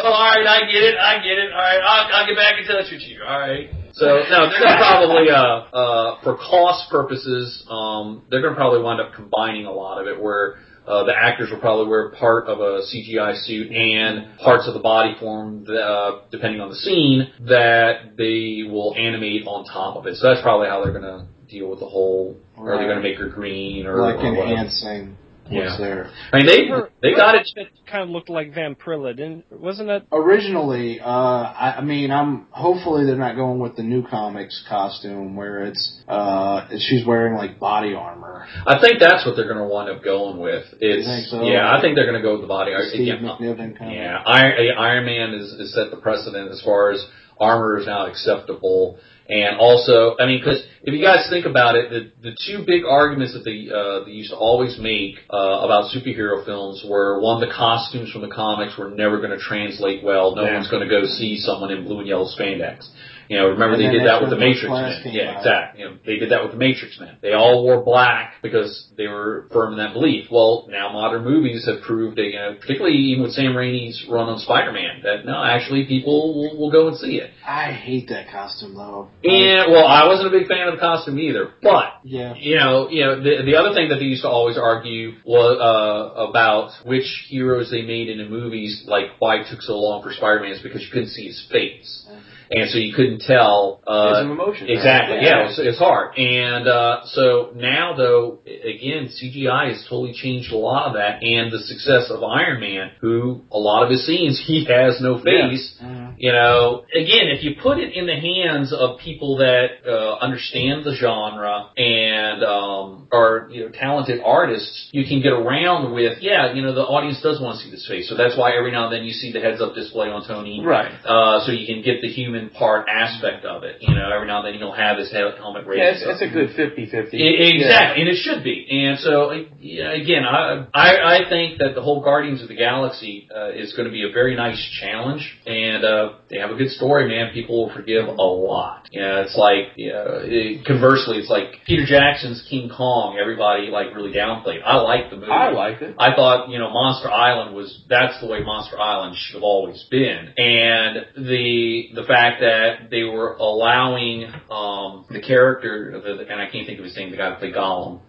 [SPEAKER 6] Oh, all right. I get it. I get it. All right. I'll, I'll get back in touch with you. All right. So no, they're gonna probably uh, uh, for cost purposes, um, they're gonna probably wind up combining a lot of it where. Uh, the actors will probably wear part of a CGI suit and parts of the body form, uh, depending on the scene, that they will animate on top of it. So that's probably how they're going to deal with the whole. Are they going to make her green or
[SPEAKER 3] like
[SPEAKER 6] or whatever.
[SPEAKER 3] enhancing what's
[SPEAKER 6] Yeah.
[SPEAKER 3] there.
[SPEAKER 6] I mean, they
[SPEAKER 4] Her-
[SPEAKER 6] they
[SPEAKER 4] her
[SPEAKER 6] got it.
[SPEAKER 4] outfit kind of looked like Vamprilla, didn't? Wasn't that?
[SPEAKER 3] Originally, uh, I, I mean, I'm hopefully they're not going with the new comics costume where it's uh, she's wearing like body armor.
[SPEAKER 6] I think that's what they're going to wind up going with. It's
[SPEAKER 3] think so?
[SPEAKER 6] yeah, I think they're going to go with the body. art.
[SPEAKER 3] Steve
[SPEAKER 6] yeah,
[SPEAKER 3] McNiven kind of.
[SPEAKER 6] yeah. Iron, Iron Man is, is set the precedent as far as armor is now acceptable, and also, I mean, because if you guys think about it, the the two big arguments that they uh, they used to always make uh, about superhero films were one, the costumes from the comics were never going to translate well. No
[SPEAKER 2] Yeah.
[SPEAKER 6] one's going to go see someone in blue and yellow spandex. You know, remember
[SPEAKER 3] And
[SPEAKER 6] they
[SPEAKER 3] then
[SPEAKER 6] did
[SPEAKER 3] that's
[SPEAKER 6] that with the
[SPEAKER 3] when First
[SPEAKER 6] Matrix
[SPEAKER 3] Class
[SPEAKER 6] men.
[SPEAKER 3] came
[SPEAKER 6] Yeah,
[SPEAKER 3] out.
[SPEAKER 6] exactly. You know, they did that with the Matrix men. They all wore black because they were firm in that belief. Well, now modern movies have proved, that, you know, particularly even with Sam Raimi's run on Spider-Man, that no, actually people will, will go and see it.
[SPEAKER 3] I hate that costume though.
[SPEAKER 6] And well, I wasn't a big fan of the costume either, but
[SPEAKER 3] yeah.
[SPEAKER 6] you know, you know, the, the other thing that they used to always argue was uh, about which heroes they made into movies, like why it took so long for Spider-Man is because you couldn't see his face, and so you couldn't tell.
[SPEAKER 2] It's
[SPEAKER 6] Uh,
[SPEAKER 2] an emotion. right?
[SPEAKER 6] exactly, yeah, it's, it's hard. And uh, so now, though, a- again, CGI has totally changed a lot of that, and the success of Iron Man, who a lot of his scenes he has no face.
[SPEAKER 3] Mhm.
[SPEAKER 6] You know, again, if you put it in the hands of people that uh, understand the genre and um, are you know talented artists, you can get around with yeah. You know, the audience does want to see this face, so that's why every now and then you see the heads up display on Tony,
[SPEAKER 2] Right.
[SPEAKER 6] uh, so you can get the human part aspect of it. You know, every now and then you'll have his head, helmet raised.
[SPEAKER 2] Yeah, it's,
[SPEAKER 6] up.
[SPEAKER 2] it's a good 50-50.
[SPEAKER 6] E-
[SPEAKER 2] Yeah.
[SPEAKER 6] Exactly, and it should be. And so, uh, yeah, again, I, I I think that the whole Guardians of the Galaxy uh, is going to be a very nice challenge, and uh, they have a good story, man. People will forgive a lot. You know, it's like, you know, it, conversely, it's like Peter Jackson's King Kong. Everybody like really downplayed. I like the movie.
[SPEAKER 2] I liked it.
[SPEAKER 6] I thought, you know, Monster Island was that's the way Monster Island should have always been, and the the fact that they were allowing um, the character, the, and I can't think of his name, the guy that played Gollum.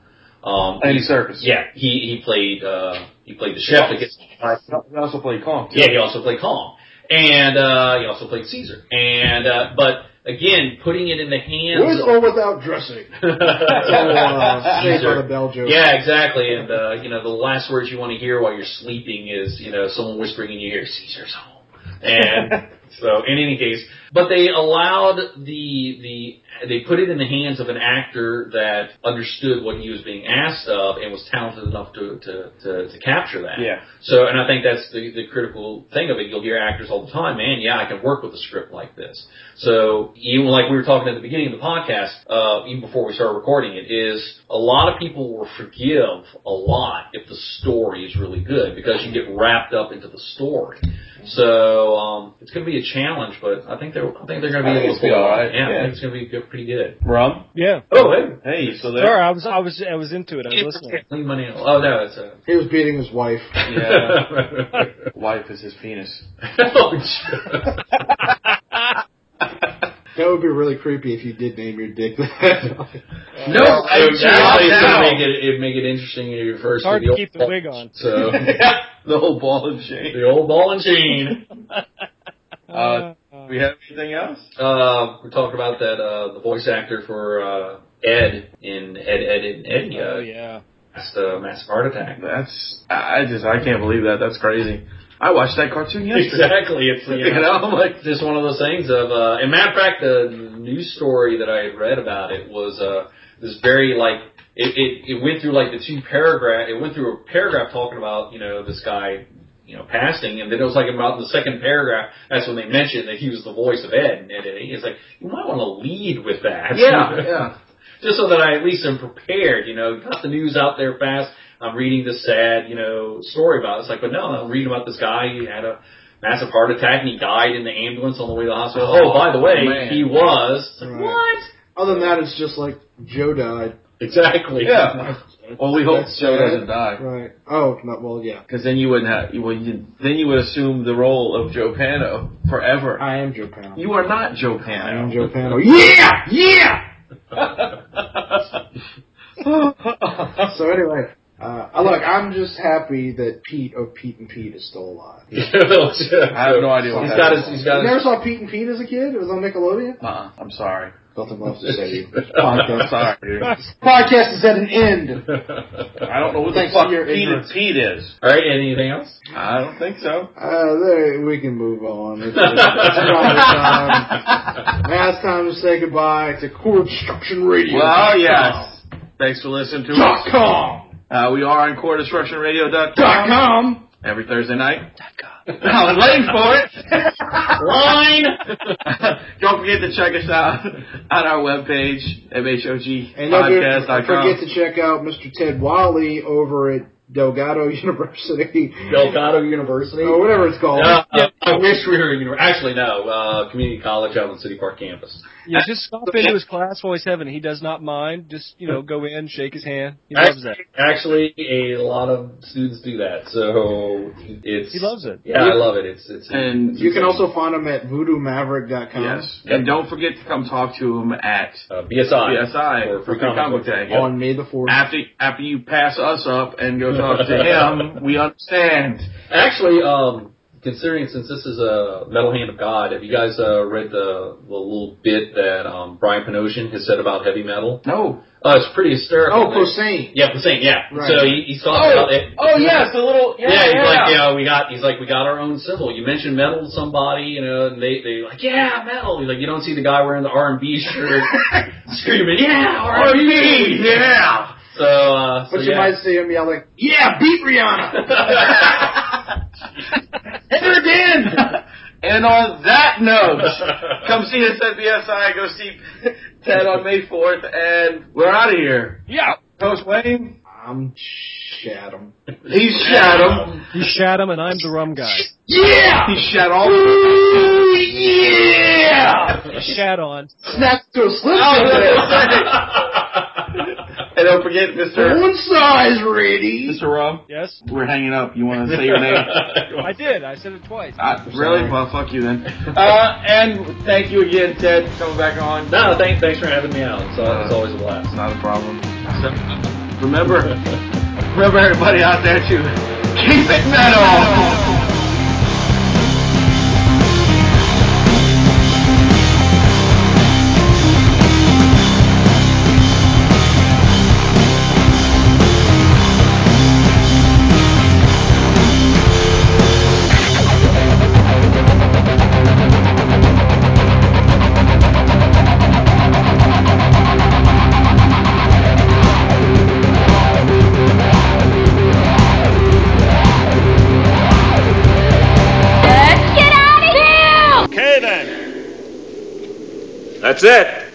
[SPEAKER 6] Um,
[SPEAKER 2] Andy Circus.
[SPEAKER 6] yeah, he he played uh, he played the chef that gets
[SPEAKER 2] He also played Kong. too.
[SPEAKER 6] yeah, he also played Kong, and uh, he also played Caesar, and uh, but again, putting it in the hands.
[SPEAKER 3] With or without dressing.
[SPEAKER 6] of-
[SPEAKER 3] Uh, Saved by
[SPEAKER 6] Caesar.
[SPEAKER 3] the Bell joke.
[SPEAKER 6] Yeah, exactly. And uh, you know, the last words you want to hear while you're sleeping is, you know, someone whispering in your ear, "Caesar's home." And So in any case, but they allowed the the they put it in the hands of an actor that understood what he was being asked of and was talented enough to to to, to capture that.
[SPEAKER 2] Yeah.
[SPEAKER 6] So and I think that's the the critical thing of it. You'll hear actors all the time, man. Yeah, I can work with a script like this. So even like we were talking at the beginning of the podcast, uh, even before we started recording it, is a lot of people will forgive a lot if the story is really good because you get wrapped up into the story. So um, it's going to be a challenge, but I think they're I think they're going to
[SPEAKER 2] I
[SPEAKER 6] be
[SPEAKER 2] think
[SPEAKER 6] able
[SPEAKER 2] it's
[SPEAKER 6] to pull
[SPEAKER 2] gonna be all
[SPEAKER 6] it off.
[SPEAKER 2] right,
[SPEAKER 6] Yeah, I
[SPEAKER 2] yeah.
[SPEAKER 6] think it's going to be good, pretty good.
[SPEAKER 2] Rum?
[SPEAKER 4] Yeah.
[SPEAKER 6] Oh, hey.
[SPEAKER 2] Hey, so there.
[SPEAKER 4] Sorry, I was I was I was into it. I was listening.
[SPEAKER 6] Leave my nail. Oh no, it's a.
[SPEAKER 3] He was beating his wife.
[SPEAKER 2] Yeah. Wife is his penis.
[SPEAKER 6] oh, jeez.
[SPEAKER 3] That would be really creepy if you did name your dick that.
[SPEAKER 6] no,
[SPEAKER 2] I-
[SPEAKER 6] it would
[SPEAKER 2] check it
[SPEAKER 6] actually
[SPEAKER 2] out
[SPEAKER 6] make it it'd make it interesting in your first.
[SPEAKER 4] It's hard
[SPEAKER 6] the
[SPEAKER 4] to
[SPEAKER 6] old-
[SPEAKER 4] keep the wig on.
[SPEAKER 6] So
[SPEAKER 2] the whole ball of shame.
[SPEAKER 6] the old ball and chain.
[SPEAKER 2] Uh, We have anything else?
[SPEAKER 6] Uh, we talked about that uh, the voice actor for uh, Ed in Ed Ed Ed, Ed
[SPEAKER 4] oh,
[SPEAKER 6] uh,
[SPEAKER 4] yeah.
[SPEAKER 6] has a massive heart attack.
[SPEAKER 2] That's I I just I can't believe that. That's crazy. I watched that cartoon yesterday.
[SPEAKER 6] Exactly. It's you know,
[SPEAKER 2] You know, I'm like,
[SPEAKER 6] it's just one of those things of. Uh, and matter of fact, the news story that I had read about it was uh, this very like it, it it went through like the two paragraph. It went through a paragraph talking about you know this guy you know passing, and then it was like about the second paragraph. That's when they mentioned that he was the voice of Ed, and it, it's like you might want to lead with that.
[SPEAKER 2] yeah.
[SPEAKER 6] just so that I at least am prepared, you know, got the news out there fast. I'm reading this sad, you know, story about it. It's like, but no, I'm reading about this guy. He had a massive heart attack and he died in the ambulance on the way to the hospital. Oh, by the way,
[SPEAKER 2] man.
[SPEAKER 6] he was. It's like,
[SPEAKER 3] Right.
[SPEAKER 6] What?
[SPEAKER 3] Other than that, it's just like Joe died.
[SPEAKER 6] Exactly.
[SPEAKER 2] Yeah. Well, we hope
[SPEAKER 3] That's
[SPEAKER 2] Joe
[SPEAKER 3] sad.
[SPEAKER 2] doesn't die,
[SPEAKER 3] Right. Oh, not well. Yeah.
[SPEAKER 2] because then you wouldn't have. you- Well, you, then you would assume the role of Joe Pano forever.
[SPEAKER 3] I am Joe Pano.
[SPEAKER 2] You are not Joe
[SPEAKER 3] I am
[SPEAKER 2] Pano.
[SPEAKER 3] Joe Pano. Yeah, yeah. So anyway, uh, uh, look, I'm just happy that Pete of Pete and Pete is still alive.
[SPEAKER 6] I have
[SPEAKER 2] no idea what
[SPEAKER 6] he's
[SPEAKER 2] that
[SPEAKER 6] got
[SPEAKER 2] is.
[SPEAKER 6] his. He's got
[SPEAKER 3] you never
[SPEAKER 6] his.
[SPEAKER 3] saw Pete and Pete as a kid? It was on Nickelodeon.
[SPEAKER 2] uh-uh, I'm sorry.
[SPEAKER 3] Nothing left to say.
[SPEAKER 2] I'm
[SPEAKER 3] Podcast.
[SPEAKER 2] sorry, dude.
[SPEAKER 3] Podcast is at an end.
[SPEAKER 2] I don't know what
[SPEAKER 3] Thanks
[SPEAKER 2] the fuck
[SPEAKER 3] for your
[SPEAKER 2] Pete and
[SPEAKER 3] ignorance.
[SPEAKER 2] Pete is.
[SPEAKER 6] All right. Anything else?
[SPEAKER 2] I don't think so.
[SPEAKER 3] Uh, there, we can move on. It's, it's probably time. Now it's time to say goodbye to Core Destruction Radio.
[SPEAKER 2] Well, yes. Thanks for listening to
[SPEAKER 3] Dot
[SPEAKER 2] us.
[SPEAKER 3] com.
[SPEAKER 2] Uh, we are on
[SPEAKER 3] Dot
[SPEAKER 2] CoreDisruptionRadio.com
[SPEAKER 3] com.
[SPEAKER 2] every Thursday night. I was waiting for it.
[SPEAKER 6] Line.
[SPEAKER 2] Don't forget to check us out on our webpage,
[SPEAKER 3] And don't forget- forget
[SPEAKER 2] mhogpodcast.com.
[SPEAKER 3] to check out Mr. Ted Wiley over at Delgado University
[SPEAKER 6] Delgado University.
[SPEAKER 3] or whatever it's called.
[SPEAKER 6] Uh, I wish we were. in- Actually, no. Uh, community college out on City Park campus.
[SPEAKER 4] You just stop into his class while he's having it. He does not mind. Just, you know, go in, shake his hand. He loves that.
[SPEAKER 6] Actually, a lot of students do that, so it's
[SPEAKER 4] He loves it.
[SPEAKER 6] Yeah, I love it. It's it's
[SPEAKER 2] And
[SPEAKER 3] You can also find him at voodoomaverick.com.
[SPEAKER 2] yes, and don't forget to come talk to him at
[SPEAKER 6] uh, BSI
[SPEAKER 2] BSI
[SPEAKER 6] for
[SPEAKER 2] for Free
[SPEAKER 6] Free Comic
[SPEAKER 2] Comic
[SPEAKER 6] Book
[SPEAKER 2] Day.
[SPEAKER 6] Yep.
[SPEAKER 3] On May the 4th.
[SPEAKER 2] After after you pass us up and go talk to him, Um, we understand.
[SPEAKER 6] Actually, um, considering since this is a Metal Hand of God, have you guys uh, read the, the little bit that um, Brian Panosian has said about heavy metal?
[SPEAKER 2] No.
[SPEAKER 6] Uh, it's pretty hysterical.
[SPEAKER 3] oh, Posehn.
[SPEAKER 6] yeah, the same. Yeah.
[SPEAKER 3] Right.
[SPEAKER 6] So he, he's talking
[SPEAKER 2] Oh,
[SPEAKER 6] about it.
[SPEAKER 3] Oh,
[SPEAKER 2] yes, the little
[SPEAKER 6] Yeah, he's like, yeah, we got. He's like, we got our own symbol. You mentioned metal to somebody, you know, and they they like, yeah, metal. He's like, you don't see the guy wearing the R and B shirt screaming, yeah, R and B.
[SPEAKER 2] yeah.
[SPEAKER 6] So, uh, so
[SPEAKER 3] But you
[SPEAKER 6] yeah.
[SPEAKER 3] might see him yelling, Yeah, beat Rihanna!
[SPEAKER 2] Hit her again. and on that note, come see us at BSI. Go see Ted on May fourth, and we're out of here.
[SPEAKER 4] Yeah.
[SPEAKER 2] Coach Wayne,
[SPEAKER 3] I'm Chatham.
[SPEAKER 2] he shat him.
[SPEAKER 4] You shat him, and I'm the rum guy.
[SPEAKER 2] Yeah, he shat all. yeah.
[SPEAKER 4] Shat on.
[SPEAKER 3] Snap to a slip
[SPEAKER 1] Oh,
[SPEAKER 2] And don't forget, Mister
[SPEAKER 3] One size, ready.
[SPEAKER 2] Mister Rum.
[SPEAKER 4] Yes?
[SPEAKER 2] We're hanging up. You want to say your name?
[SPEAKER 4] I did. I said it twice.
[SPEAKER 2] Uh, really? Well, fuck you then. Uh, and thank you again, Ted, for coming back on.
[SPEAKER 6] no, thanks, thanks for having me out. So it's always a blast.
[SPEAKER 2] It's not a problem. So, remember, remember everybody out there to keep it metal.
[SPEAKER 5] That's it.